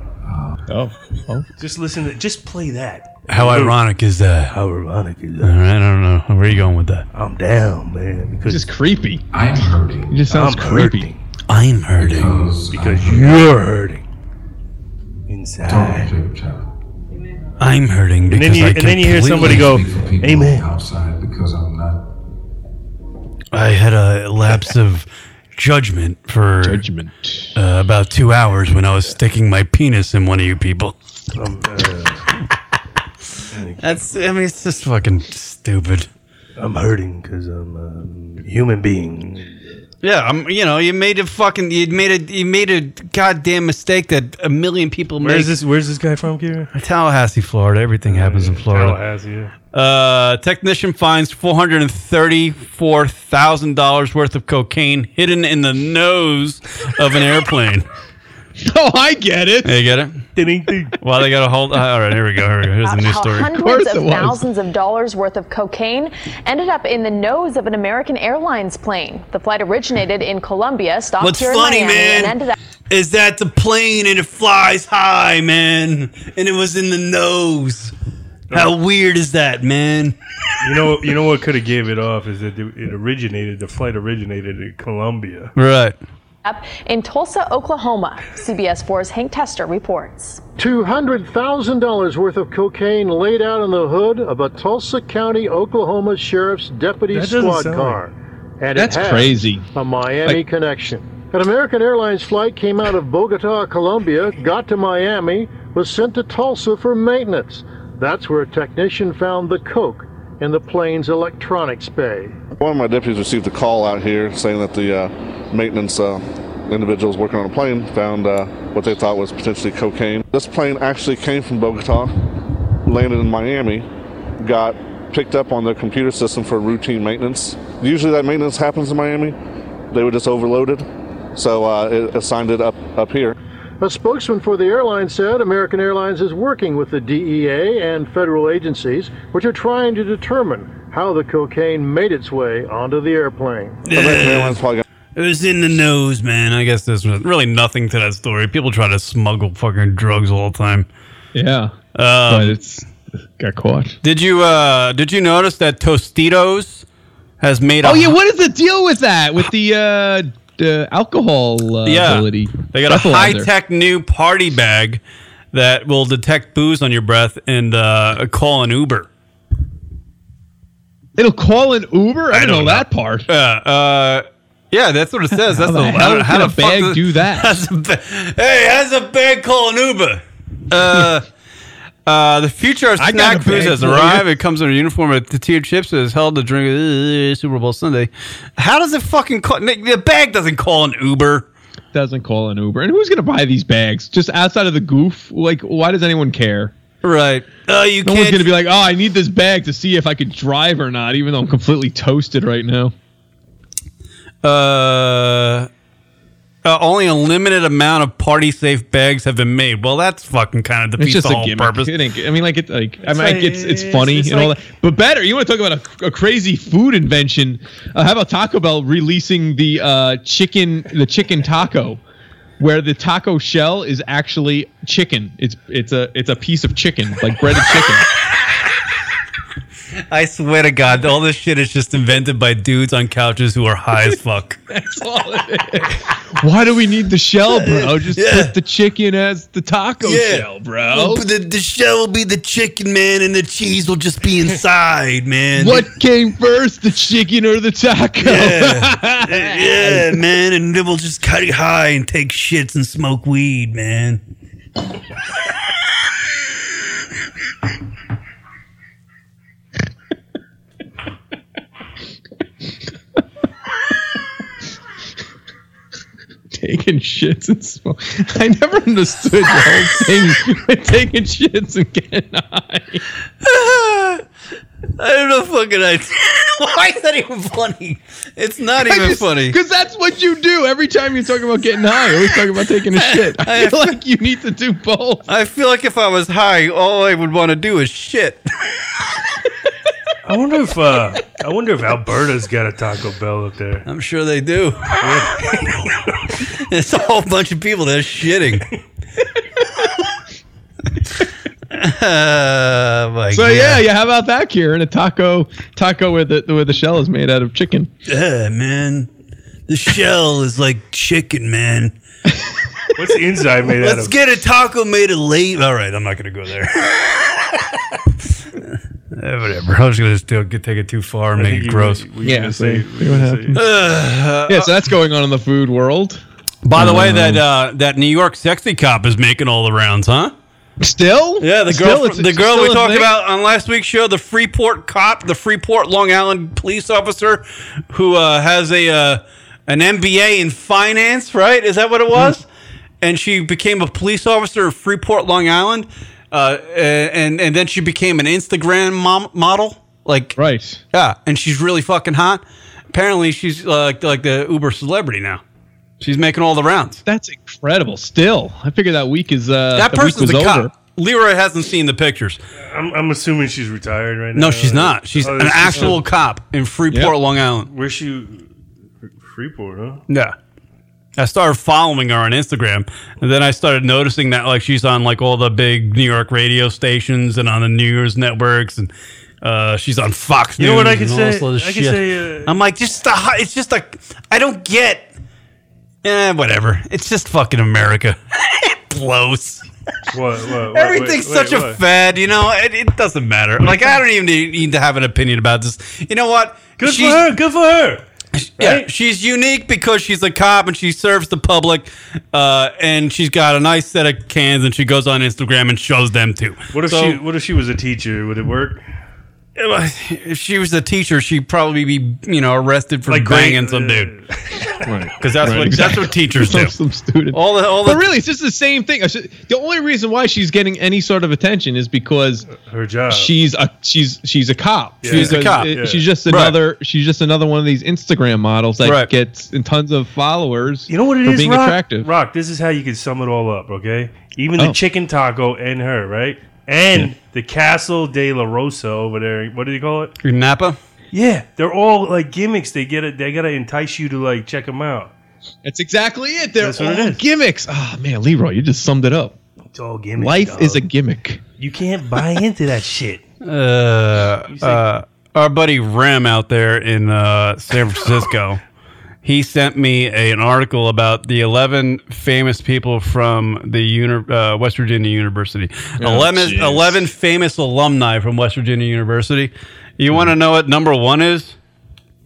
E: Oh, oh.
F: Just listen to Just play that.
D: How
F: Dude,
D: ironic is that?
F: How ironic is
D: All
F: that?
D: right, I don't know. Where are you going with that?
F: I'm down, man. Because
E: Just creepy.
K: I'm hurting
E: He just sounds
F: I'm
E: creepy.
F: hurting.
D: I'm hurting.
K: because
F: Because
K: I'm
F: you're hurting
K: Talk to
F: inside.
K: Jacob Chappell.
D: I'm hurting
F: And
D: because
F: then you,
D: I
F: and then you hear
D: completely-
F: somebody go,
K: Speak for people on
F: "Amen."
K: the outside because I'm not.
D: I had a lapse of judgment for
E: Judgment.
D: uh, about two hours when I was sticking my penis in one of you people.
F: I'm, uh,
D: That's, I mean, it's just fucking stupid.
F: I'm hurting because I'm a human being.
D: Yeah, I'm, you know, you made a fucking, you made a, you made a goddamn mistake that a million people
F: Where's
D: make.
F: this? Where's this guy from, Kieran?
D: Tallahassee, Florida. Everything happens in Florida.
F: Tallahassee. yeah.
D: Uh, technician finds four hundred and thirty-four thousand dollars worth of cocaine hidden in the nose of an airplane.
E: Oh, I get it.
D: you get it?
F: Ding, ding.
D: Well, they got a hold. all right, here we go. Here we go. Here's the new story.
E: course
P: Hundreds
E: it
P: of
E: was.
P: thousands of dollars worth of cocaine ended up in the nose of an American Airlines plane. The flight originated in Colombia, stopped
D: What's
P: here
D: funny,
P: in Miami,
D: man,
P: and ended up.
D: is that the plane and it flies high, man, and it was in the nose. How weird is that, man?
F: You know, you know what could have gave it off is that it originated. The flight originated in Colombia.
D: Right.
P: up in Tulsa, Oklahoma. CBS 4's Hank Tester reports.
Q: $200,000 worth of cocaine laid out in the hood of a Tulsa County, Oklahoma Sheriff's Deputy
F: That doesn't
Q: Squad
F: sound
Q: car. And
E: That's
Q: it has
E: crazy.
Q: A Miami
E: Like-
Q: connection. An American Airlines flight came out of Bogota, Colombia, got to Miami, was sent to Tulsa for maintenance. That's where a technician found the coke in the plane's electronics bay.
R: One of my deputies received a call out here saying that the uh, maintenance uh, individuals working on a plane found uh, what they thought was potentially cocaine. This plane actually came from Bogota, landed in Miami, got picked up on their computer system for routine maintenance. Usually that maintenance happens in Miami. They were just overloaded, so uh, it assigned it up up here.
Q: A spokesman for the airline said American Airlines is working with the DEA and federal agencies, which are trying to determine how the cocaine made its way onto the airplane.
R: American Airlines probably got
D: It was in the nose, man. I guess there's really nothing to that story. People try to smuggle fucking drugs all the time.
E: Yeah.
D: Uh,
E: but it's got caught.
D: Did you uh did you notice that Tostitos has made a
E: Oh yeah, what is the deal with that? With the uh, the alcohol uh,
D: yeah.
E: ability?
D: They got a
E: breathalyzer.
D: high tech new party bag that will detect booze on your breath and uh, call an Uber.
E: It'll call an Uber. I, don't know, that part.
D: Yeah, uh, yeah, that's what it says. That's
E: How the
D: I
E: hell
D: don't- how
E: can
D: the
E: a
D: fuck
E: bag
D: does-
E: do that?
D: That's a ba- hey, that's a bag call an Uber. Uh, uh, the future of
E: I
D: snack
E: got a
D: foods
E: bag
D: has
E: for you.
D: arrived. It comes in a uniform of tortilla chips and is held to drink uh, Super Bowl Sunday. How does it fucking call? Nick, The bag doesn't call an Uber.
E: Doesn't call an Uber. And who's gonna buy these bags? Just outside of the goof. Like, why does anyone care?
D: Right. Oh, you
E: no one's
D: can't.
E: gonna be like, oh, I need this bag to see if I could drive or not, even though I'm completely toasted right now.
D: uh, uh, only a limited amount of party safe bags have been made. Well, that's fucking kind of
E: It's
D: defeats
E: just
D: the
E: a
D: whole
E: gimmick.
D: purpose.
E: It ain't- I mean, like, it's like, I
D: It's
E: mean,
D: like-
E: like, it's it's
D: it's-
E: funny
D: it's
E: and all
D: like-
E: that. But better, you want to talk about a, a crazy food invention? Uh, how about Taco Bell releasing the uh, chicken, the chicken taco, where the taco shell is actually chicken? It's it's a it's a piece of chicken, like breaded chicken.
D: I swear to God, all this shit is just invented by dudes on couches who are high as fuck.
E: That's all it is. Why do we need the shell, bro? Just put the chicken as the taco shell, bro.
D: The, the shell will be the chicken, man, and the cheese will just be inside, man.
E: What came first, the chicken or the taco?
D: Yeah. yeah, man, and then we'll just cut it high and take shits and smoke weed, man.
E: taking shits and smoke. I never understood the whole thing with taking shits and getting high.
D: I don't know fucking I Why is that even funny? It's not even funny.
E: Because that's what you do every time you talk about getting high. You always talk about taking a shit. I feel like you need to do both.
D: I feel like if I was high, all I would want to do is shit.
F: I wonder if uh, I wonder if Alberta's got a Taco Bell up there.
D: I'm sure they do. It's a whole bunch of people that's shitting. oh my
E: so
D: God.
E: yeah, yeah. How about that, Kieran? A taco, taco where the where the shell is made out of chicken.
D: Yeah, Eh, man. The shell is like chicken, man.
F: What's the inside made out
D: Let's
F: of?
D: get a taco made of late. All right, I'm not gonna go there. Eh, whatever. I was gonna still get, take it too far and
F: I
D: make
F: think
D: it
F: you-
D: gross.
F: we- we Yeah, can
E: see- see what happens. yeah, so that's going on in the food world.
D: By the way, that uh, that New York sexy cop is making all the rounds, huh?
E: Still?
D: Yeah, the girl,
E: Still, it's-
D: the
E: it's
D: girl we
E: still a
D: talked
E: thing?
D: about on last week's show, the Freeport cop, the Freeport Long Island police officer, who uh, has a uh, an MBA in finance, right? Is that what it
E: Mm-hmm.
D: was? And she became a police officer of Freeport, Long Island, uh, and and then she became an Instagram mom- model, like
E: right,
D: yeah. And she's really fucking hot. Apparently, she's uh, like the Uber celebrity now. She's making all the rounds.
E: That's incredible. Still, I figure that week is uh,
D: that
E: the week
D: person's a
E: was
D: cop.
E: over.
D: Leroy hasn't seen the pictures.
F: I'm, I'm assuming she's retired right now.
D: No, she's not. She's
F: Oh,
D: an
F: she's-
D: actual cop in Freeport,
F: Yep.
D: Long Island.
F: Where's she? Freeport, huh?
D: Yeah. I started following her on Instagram, and then I started noticing that like she's on like all the big New York radio stations and on the news networks, and uh, she's on Fox
F: You
D: News.
F: know what I
D: and
F: could
D: all this
F: say?
D: other
F: I could
D: shit.
F: say, uh,
D: I'm like just the hi- it's just like I don't get. Eh, whatever. It's just fucking America. it blows.
F: What? what, what
D: Everything's
F: wait, wait,
D: such a
F: what?
D: fad, you know. It, it doesn't matter. Like I don't even need, need to have an opinion about this. You know what?
F: Good for her. Good for her.
D: Yeah, she's unique because she's a cop and she serves the public, uh, and she's got a nice set of cans, and she goes on Instagram and shows them too.
F: What if
D: So,
F: she? What if she was a teacher? Would it work?
D: If she was a teacher, she'd probably be, you know, arrested for
F: Like great-
D: banging some dude.
F: Uh,
E: Right.
D: Because that's
E: Right,
D: what that's
E: exactly.
D: what teachers do.
E: Some students.
D: All the all the
E: but really, it's just the same thing. I should- The only reason why she's getting any sort of attention is because
F: her job.
E: She's a she's she's a cop.
D: Yeah. She's a
E: Because
D: cop.
E: it-
D: Yeah.
E: She's just
D: Right.
E: another she's just another one of these Instagram models that
D: Right.
E: gets tons of followers.
F: You know what it
E: for
F: is,
E: being
F: Rock?
E: attractive.
F: Rock, this is how you can sum it all up, okay? Even the
E: Oh.
F: chicken taco and her, right? And the Castle de la Rosa over there. What do you call it?
D: Napa.
F: Yeah, they're all like gimmicks. They get it. They gotta entice you to like check them out.
E: That's exactly it. They're
F: what it
E: all
F: is.
E: gimmicks. Ah, man, Leroy, you just summed it up.
F: It's all gimmicks.
E: Life
F: dog.
E: is a gimmick.
F: You can't buy into that shit.
D: Uh, uh, our buddy Rem out there in uh, San Francisco, he sent me a, an article about the 11 famous people from the uni- uh, West Virginia University.
G: Oh,
D: 11,
G: jeez.
D: 11 famous alumni from West Virginia University. You
G: Hmm.
D: want to know what number one is?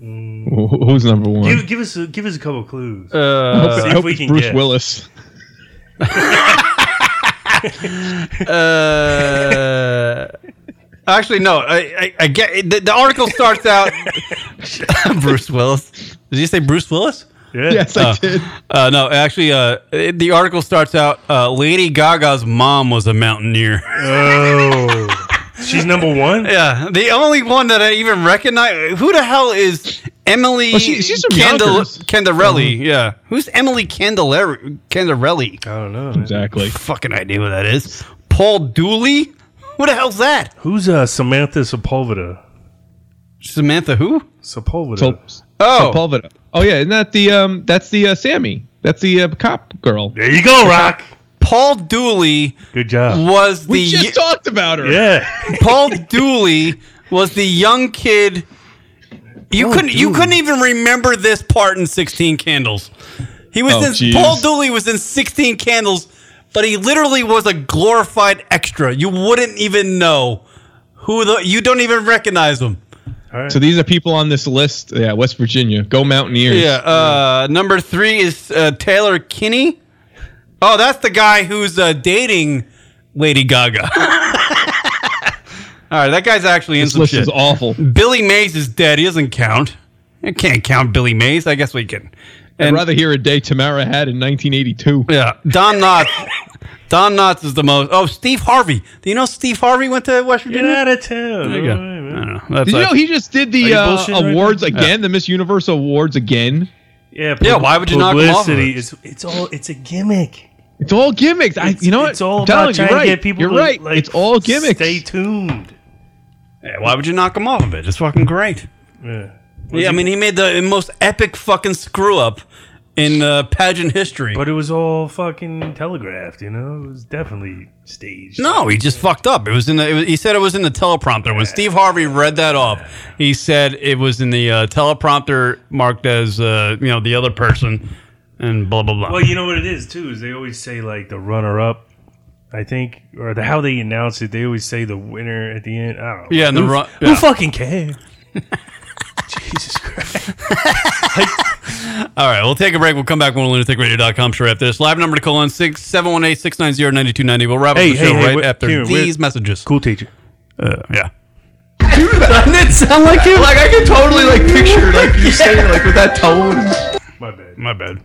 E: Wh- Who's number one?
F: Give, give us a, give us a couple clues.
D: Uh, I hope-
F: See
D: I
F: if
D: hope
F: we
D: it's
F: can
D: Bruce
F: guess.
E: Willis.
D: Uh, actually, no. I, I, I get the, the article starts out Bruce Willis. Did you say Bruce Willis?
F: Yeah.
E: Yes, I did.
D: Uh, no, actually, uh, it- the article starts out uh, Lady Gaga's mom was a mountaineer.
F: Oh. She's number one?
D: Yeah. The only one that I even recognize. Who the hell is Emily
E: Well, she- she's from Mm-hmm.
D: Candel-
E: Yonkers.
D: Candarelli? Yeah. Who's Emily Candelar- Candarelli?
F: I don't know.
E: Exactly.
D: Fucking idea what that is. Paul Dooley? Who the hell's that?
F: Who's uh, Samantha Sepulveda?
D: Samantha who?
F: Sepulveda.
E: Sol-
D: Oh.
E: Sepulveda. Oh yeah, isn't that the um? That's the uh, Sammy. That's the uh, cop girl.
F: there you go, Rock.
D: Paul Dooley
F: Good job.
D: was the
E: We just talked about her.
F: Yeah.
D: Paul Dooley was the young kid. You couldn't you couldn't even remember this part in Sixteen Candles. He was
E: Oh,
D: in
E: geez.
D: Paul Dooley was in Sixteen Candles, but he literally was a glorified extra. You wouldn't even know who the you don't even recognize him.
E: So these are people on this list. Yeah, West Virginia. Go Mountaineers.
D: Yeah. Uh, number three is uh, Taylor Kinney. Oh, that's the guy who's uh, dating Lady Gaga. All right, that guy's actually in
E: This
D: some
E: list
D: shit.
E: is awful.
D: Billy Mays is dead. He doesn't count. You can't count Billy Mays. I guess we can.
E: I'd rather hear a day Tamara had in 1982.
D: Yeah, Don Knotts. Don Knotts is the most. Oh, Steve Harvey. Do you know Steve Harvey went to West
F: Get
D: Virginia?
F: out of town.
D: There you go.
F: All right, man.
D: I don't know. That's
E: Did you
D: a-
E: know he just did
F: Are
E: the
F: you
E: uh,
F: bullshitting right
E: awards
F: now?
E: again? The Miss Universe awards again?
F: Yeah,
D: Yeah, why would you knock him off of
F: publicity
D: it?
F: is- It's all. It's a gimmick.
E: It's all gimmicks. I, you know what?
F: It's all
E: I'm telling
F: about
E: you,
F: trying
E: you're right.
F: to get people.
E: you're
F: to,
E: right.
F: Like,
E: it's all gimmicks.
F: Stay tuned.
D: Yeah, why would you knock him off of it? It's fucking great.
F: Yeah.
D: Yeah, I mean, he made the most epic fucking screw up in uh, pageant history.
F: But it was all fucking telegraphed. You know, it was definitely staged.
D: No, he just fucked up. It was in the. It was, he said it was in the teleprompter. When Steve Harvey read that off, he said it was in the uh, teleprompter marked as uh, you know the other person, and blah blah blah.
F: Well, you know what it is too is they always say like the runner up, I think, or the, how they announce it. They always say the winner at the end. I don't know.
D: Yeah, and the
F: who,
D: run-
F: who
D: yeah.
F: fucking cares? Jesus Christ!
D: All right, we'll take a break. We'll come back on lunaticradio.com sure after this. Live number to call in six seven one eight six nine zero ninety two ninety. We'll wrap
F: Hey,
D: up the
F: hey,
D: show
F: hey,
D: right
F: wait,
D: after
F: Kieran, wait.
D: these messages.
F: Cool teacher.
D: Uh, yeah.
B: Doesn't it sound like him?
S: Like I can totally like picture like you saying like with that tone.
F: My bad.
D: My bad.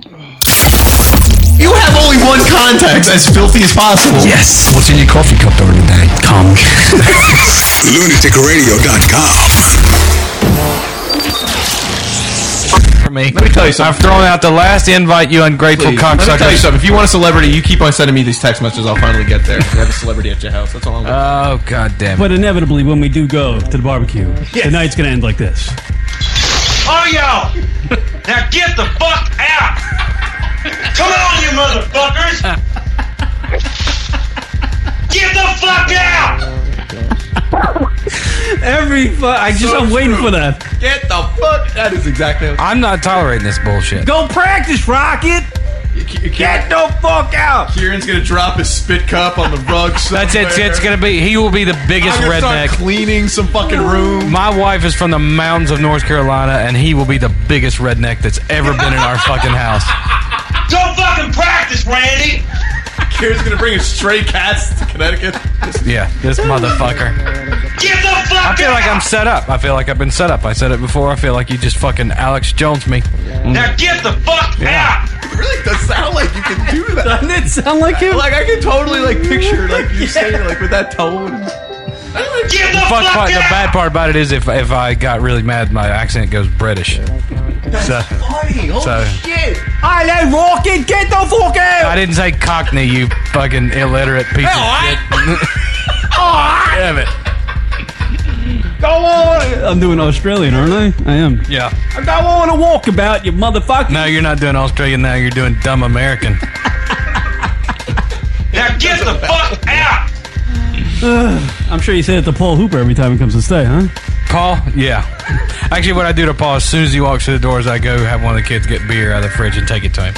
S: You have only one context, as filthy as possible. Yes. What's in your coffee cup during the day? Come.
A: LunaticRadio.com.
O: for me.
S: Let me tell you something.
O: I've thrown out the last invite, you ungrateful
S: Please, Let me tell you
O: cocksucker.
S: something. If you want a celebrity, you keep on sending me these text messages. I'll finally get there. You have a celebrity at your house. That's all I'm.
O: Oh god damn
B: But inevitably, when we do go to the barbecue, the night's gonna end like this.
G: Oh, y'all! Now get the fuck out! Come on, you motherfuckers! Get the fuck out!
B: Every fu- I just I'm waiting for that.
S: Get the fuck. That is exactly. What
O: I'm not tolerating this bullshit.
B: Go practice, Rocket.
S: Get
B: the fuck out.
S: Kieran's gonna drop his spit cup on the rug.
O: That's it.
S: somewhere.
O: It's gonna be. He will be the biggest
S: I'm gonna
O: redneck.
S: start cleaning some fucking room.
O: My wife is from the mountains of North Carolina, and he will be the biggest redneck that's ever been in our fucking house.
G: Don't fucking practice, Randy!
S: Kieran's gonna bring his stray cats to Connecticut.
O: Yeah, this motherfucker.
G: Get the
O: I
G: fuck
O: feel
G: out!
O: like I'm set up. I feel like I've been set up. I said it before. I feel like you just fucking Alex Jones me.
G: Now get the fuck out!
S: It really does sound like you can do that.
B: Doesn't it sound like him?
S: Like I can totally like picture like you saying like with that tone.
G: Get the
O: Fuck,
G: fuck,
O: part, the
G: out!
O: bad part about it is if if I got really mad, my accent goes British. So,
S: Funny, holy
O: So-
S: shit!
B: I let Rocket get the fuck out.
O: I didn't say Cockney, you
G: Oh,
O: fucking illiterate piece of shit. Damn it.
B: Go on. I'm doing Australian, aren't I? I am.
O: Yeah.
B: I go on a walkabout, you motherfucker.
O: No, you're not doing Australian now. You're doing dumb American.
G: Now get the fuck out!
B: I'm sure you say it to Paul Hooper every time he comes to stay, huh?
O: Paul? Yeah. Actually, what I do to Paul, as soon as he walks through the doors, I go have one of the kids get beer out of the fridge and take it to him.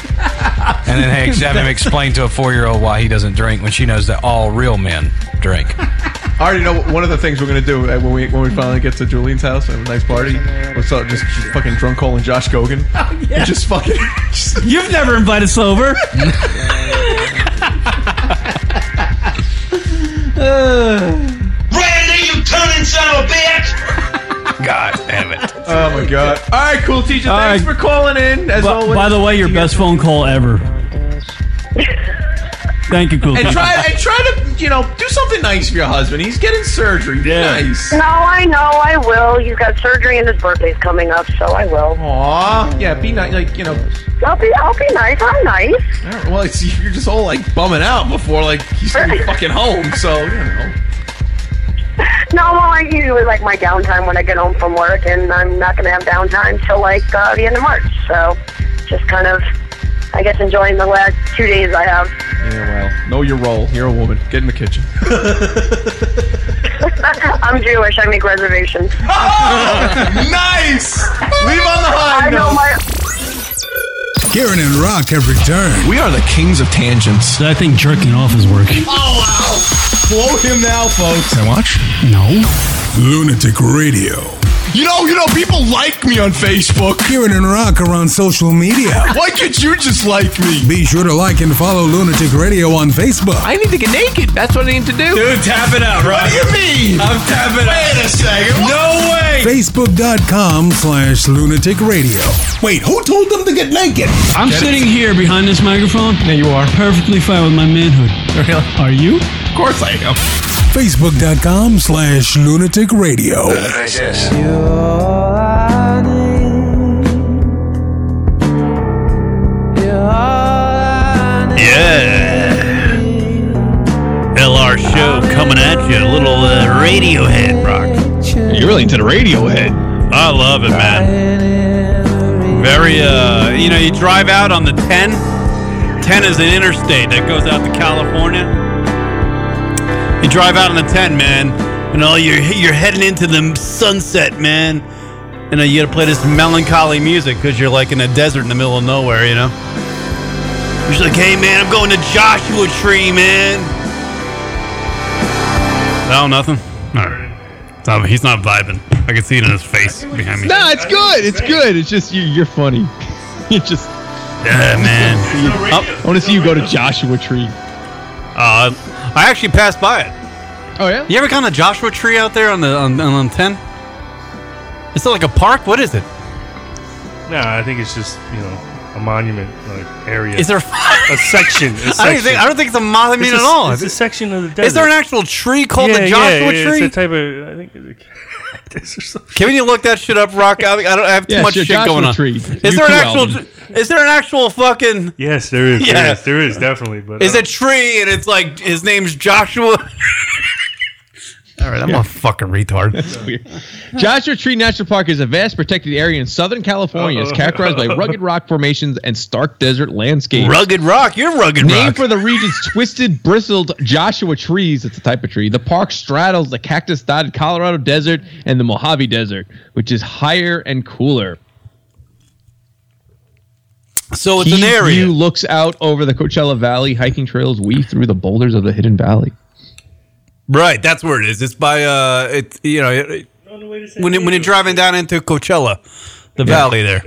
O: And then hey, have him explain to a four year old why he doesn't drink when she knows that all real men drink.
S: I already know one of the things we're gonna do uh, when we when we finally get to Julian's house and have a nice party. What's up? Just fucking drunk calling Josh Gogan.
B: Oh, yeah.
S: Just fucking.
B: You've never invited us over.
G: Randy, you turning son of a bitch!
O: God damn it.
S: Oh my god. All right, cool teacher.
B: All
S: Thanks
B: right.
S: for calling in. As
B: Bu-
S: always.
B: by the way, your best phone call ever. Thank you, cool.
S: And
B: Keith.
S: try and try to you know do something nice for your husband. He's getting surgery. Nice.
I: No, I know, I will. He's got surgery and his birthday's coming up, so I will.
B: Oh.
S: Aw, yeah. Be nice. Like you know.
I: I'll be, I'll be nice. I'm nice.
S: all right, Well, it's, you're just all like bumming out before like he's gonna be fucking home. So you know.
I: No, well, I usually like my downtime when I get home from work, and I'm not going to have downtime till like uh, the end of March. So, just kind of, I guess, enjoying the last two days I have.
S: Yeah. Well, know your role. You're a woman. Get in the kitchen.
I: I'm Jewish. I make reservations.
S: nice. Leave on the high
I: I know
S: note.
I: my.
A: Kieran and Rock have returned.
S: We are the kings of tangents.
B: I think jerking off is work.
S: Blow him now, folks.
A: I watch? No. Lunatic Radio.
S: You know, you know, people like me on Facebook.
A: Kieran and Rock are on social media.
S: Why can't you just like me?
A: Be sure to like and follow Lunatic Radio on Facebook.
S: I need to get naked. That's what I need to do. Dude, tap it out, Rock. What do you mean? I'm tapping out. Wait a second. No way.
A: Facebook.com slash lunatic radio. Wait, who told them to get naked?
B: I'm sitting here behind this microphone. Yeah, you are. Perfectly fine with my manhood. Really? Are you?
S: Of course I am.
A: Facebook.com slash lunatic radio.
D: Yeah. LR show coming at you. A little uh, Radiohead rock.
E: You're really into the Radiohead.
D: I love it, man. Very, uh, you know, you drive out on the 10. 10 is an interstate that goes out to California. You drive out on the 10, man, and all you're you're heading into the sunset, man. And uh, you got to play this melancholy music because you're like in a desert in the middle of nowhere, you know. You're just like, hey, man, I'm going to Joshua Tree, man. No, nothing. All right. Tom, He's not vibing. I can see it in his face behind me.
E: No, it's good. It's good. It's just you, you're funny. You just
D: Yeah, man.
E: I want to see you go to Joshua Tree.
D: Uh, I actually passed by it.
E: Oh yeah.
D: You ever gone to Joshua Tree out there on the on, on, ten? Is it like a park? What is it?
F: No, I think it's just you know a monument like area.
D: Is there-
F: a section? A
D: I don't
F: section.
D: think I don't think it's a monument
F: It's a-
D: at all.
F: It's a section of the desert.
D: Is there an actual tree called
F: yeah,
D: the
F: yeah,
D: Joshua
F: yeah,
D: Tree?
F: It's a type of. I think. it's a- this is so-
D: Can you look that shit up, Rock? I, I don't I have too
E: Yeah,
D: much
E: sure,
D: shit
E: Joshua
D: going on.
E: Tree.
D: Is
E: You
D: there an
E: too,
D: actual?
E: Alvin.
D: Is there an actual fucking?
F: Yes, there is.
D: Yeah.
F: There is. There is definitely. But
D: Is
F: uh,
D: a tree and it's like his name's Joshua? all right, I'm a fucking retard.
E: Weird. Joshua Tree National Park is a vast protected area in Southern California. It's characterized by rugged rock formations and stark desert landscapes.
D: Rugged Rock, you're Rugged
E: Named
D: Rock.
E: for the region's twisted, bristled Joshua trees. It's a type of tree. The park straddles the cactus-dotted Colorado Desert and the Mojave Desert, which is higher and cooler.
D: So it's
E: Key
D: an area.
E: view looks out over the Coachella Valley. Hiking trails weave through the boulders of the hidden valley.
D: Right, that's where it is. It's by uh, it's you know, it, when it, when you're driving down into Coachella, the valley there.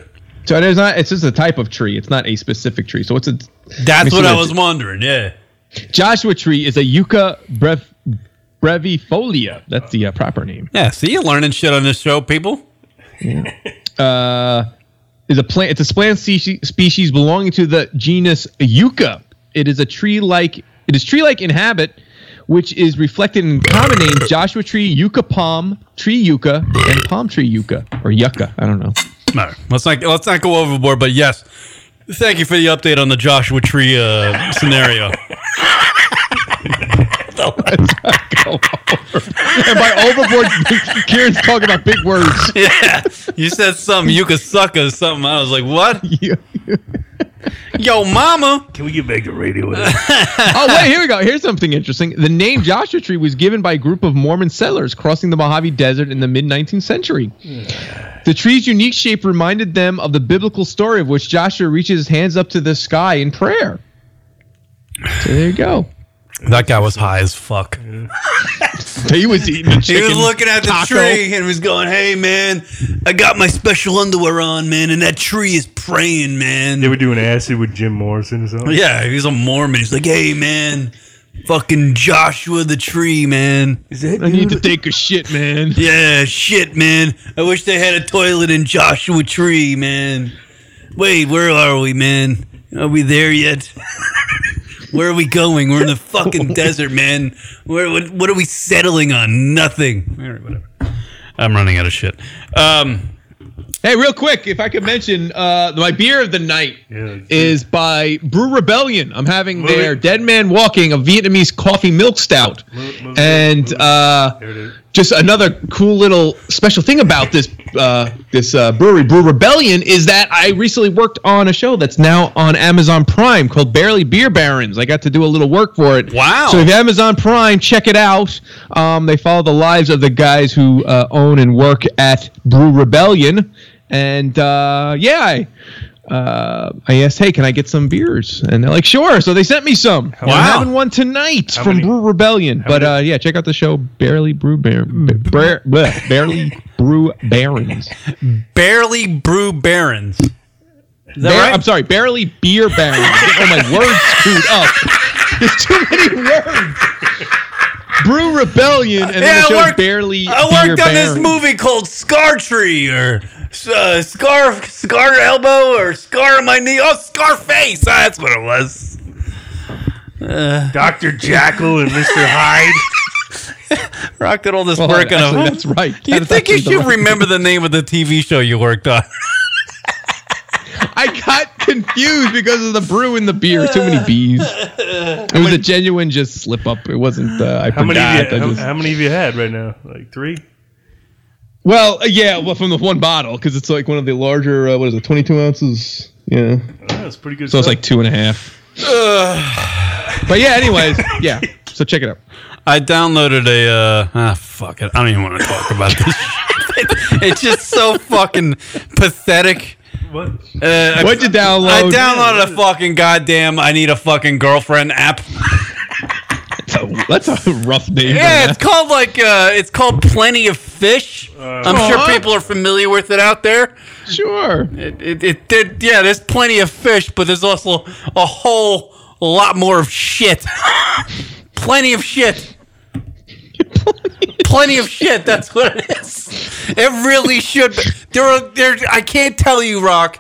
E: So it is not. It's just a type of tree. It's not a specific tree. So it's a. let me
D: That's
E: see
D: what I
E: it
D: was
E: is.
D: wondering. Yeah,
E: Joshua tree is a Yucca brev, brevifolia. That's the uh, proper name.
D: yeah. See, you're learning shit on this show, people.
E: Uh, is a plant. It's a plant speci- species belonging to the genus Yucca. It is a tree-like. It is tree-like in habit, which is reflected in common names Joshua tree, Yucca palm, tree Yucca, and palm tree Yucca or Yucca. I don't know.
D: No, let's not let's not go overboard. But yes, thank you for the update on the Joshua Tree uh, scenario.
E: and by overboard, Kieran's talking about big words.
D: Yeah, you said something. You could suck or something. I was like, what? Yo, mama.
F: Can we get back to radio?
E: oh wait, here we go. Here's something interesting. The name Joshua Tree was given by a group of Mormon settlers crossing the Mojave Desert in the mid 19th century. The tree's unique shape reminded them of the biblical story of which Joshua reaches his hands up to the sky in prayer. So there you go.
D: That guy was high as fuck.
E: he was eating. A
D: He was
E: chicken
D: looking at the
E: taco.
D: tree and was going, "Hey man, I got my special underwear on, man, and that tree is praying, man."
F: They were doing acid with Jim Morrison or something.
D: Yeah, he's a Mormon. He's like, "Hey man, fucking Joshua the tree, man. Is that
E: I need to take a shit, man.
D: Yeah, shit, man. I wish they had a toilet in Joshua Tree, man. Wait, where are we, man? Are we there yet? where are we going? We're in the fucking desert, man. Where, what, what are we settling on? Nothing. All right, whatever. I'm running out of shit. Um,
E: hey, real quick, if I could mention uh, my beer of the night is by Brew Rebellion. I'm having
F: Move
E: their
F: it.
E: Dead Man Walking, a Vietnamese coffee milk stout, and uh, just another cool little special thing about this uh, this uh, brewery, Brew Rebellion, is that I recently worked on a show that's now on Amazon Prime called Barely Beer Barons. I got to do a little work for it.
D: Wow!
E: So if you have Amazon Prime, check it out. Um, they follow the lives of the guys who uh, own and work at Brew Rebellion, and uh, yeah. I, uh, I asked, "Hey, can I get some beers?" And they're like, "Sure." So they sent me some. I'm having one tonight from Brew Rebellion. But uh, yeah, check out the show Barely Brew Bar- Bar- bleh, Barely Brew Barons.
D: barely brew barons. that
E: Bar-
D: right?
E: I'm sorry, Barely Beer Barons. oh my words screwed up. There's too many words. Brew Rebellion and then
D: Yeah,
E: the
D: I
E: show
D: worked-
E: Barely
D: I
E: Beer
D: worked on this
E: Barons.
D: movie called Scar Tree or uh, Scar Scar Elbow or Scar on My Knee. Oh, Scar Face. Ah, that's what it was.
F: Dr. Jackal and Mr. Hyde.
D: Rock did all this
F: Well,
D: work on a.
F: actually, that's right.
D: You
F: That's
D: think you
F: actually the
D: should
F: right-
D: remember the name of the TV show you worked on?
E: I got confused because of the brew and the beer. Too many bees. It was a genuine just slip up. It wasn't. Uh, I
F: How many,
E: forgot.
F: of you,
E: I
F: how,
E: just-
F: how many of you had right now? Like three?
E: Well, uh, yeah, well, from the one bottle because it's like one of the larger. Uh, what is it? Twenty-two ounces. Yeah.
F: That's pretty good.
E: So it's
F: stuff.
E: like two and a half. But yeah, anyways, yeah. So check it out.
D: I downloaded a. Uh, ah, fuck it. I don't even want to talk about this. shit. it's just so fucking pathetic.
F: What?
D: Uh,
E: What'd you download?
D: I downloaded a fucking goddamn I need a fucking girlfriend app.
E: That's a rough name.
D: Yeah, it's called like uh, it's called Plenty of Fish. I'm
E: Uh-huh.
D: sure people are familiar with it out there.
E: Sure.
D: It, it, it, there- yeah, there's plenty of fish, but there's also a whole lot more of shit. plenty of shit. plenty of shit. That's what it is. It really should. Be. There are there. I can't tell you, Rock.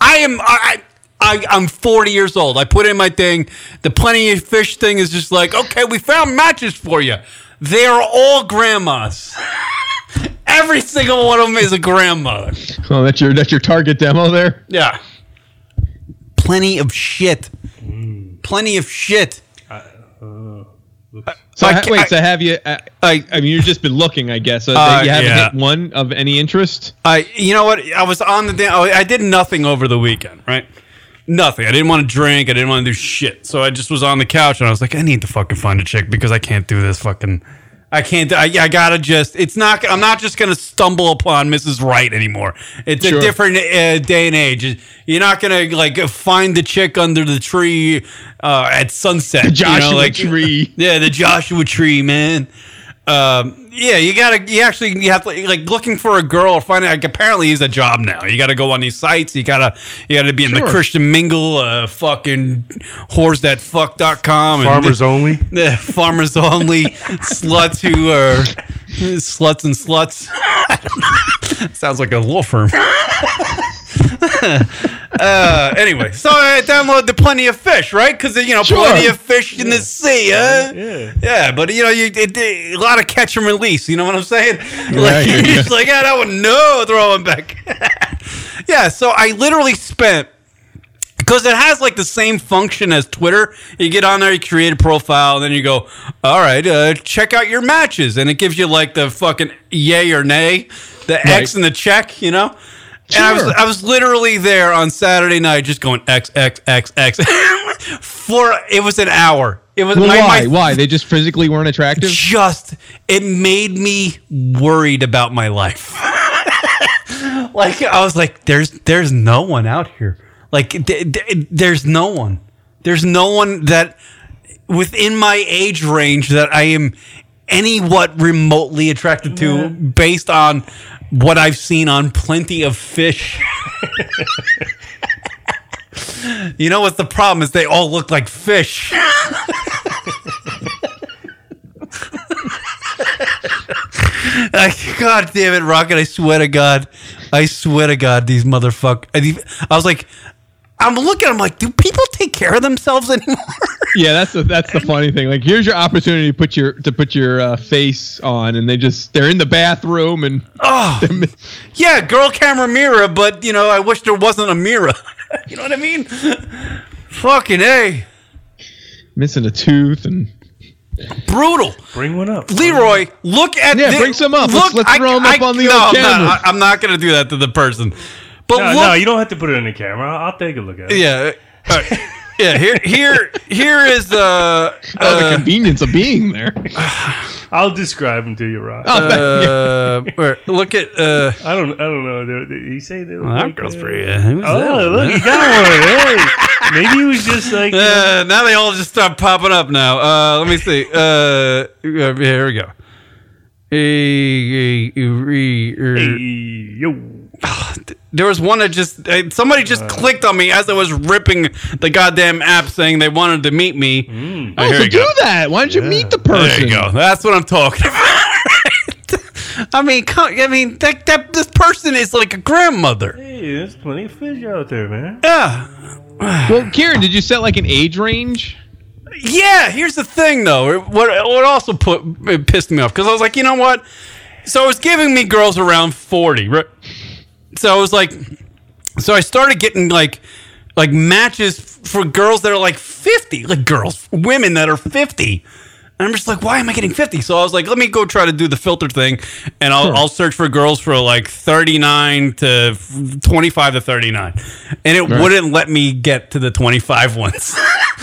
D: I am. I, I I'm 40 years old. I put in my thing. The plenty of fish thing is just like, okay, we found matches for you. They are all grandmas. Every single one of them is a grandmother.
E: Oh, that's your that's your target demo there.
D: Yeah. Plenty of shit. Plenty of shit.
E: So
D: I
E: ha-
D: ca-
E: wait,
D: I-
E: so have you? I, I, I mean, you've just been looking, I guess. So
D: Uh,
E: you haven't
D: yeah.
E: hit one of any interest.
D: I, you know what? I was on the. da- I I did nothing over the weekend, right? Nothing. I didn't want to drink. I didn't want to do shit. So I just was on the couch and I was like, I need to fucking find a chick because I can't do this fucking. I can't. I, I gotta just. It's not. I'm not just gonna stumble upon Mrs. Right anymore. It's
E: Sure.
D: a different uh, day and age. You're not gonna like find the chick under the tree uh, at sunset. The
E: Joshua tree.
D: Yeah, the Joshua tree, man. Um, yeah, you gotta. You actually you have to like looking for a girl. Finding like apparently is a job now. You gotta go on these sites. You gotta you gotta be in
F: Sure.
D: the Christian Mingle, uh, fucking whores that fuck.com and
F: Farmers only?
D: Yeah, farmers only sluts who are sluts and sluts. Sounds like a law firm. uh, anyway, so I downloaded the Plenty of Fish, right? Because you know,
G: Sure.
D: plenty of fish in the sea, huh?
G: Yeah.
D: Yeah, but you know, you it, it- a lot of catch and release. You know what I'm saying? Like,
G: Right,
D: you're
G: yeah.
D: just like, I don't know, throwing back. yeah, so I literally spent Because it has like the same function as Twitter. You get on there, you create a profile, then you go, all right, uh, check out your matches. And it gives you like the fucking yay or nay, the X and the check, you know? And I was, I was literally there on Saturday night just going X, X, X, X. For it was an hour. It was
E: Well,
D: my,
E: why?
D: my
E: why? They just physically weren't attractive.
D: just it made me worried about my life. like I was like, there's there's no one out here. Like th- th- there's no one. There's no one that within my age range that I am any what remotely attracted to based on what I've seen on plenty of fish. you know what's the problem is they all look like fish. Like, God damn it, Rocket! I swear to God, I swear to God, these motherfuckers. I was like, I'm looking. I'm like, do people take care of themselves anymore?
E: yeah, that's the that's the funny thing. Like, here's your opportunity to put your to put your uh, face on, and they just they're in the bathroom and
D: oh, yeah, girl camera mirror, but you know, I wish there wasn't a mirror. you know what I mean? Fucking a
E: missing a tooth and
D: brutal.
F: Bring one up,
D: Leroy. Look at
E: Yeah,
D: thi-
E: bring some up. Let's- let's throw 'em up on the
D: no,
E: old
D: I'm not-
E: camera.
D: I- I'm not gonna do that to the person. But
F: no,
D: look,
F: no, you don't have to put it in the camera. I'll, I'll take a look at it.
D: Yeah. All right. Yeah, here, here, here is uh,
E: the convenience of being there.
F: I'll describe them to you, Rob.
D: Oh. uh, where- look at. Uh,
F: I don't. I don't know. They're, they, you say they look
D: Well, that
F: like,
D: girl's
F: uh,
D: pretty.
F: Oh, look, you got one. Hey. Maybe he was just like.
D: Uh, now they all just start popping up now. Uh, let me see. Uh, uh, here we go. Hey, hey, re- er- Ah, th- There was one that just eh, somebody just
F: Uh.
D: clicked on me as I was ripping the goddamn app, saying they wanted to meet me.
F: Mm.
D: Oh,
E: Oh,
D: here
E: so
D: you go.
E: do that. Why don't you meet the
D: There
E: person?
D: you go. That's what I'm talking about. I mean, come- I mean that, that this person is like a grandmother.
F: Hey, there's plenty of fish out there, man.
D: Yeah.
E: Well, Kieran, did you set like an age range?
D: Yeah, here's the thing though. What what also put it pissed me off because I was like, you know what? So it was giving me girls around forty. Right? So I was like, so I started getting like like matches for girls that are like fifty, like girls, women that are fifty. And I'm just like, why am I getting 50? So I was like, let me go try to do the filter thing and I'll, I'll search for girls for like 39 to f- 25 to 39. And it
E: Right.
D: wouldn't let me get to the 25 ones.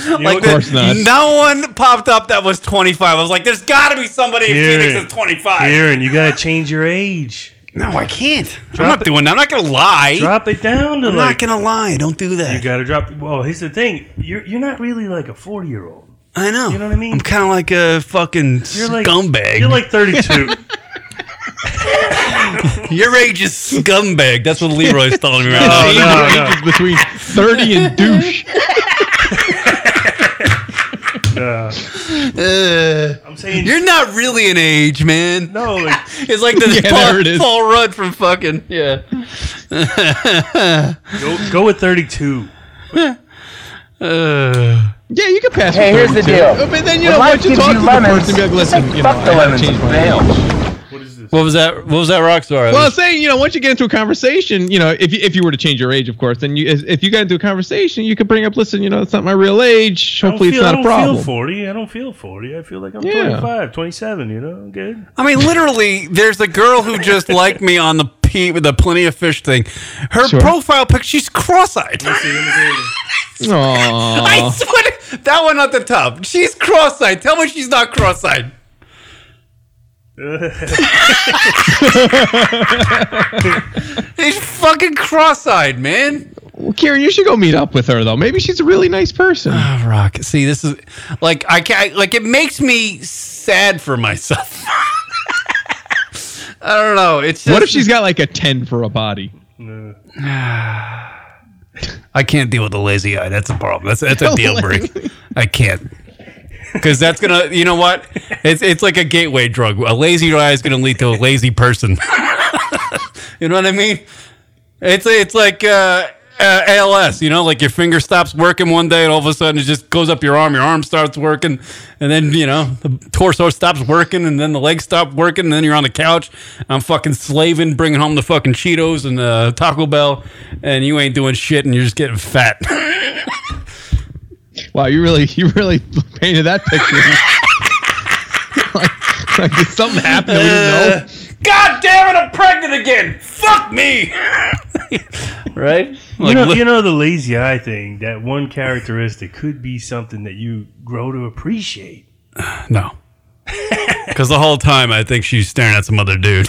D: like
E: of course
D: the-
E: not.
D: No one popped up that was 25. I was like, there's got to be somebody in
F: Kieran.
D: Phoenix that's 25.
F: Aaron, you gotta change your age.
D: No, I can't. I'm not doing that. I'm not going to lie.
F: Drop it down to
D: I'm
F: like.
D: not going to lie. Don't do that.
F: you gotta drop. Well, here's the thing. You're you're not really like a forty year old.
D: I know.
F: You know what I mean?
D: I'm kind of like a fucking
F: You're like-
D: scumbag.
F: You're like thirty two.
D: Your age is scumbag. That's what Leroy's telling me right
E: Oh,
D: now.
E: no, no. between 30 and douche.
D: Uh,
F: I'm saying
D: you're not really an age, man.
F: no. Like,
D: It's like this
E: Yeah, there
D: Paul,
E: it is.
D: Paul Rudd from fucking yeah.
F: go go with thirty two.
D: Uh,
E: Yeah, you can pass.
N: Hey,
E: for
N: here's the
E: 32.
N: deal.
E: But then you
N: If
E: know,
N: life
E: once you
N: gives
E: talk
N: you
E: to
N: lemons,
E: the person, be like, listen, you know,
N: fuck the
E: I gotta
N: lemons,
E: change my
N: bail.
E: mind."
D: what was that? What was that rock star?
E: Well, I'm saying, you know, once you get into a conversation, you know, if you, if you were to change your age, of course, then you if you got into a conversation, you could bring up, listen, you know, it's not my real age. Hopefully,
F: I don't feel,
E: it's not a
F: I don't
E: problem.
F: feel 40. I don't feel 40. I feel like I'm
E: Yeah.
F: 25, 27, you know? I'm good.
D: I mean, literally, there's a girl who just liked me on the P, the plenty of fish thing. Her
E: Sure.
D: profile pic, she's cross-eyed. I
E: Aw.
D: swear, to- that one at the top. She's cross-eyed. Tell me she's not cross-eyed. She's fucking cross-eyed, man.
E: Well, Karen, you should go meet up with her though. Maybe she's a really nice person.
D: Oh, rock. See, this is like I can't. Like it makes me sad for myself. I don't know. It's just,
E: what if she's got like a ten for a body?
D: I can't deal with the lazy eye. That's a problem. That's that's a deal breaker. I can't. Because that's gonna, you know what? It's it's like a gateway drug. A lazy eye is gonna lead to a lazy person. you know what I mean? It's it's like uh, uh, ALS. You know, like your finger stops working one day, and all of a sudden it just goes up your arm. Your arm starts working, and then you know the torso stops working, and then the legs stop working, and then you're on the couch. I'm fucking slaving, bringing home the fucking Cheetos and uh, Taco Bell, and you ain't doing shit, and you're just getting fat.
E: Wow, you really you really painted that picture. like, like did something happen that we
D: Uh.
E: didn't know?
D: God damn it! I'm pregnant again. Fuck me. right?
F: you know, you know the lazy eye thing. That one characteristic could be something that you grow to appreciate.
D: No. Because the whole time I think she's staring at some other dude.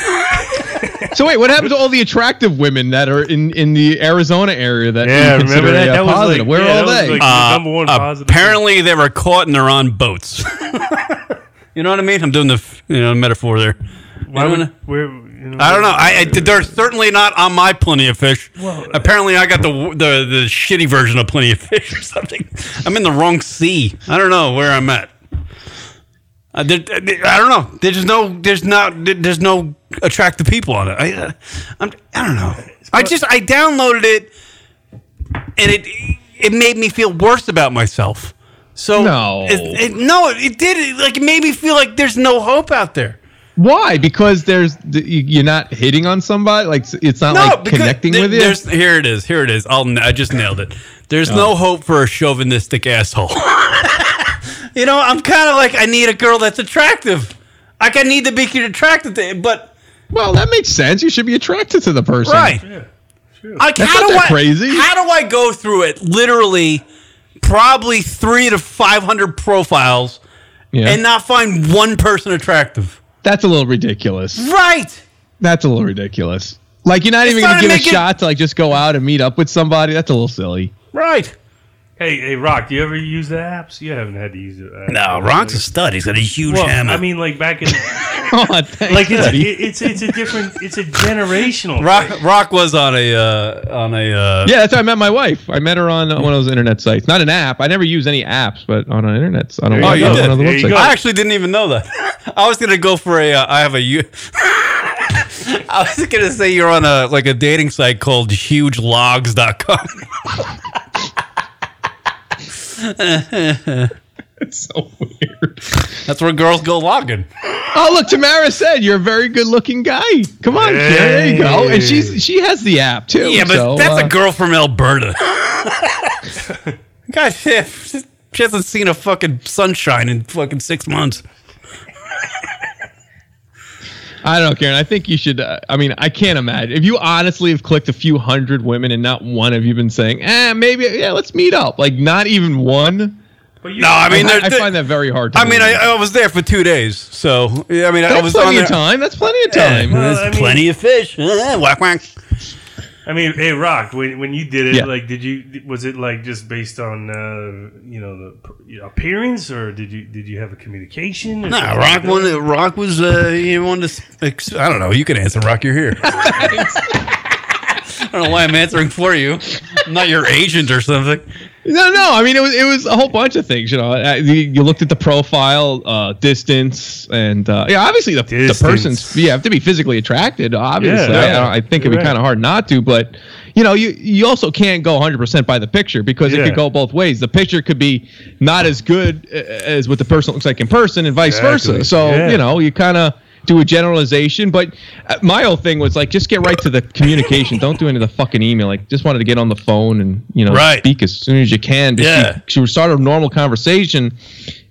E: So wait, what happened to all the attractive women that are in, in the Arizona area that
D: Yeah,
E: you consider
D: remember that?
E: uh,
D: That was like-
E: positive? Where
D: yeah,
E: are
D: that was
E: they?
D: like the Uh, number one positive Apparently they were caught and they're on boats. you know what I mean? I'm doing the f- you know metaphor there. You
F: Why
D: know
F: would,
D: what I-
F: where, you know,
D: I don't know. I, I they're certainly not on my plenty of fish.
F: Well,
D: Apparently, I got the, the the shitty version of plenty of fish or something. I'm in the wrong sea. I don't know where I'm at. Uh, I, did- I did- I don't know. There's no there's not there's no attractive people on it. I uh, I'm, I don't know. I just I downloaded it and it it made me feel worse about myself. So
E: No.
D: it, it- no, it did. It, like it made me feel like there's no hope out there.
E: Why? Because there's the- you- you're not hitting on somebody. Like it's not like
D: because
E: connecting
D: there-
E: with you.
D: There's, here it is. Here it is. I'll, I just nailed it. There's no, hope for a chauvinistic asshole. you know, I'm kind of like, I need a girl that's attractive. Like, I need to be attracted to but.
E: Well, that makes sense. You should be attracted to the person,
D: Right. Like,
E: That's
D: how
E: not
D: do
E: that
D: I,
E: crazy.
D: How do I go through it? Literally, probably three to 500 profiles
E: Yeah.
D: and not find one person attractive.
E: That's a little ridiculous.
D: Right.
E: That's a little ridiculous. Like you're not
D: It's
E: even gonna
D: not
E: give a
D: making-
E: shot to like just go out and meet up with somebody. That's a little silly.
D: Right.
F: Hey, hey, Rock, do you ever use the apps? You haven't had to use it.
D: No, Rock's a stud. He's got a huge
F: well,
D: hammer.
F: I mean, like back in,
E: thanks,
F: like it's,
D: buddy.
F: it- it's it's a different, it's a generational.
D: Rock, Rock was on a uh, on a uh,
E: yeah, that's how I met my wife. I met her on uh, one of those internet sites. Not an app. I never use any apps, but on an internet on a
D: Oh, you
E: on
D: did.
E: one of the
D: There you
E: websites.
D: go. I actually didn't even know that. I was gonna go for a. Uh, I have a. U- I was gonna say you're on a like a dating site called HugeLogs.com.
E: It's so
D: weird. That's where girls go logging.
E: Oh, look, Tamara said you're a very good-looking guy. Come on, kid. there you go. And she's she has the app too.
D: yeah, but
E: so,
D: that's
E: uh,
D: a girl from Alberta. God, she, she hasn't seen a fucking sunshine in fucking six months.
E: I don't know, Karen. I think you should. Uh, I mean, I can't imagine if you honestly have clicked a few hundred women and not one of you been saying, "Eh, maybe yeah, let's meet up." Like not even one.
D: no, I mean,
E: I,
D: there-
E: I find that very hard. To
D: I mean, I,
E: believe.
D: I was there for two days, so yeah, I mean, I
E: That's
D: was
E: plenty
D: on
E: of
D: there-
E: time. That's plenty of time.
D: Yeah, there's plenty of fish. Eh, whack whack.
F: I mean, hey, Rock, when, when you did it,
D: Yeah.
F: like, did you was it like just based on uh, you know the p- appearance, or did you did you have a communication? or
D: No,
F: something like
D: Rock
F: that?
D: wanted, Rock was uh, he wanted to. ex- I don't know. You can answer, Rock. You're here. I don't know why I'm answering for you. I'm not your agent or something.
E: No, no. I mean, it was it was a whole bunch of things. You know, I, you, you looked at the profile, uh, distance, and uh, yeah, obviously the, the person's you have to be physically attracted. Obviously,
S: Yeah, yeah.
E: I, I think it'd be
S: Right.
E: kind of hard not to, but you know, you you also can't go 100 percent by the picture because it
S: Yeah.
E: could go both ways. The picture could be not as good uh, as what the person looks like in person, and vice
S: Exactly.
E: versa. So
S: Yeah.
E: you know, you kind of. Do a generalization, but uh, my whole thing was like, just get right to the communication. Don't do any of the fucking email. Like, just wanted to get on the phone and you know,
D: Right.
E: speak as soon as you can. Just
D: Yeah.
E: she, she would start a normal conversation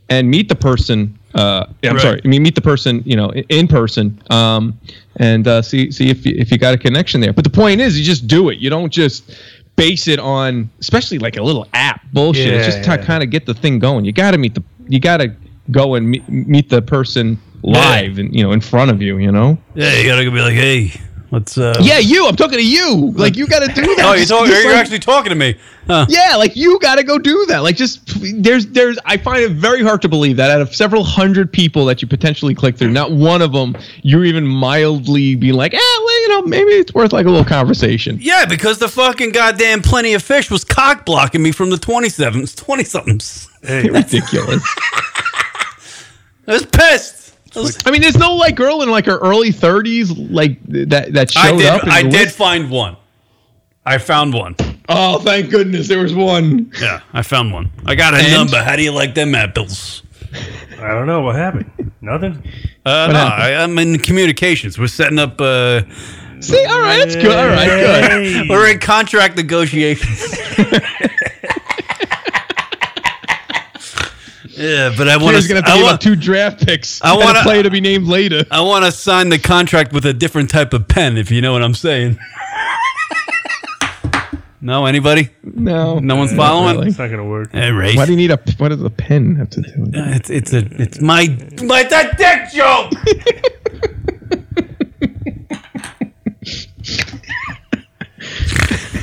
E: and meet the person. Uh, yeah, I'm
D: Right.
E: sorry. I mean, meet the person, you know, in, in person, um, and uh, see see if you, if you got a connection there. But the point is, you just do it. You don't just base it on, especially like a little app bullshit. it's
S: Yeah,
E: just to kind of get the thing going. You got to meet the you got to go and meet, meet the person live and you know in front of you. You know.
D: Yeah, you gotta be like, hey, what's uh?
E: Yeah, you. I'm talking to you. Like you got to do that.
D: Oh, you're,
E: Just-
D: talking,
E: just
D: you're
E: like-
D: actually talking to me. Huh.
E: yeah, like you got to go do that. Like just there's there's I find it very hard to believe that out of several hundred people that you potentially click through, not one of them you're even mildly being like, eh, well, you know, maybe it's worth like a little conversation.
D: Yeah, because the fucking goddamn plenty of fish was cock blocking me from the 27s, 20 somethings.
E: Hey. Ridiculous.
D: I was pissed.
E: I mean, there's no like girl in like her early 30s like th- that that showed
D: I did.
E: up. and
D: I
E: you
D: did
E: went-
D: find one. I found one.
E: Oh, thank goodness there was one.
D: Yeah, I found one. I got a
E: And-
D: number. How do you like them apples?
F: I don't know what happened. Nothing.
D: Uh,
F: What
D: no,
F: happened?
D: I, I'm in communications. We're setting up. Uh,
E: See, all right, that's good. All right, good.
D: We're in contract negotiations. yeah, but I want
E: He's gonna have to give up two draft picks.
D: I
E: and a
D: wanna-
E: player to be named later.
D: I want to sign the contract with a different type of pen, if you know what I'm saying. no, anybody?
E: No,
D: no one's following.
E: It's
F: not gonna work.
D: Erase.
E: Why do you need a? What does a pen have to do? With it?
D: It's it's a it's my like that dick joke.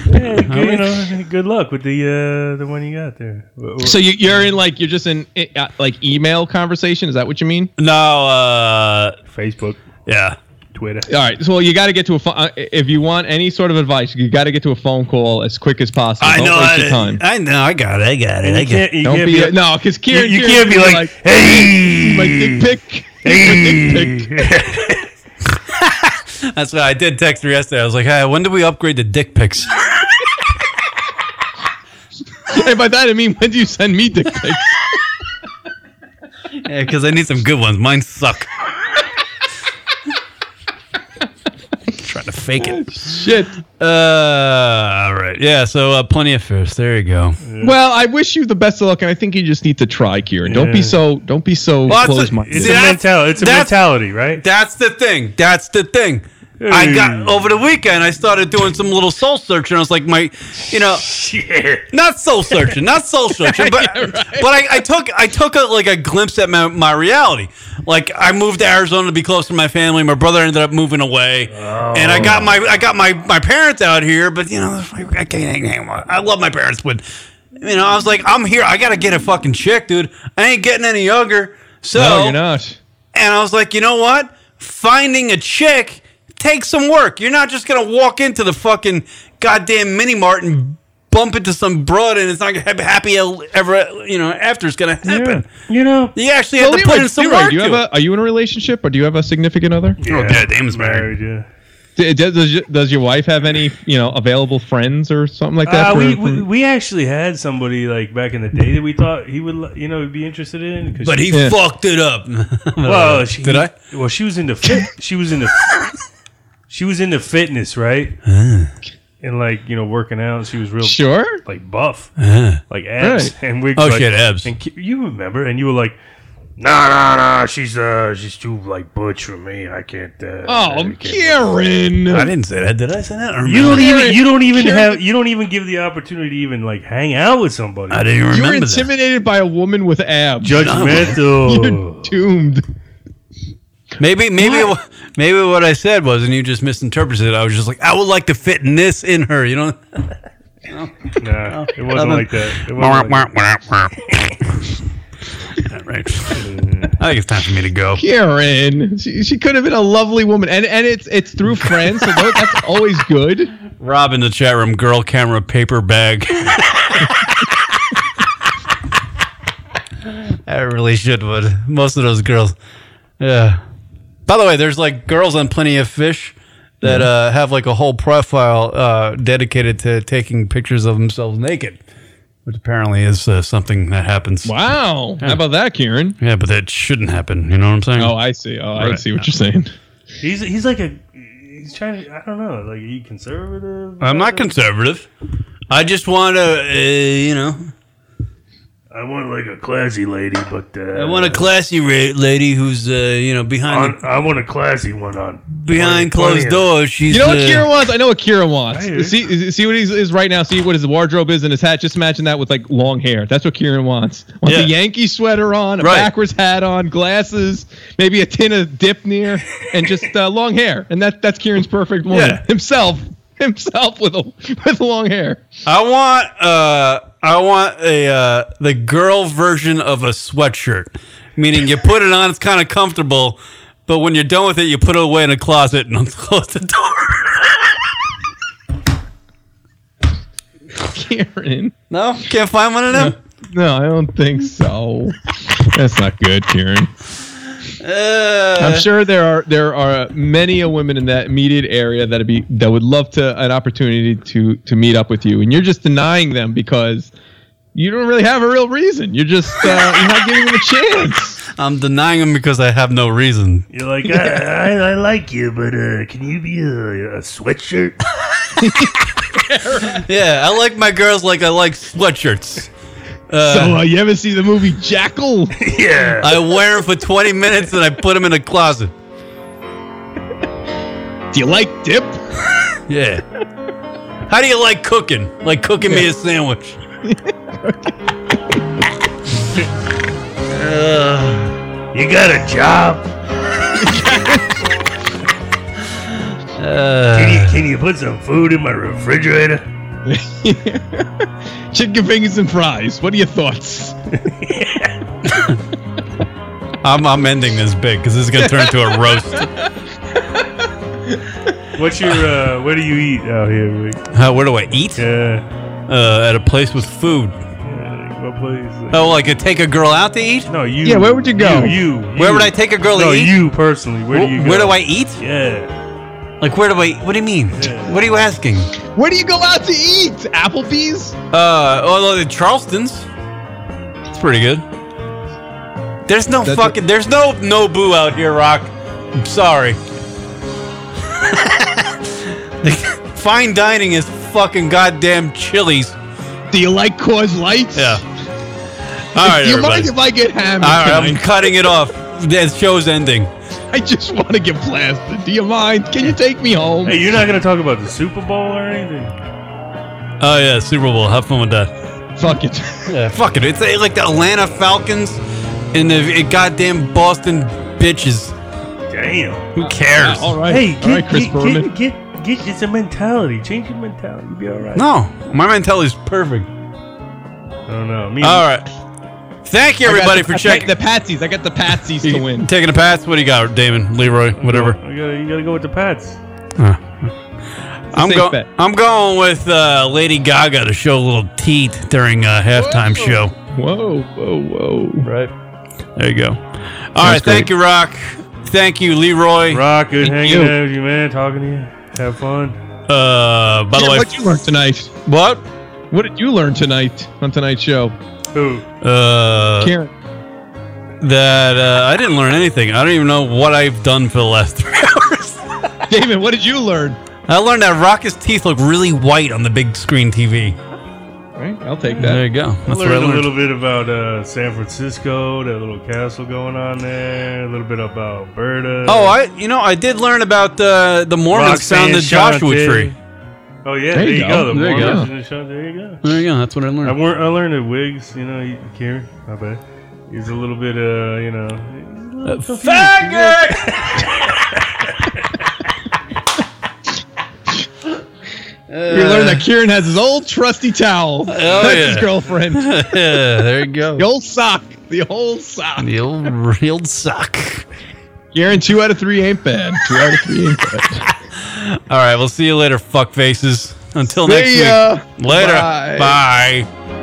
F: Yeah, good,
E: All
F: you
E: right.
F: know, good luck with the uh, the one you got there. Wh- wh-
E: So you, you're in like you're just in eh, uh, like email conversation. Is that what you mean?
D: No, uh,
F: Facebook.
D: Yeah.
F: Twitter.
E: All right. So well, you got to get to a phone. Uh, if you want any sort of advice, you got to get to a phone call as quick as possible.
D: I
E: Don't
D: know.
E: Waste
D: I,
E: your time.
D: I know. I got it. I got it.
E: You
D: I got
E: can't-
D: it.
E: you Don't can't be be a- a- no, 'cause Kieran-
D: You, you
E: Kieran
D: can't be
E: would be
D: like,
E: like,
D: hey,
E: my dick pic.
D: Hey. That's why I did text her yesterday. I was like, hey, when do we upgrade to dick pics?
E: and by that I mean, when do you send me dick pics?
D: Yeah, because I need some good ones. Mine suck. Trying to fake it.
E: Shit.
D: Uh, all right. Yeah. So uh, plenty of fish. There you go.
E: Well, I wish you the best of luck, and I think you just need to try, Kieran. Don't be
D: Yeah.
E: so. Don't be so
D: Well, that's
E: close
D: a-
E: minded.
D: see, that's- that's-
F: right?
D: That's the thing. That's the thing. I got over the weekend. I started doing some little soul searching. I was like, my, you know, not soul searching, not soul searching, but but I, I took I took a, like a glimpse at my, my reality. Like I moved to Arizona to be close to my family. My brother ended up moving away, and I got my I got my my parents out here. But you know, I can't hang hang- I love my parents, but you know, I was like, I'm here. I gotta get a fucking chick, dude. I ain't getting any younger. So
E: no, you're not.
D: and I was like, you know what? Finding a chick takes some work. You're not just gonna walk into the fucking goddamn mini mart and bump into some broad, and it's not gonna have happy el- ever. You know, after it's gonna happen.
F: You know,
D: you actually have
E: Well,
D: to
E: Leroy,
D: put in some
E: Leroy,
D: work.
E: Do you have
D: to it.
E: a, are you in a relationship, or do you have a significant other?
D: oh, yeah, Damon's married.
E: D- Does, does, your- does your wife have any you know available friends or something like that?
F: Uh,
E: for-
F: we,
E: for-
F: we we actually had somebody like back in the day that we thought he would li- you know be interested in, 'cause
D: But he
F: she-
D: fucked it up.
F: Well, she,
D: did I?
F: Well, she was into fit. She was into. she was into fitness, right? And like you know, working out. She was real
E: Sure.
F: like buff,
D: Ah.
F: like abs
D: Right.
F: and wigs.
D: Oh,
F: like,
D: she had abs.
F: And ki- you remember? And you were like, Nah, nah, nah. She's uh, she's too like butch for me. I can't. Uh, I
E: oh,
F: can't-
E: Kieran!
D: I didn't say that. Did I say that? I
F: You don't
D: remember.
F: even. You don't even
E: Karen-
F: have. You don't even give the opportunity to even like hang out with somebody.
D: I didn't even
E: You're
D: remember that.
E: intimidated by a woman with abs.
F: Judgmental.
E: You're doomed.
D: Maybe, maybe, what? maybe what I said was, and you just misinterpreted it. I was just like, I would like to fit in this in her. You know.
F: Nah, it wasn't like that. It wasn't like
D: All right. I think it's time for me to go.
E: Karen, she, she could have been a lovely woman, and and it's it's through friends, so tho- that's always good.
D: Rob in the chat room, girl camera paper bag. I really should would. Most of those girls. Yeah. By the way, there's like girls on Plenty of Fish that uh, have like a whole profile uh, dedicated to taking pictures of themselves naked, which apparently is uh, something that happens.
E: Wow, how about that, Kieran?
D: Yeah, but that shouldn't happen. You know what I'm saying?
E: Oh, I see. Oh, I
D: Right.
E: see what you're saying.
F: He's he's like a he's trying to I don't know like are you conservative.
D: I'm not conservative. I just want to, uh, you know,
F: I want like a classy lady, but uh,
D: I want a classy ra- lady who's, uh, you know, behind
F: on, I want a classy one on
D: behind closed doors. She's
E: you know what
D: uh,
E: Kieran wants? I know what Kieran wants.
F: I hear you.
E: See, see what he is right now. See what his wardrobe is and his hat. Just matching that with like long hair. That's what Kieran wants. Wants
D: Yeah.
E: a Yankee sweater on, a
D: Right.
E: backwards hat on, glasses, maybe a tin of dip near, and just uh, long hair. And that that's Kieran's perfect woman.
D: Yeah.
E: Himself, himself with a with long hair.
D: I want, uh, I want a uh, the girl version of a sweatshirt, meaning you put it on, it's kind of comfortable, but when you're done with it, you put it away in a closet and close the door.
E: Kieran.
D: No, can't find one of them.
E: No, I don't think so. That's not good, Kieran.
D: Uh.
E: I'm sure there are there are many a women in that immediate area that be that would love to an opportunity to to meet up with you, and you're just denying them because you don't really have a real reason. You're just uh, you're not giving them a chance.
D: I'm denying him because I have no reason.
F: You're like, I, I, I like you, but uh, can you be a, a sweatshirt?
D: yeah, I like my girls like I like sweatshirts. Uh,
E: so uh, you ever see the movie Jackal?
D: yeah. I wear them for 20 minutes and I put them in a closet.
E: Do you like dip?
D: Yeah. How do you like cooking? Like cooking me a sandwich.
F: Uh, you got a job?
E: Uh.
F: can, you, can you put some food in my refrigerator?
E: Chicken fingers and fries. What are your thoughts?
D: I'm, I'm ending this big because this is going to turn into a roast.
F: What's your, uh, what do you eat out here, Vic?
D: Uh, where do I eat? Uh, at a place with food.
F: What place?
D: Oh, like I take a girl out to eat?
F: No, you.
E: Yeah, where would you go?
F: You. you
D: Where would I take a girl to
F: no,
D: eat?
F: you personally. Where do you go?
D: Where do I eat?
F: Yeah.
D: Like, where do I? What do you mean? What are you asking?
E: Where do you go out to eat? Applebee's?
D: Uh, well, the Charleston's. It's pretty good. There's no fucking. there's no Nobu out here, Rock. I'm sorry. Fine dining is fucking goddamn Chili's.
E: Do you like Coors Lights?
D: Yeah. All right,
E: Do you
D: everybody.
E: mind if I get hammered?
D: All right, I'm
E: tonight?
D: cutting it off. The show's ending.
E: I just want to get blasted. Do you mind? Can you take me home?
F: Hey, you're not going to talk about the Super Bowl or anything?
D: Oh yeah, Super Bowl. Have fun with that.
E: Fuck it.
D: Yeah, fuck it. It's uh, like the Atlanta Falcons and the uh, goddamn Boston bitches.
F: Damn.
D: Who cares?
E: All right.
F: Hey, get,
E: all right, Chris
F: get,
E: Berman.
F: get, get, get, it's a mentality. Change your mentality. You'll be all right.
D: No, my mentality's perfect.
F: I don't know. Me
D: All right. Thank you
E: I got
D: everybody
E: the-
D: for
E: I got
D: checking.
E: the Patsies. I got the Patsies to win.
D: Taking a pass. What do you got, Damon, Leroy, whatever?
F: You gotta, you gotta go with the Pats.
D: I'm
E: safe
D: going.
E: bet.
D: I'm going with uh, Lady Gaga to show a little teeth during a halftime show.
E: Whoa, whoa, whoa.
F: Right.
D: There you go. All right. Thank you, Rock. Thank you, Leroy.
F: Rock, good hanging
E: you.
F: out with you, man. Talking to you. Have fun.
D: Uh, by the
E: Yeah,
D: way,
E: what'd you learn tonight?
D: what?
E: What did you learn tonight on tonight's show?
F: Who?
D: Uh,
E: Karen.
D: that uh, I didn't learn anything. I don't even know what I've done for the last three hours.
E: David, what did you learn?
D: I learned that Rock's teeth look really white on the big screen TV.
E: Right, I'll take
D: There
E: that.
D: you go. That's what I
F: learned a
D: learned.
F: little bit about uh, San Francisco, that little castle going on there. A little bit about Alberta.
D: Oh, I you know I did learn about uh, the Mormons found the Joshua tree.
F: Oh
E: There
F: yeah, there,
E: you
F: you
E: go.
F: go. The
E: There you go.
F: Mormons and the Shant- There you go.
D: There you go. That's what I
F: I,
D: learned.
F: wor- I learned that Wigs, you know, you- Kieran, my bad. He's a little bit, uh, you know. he's a little confused.
D: Faggot!
E: We learned that Kieran has his old trusty towel. That's his
D: uh, Oh, yeah.
E: girlfriend. the
D: there you go.
E: old sock. The old sock.
D: The old real suck.
E: Kieran, two out of three ain't bad. Two out of three ain't bad.
D: All right, we'll see you later, fuck faces. Until next
E: See ya.
D: week. Later.
E: Bye.
D: Bye.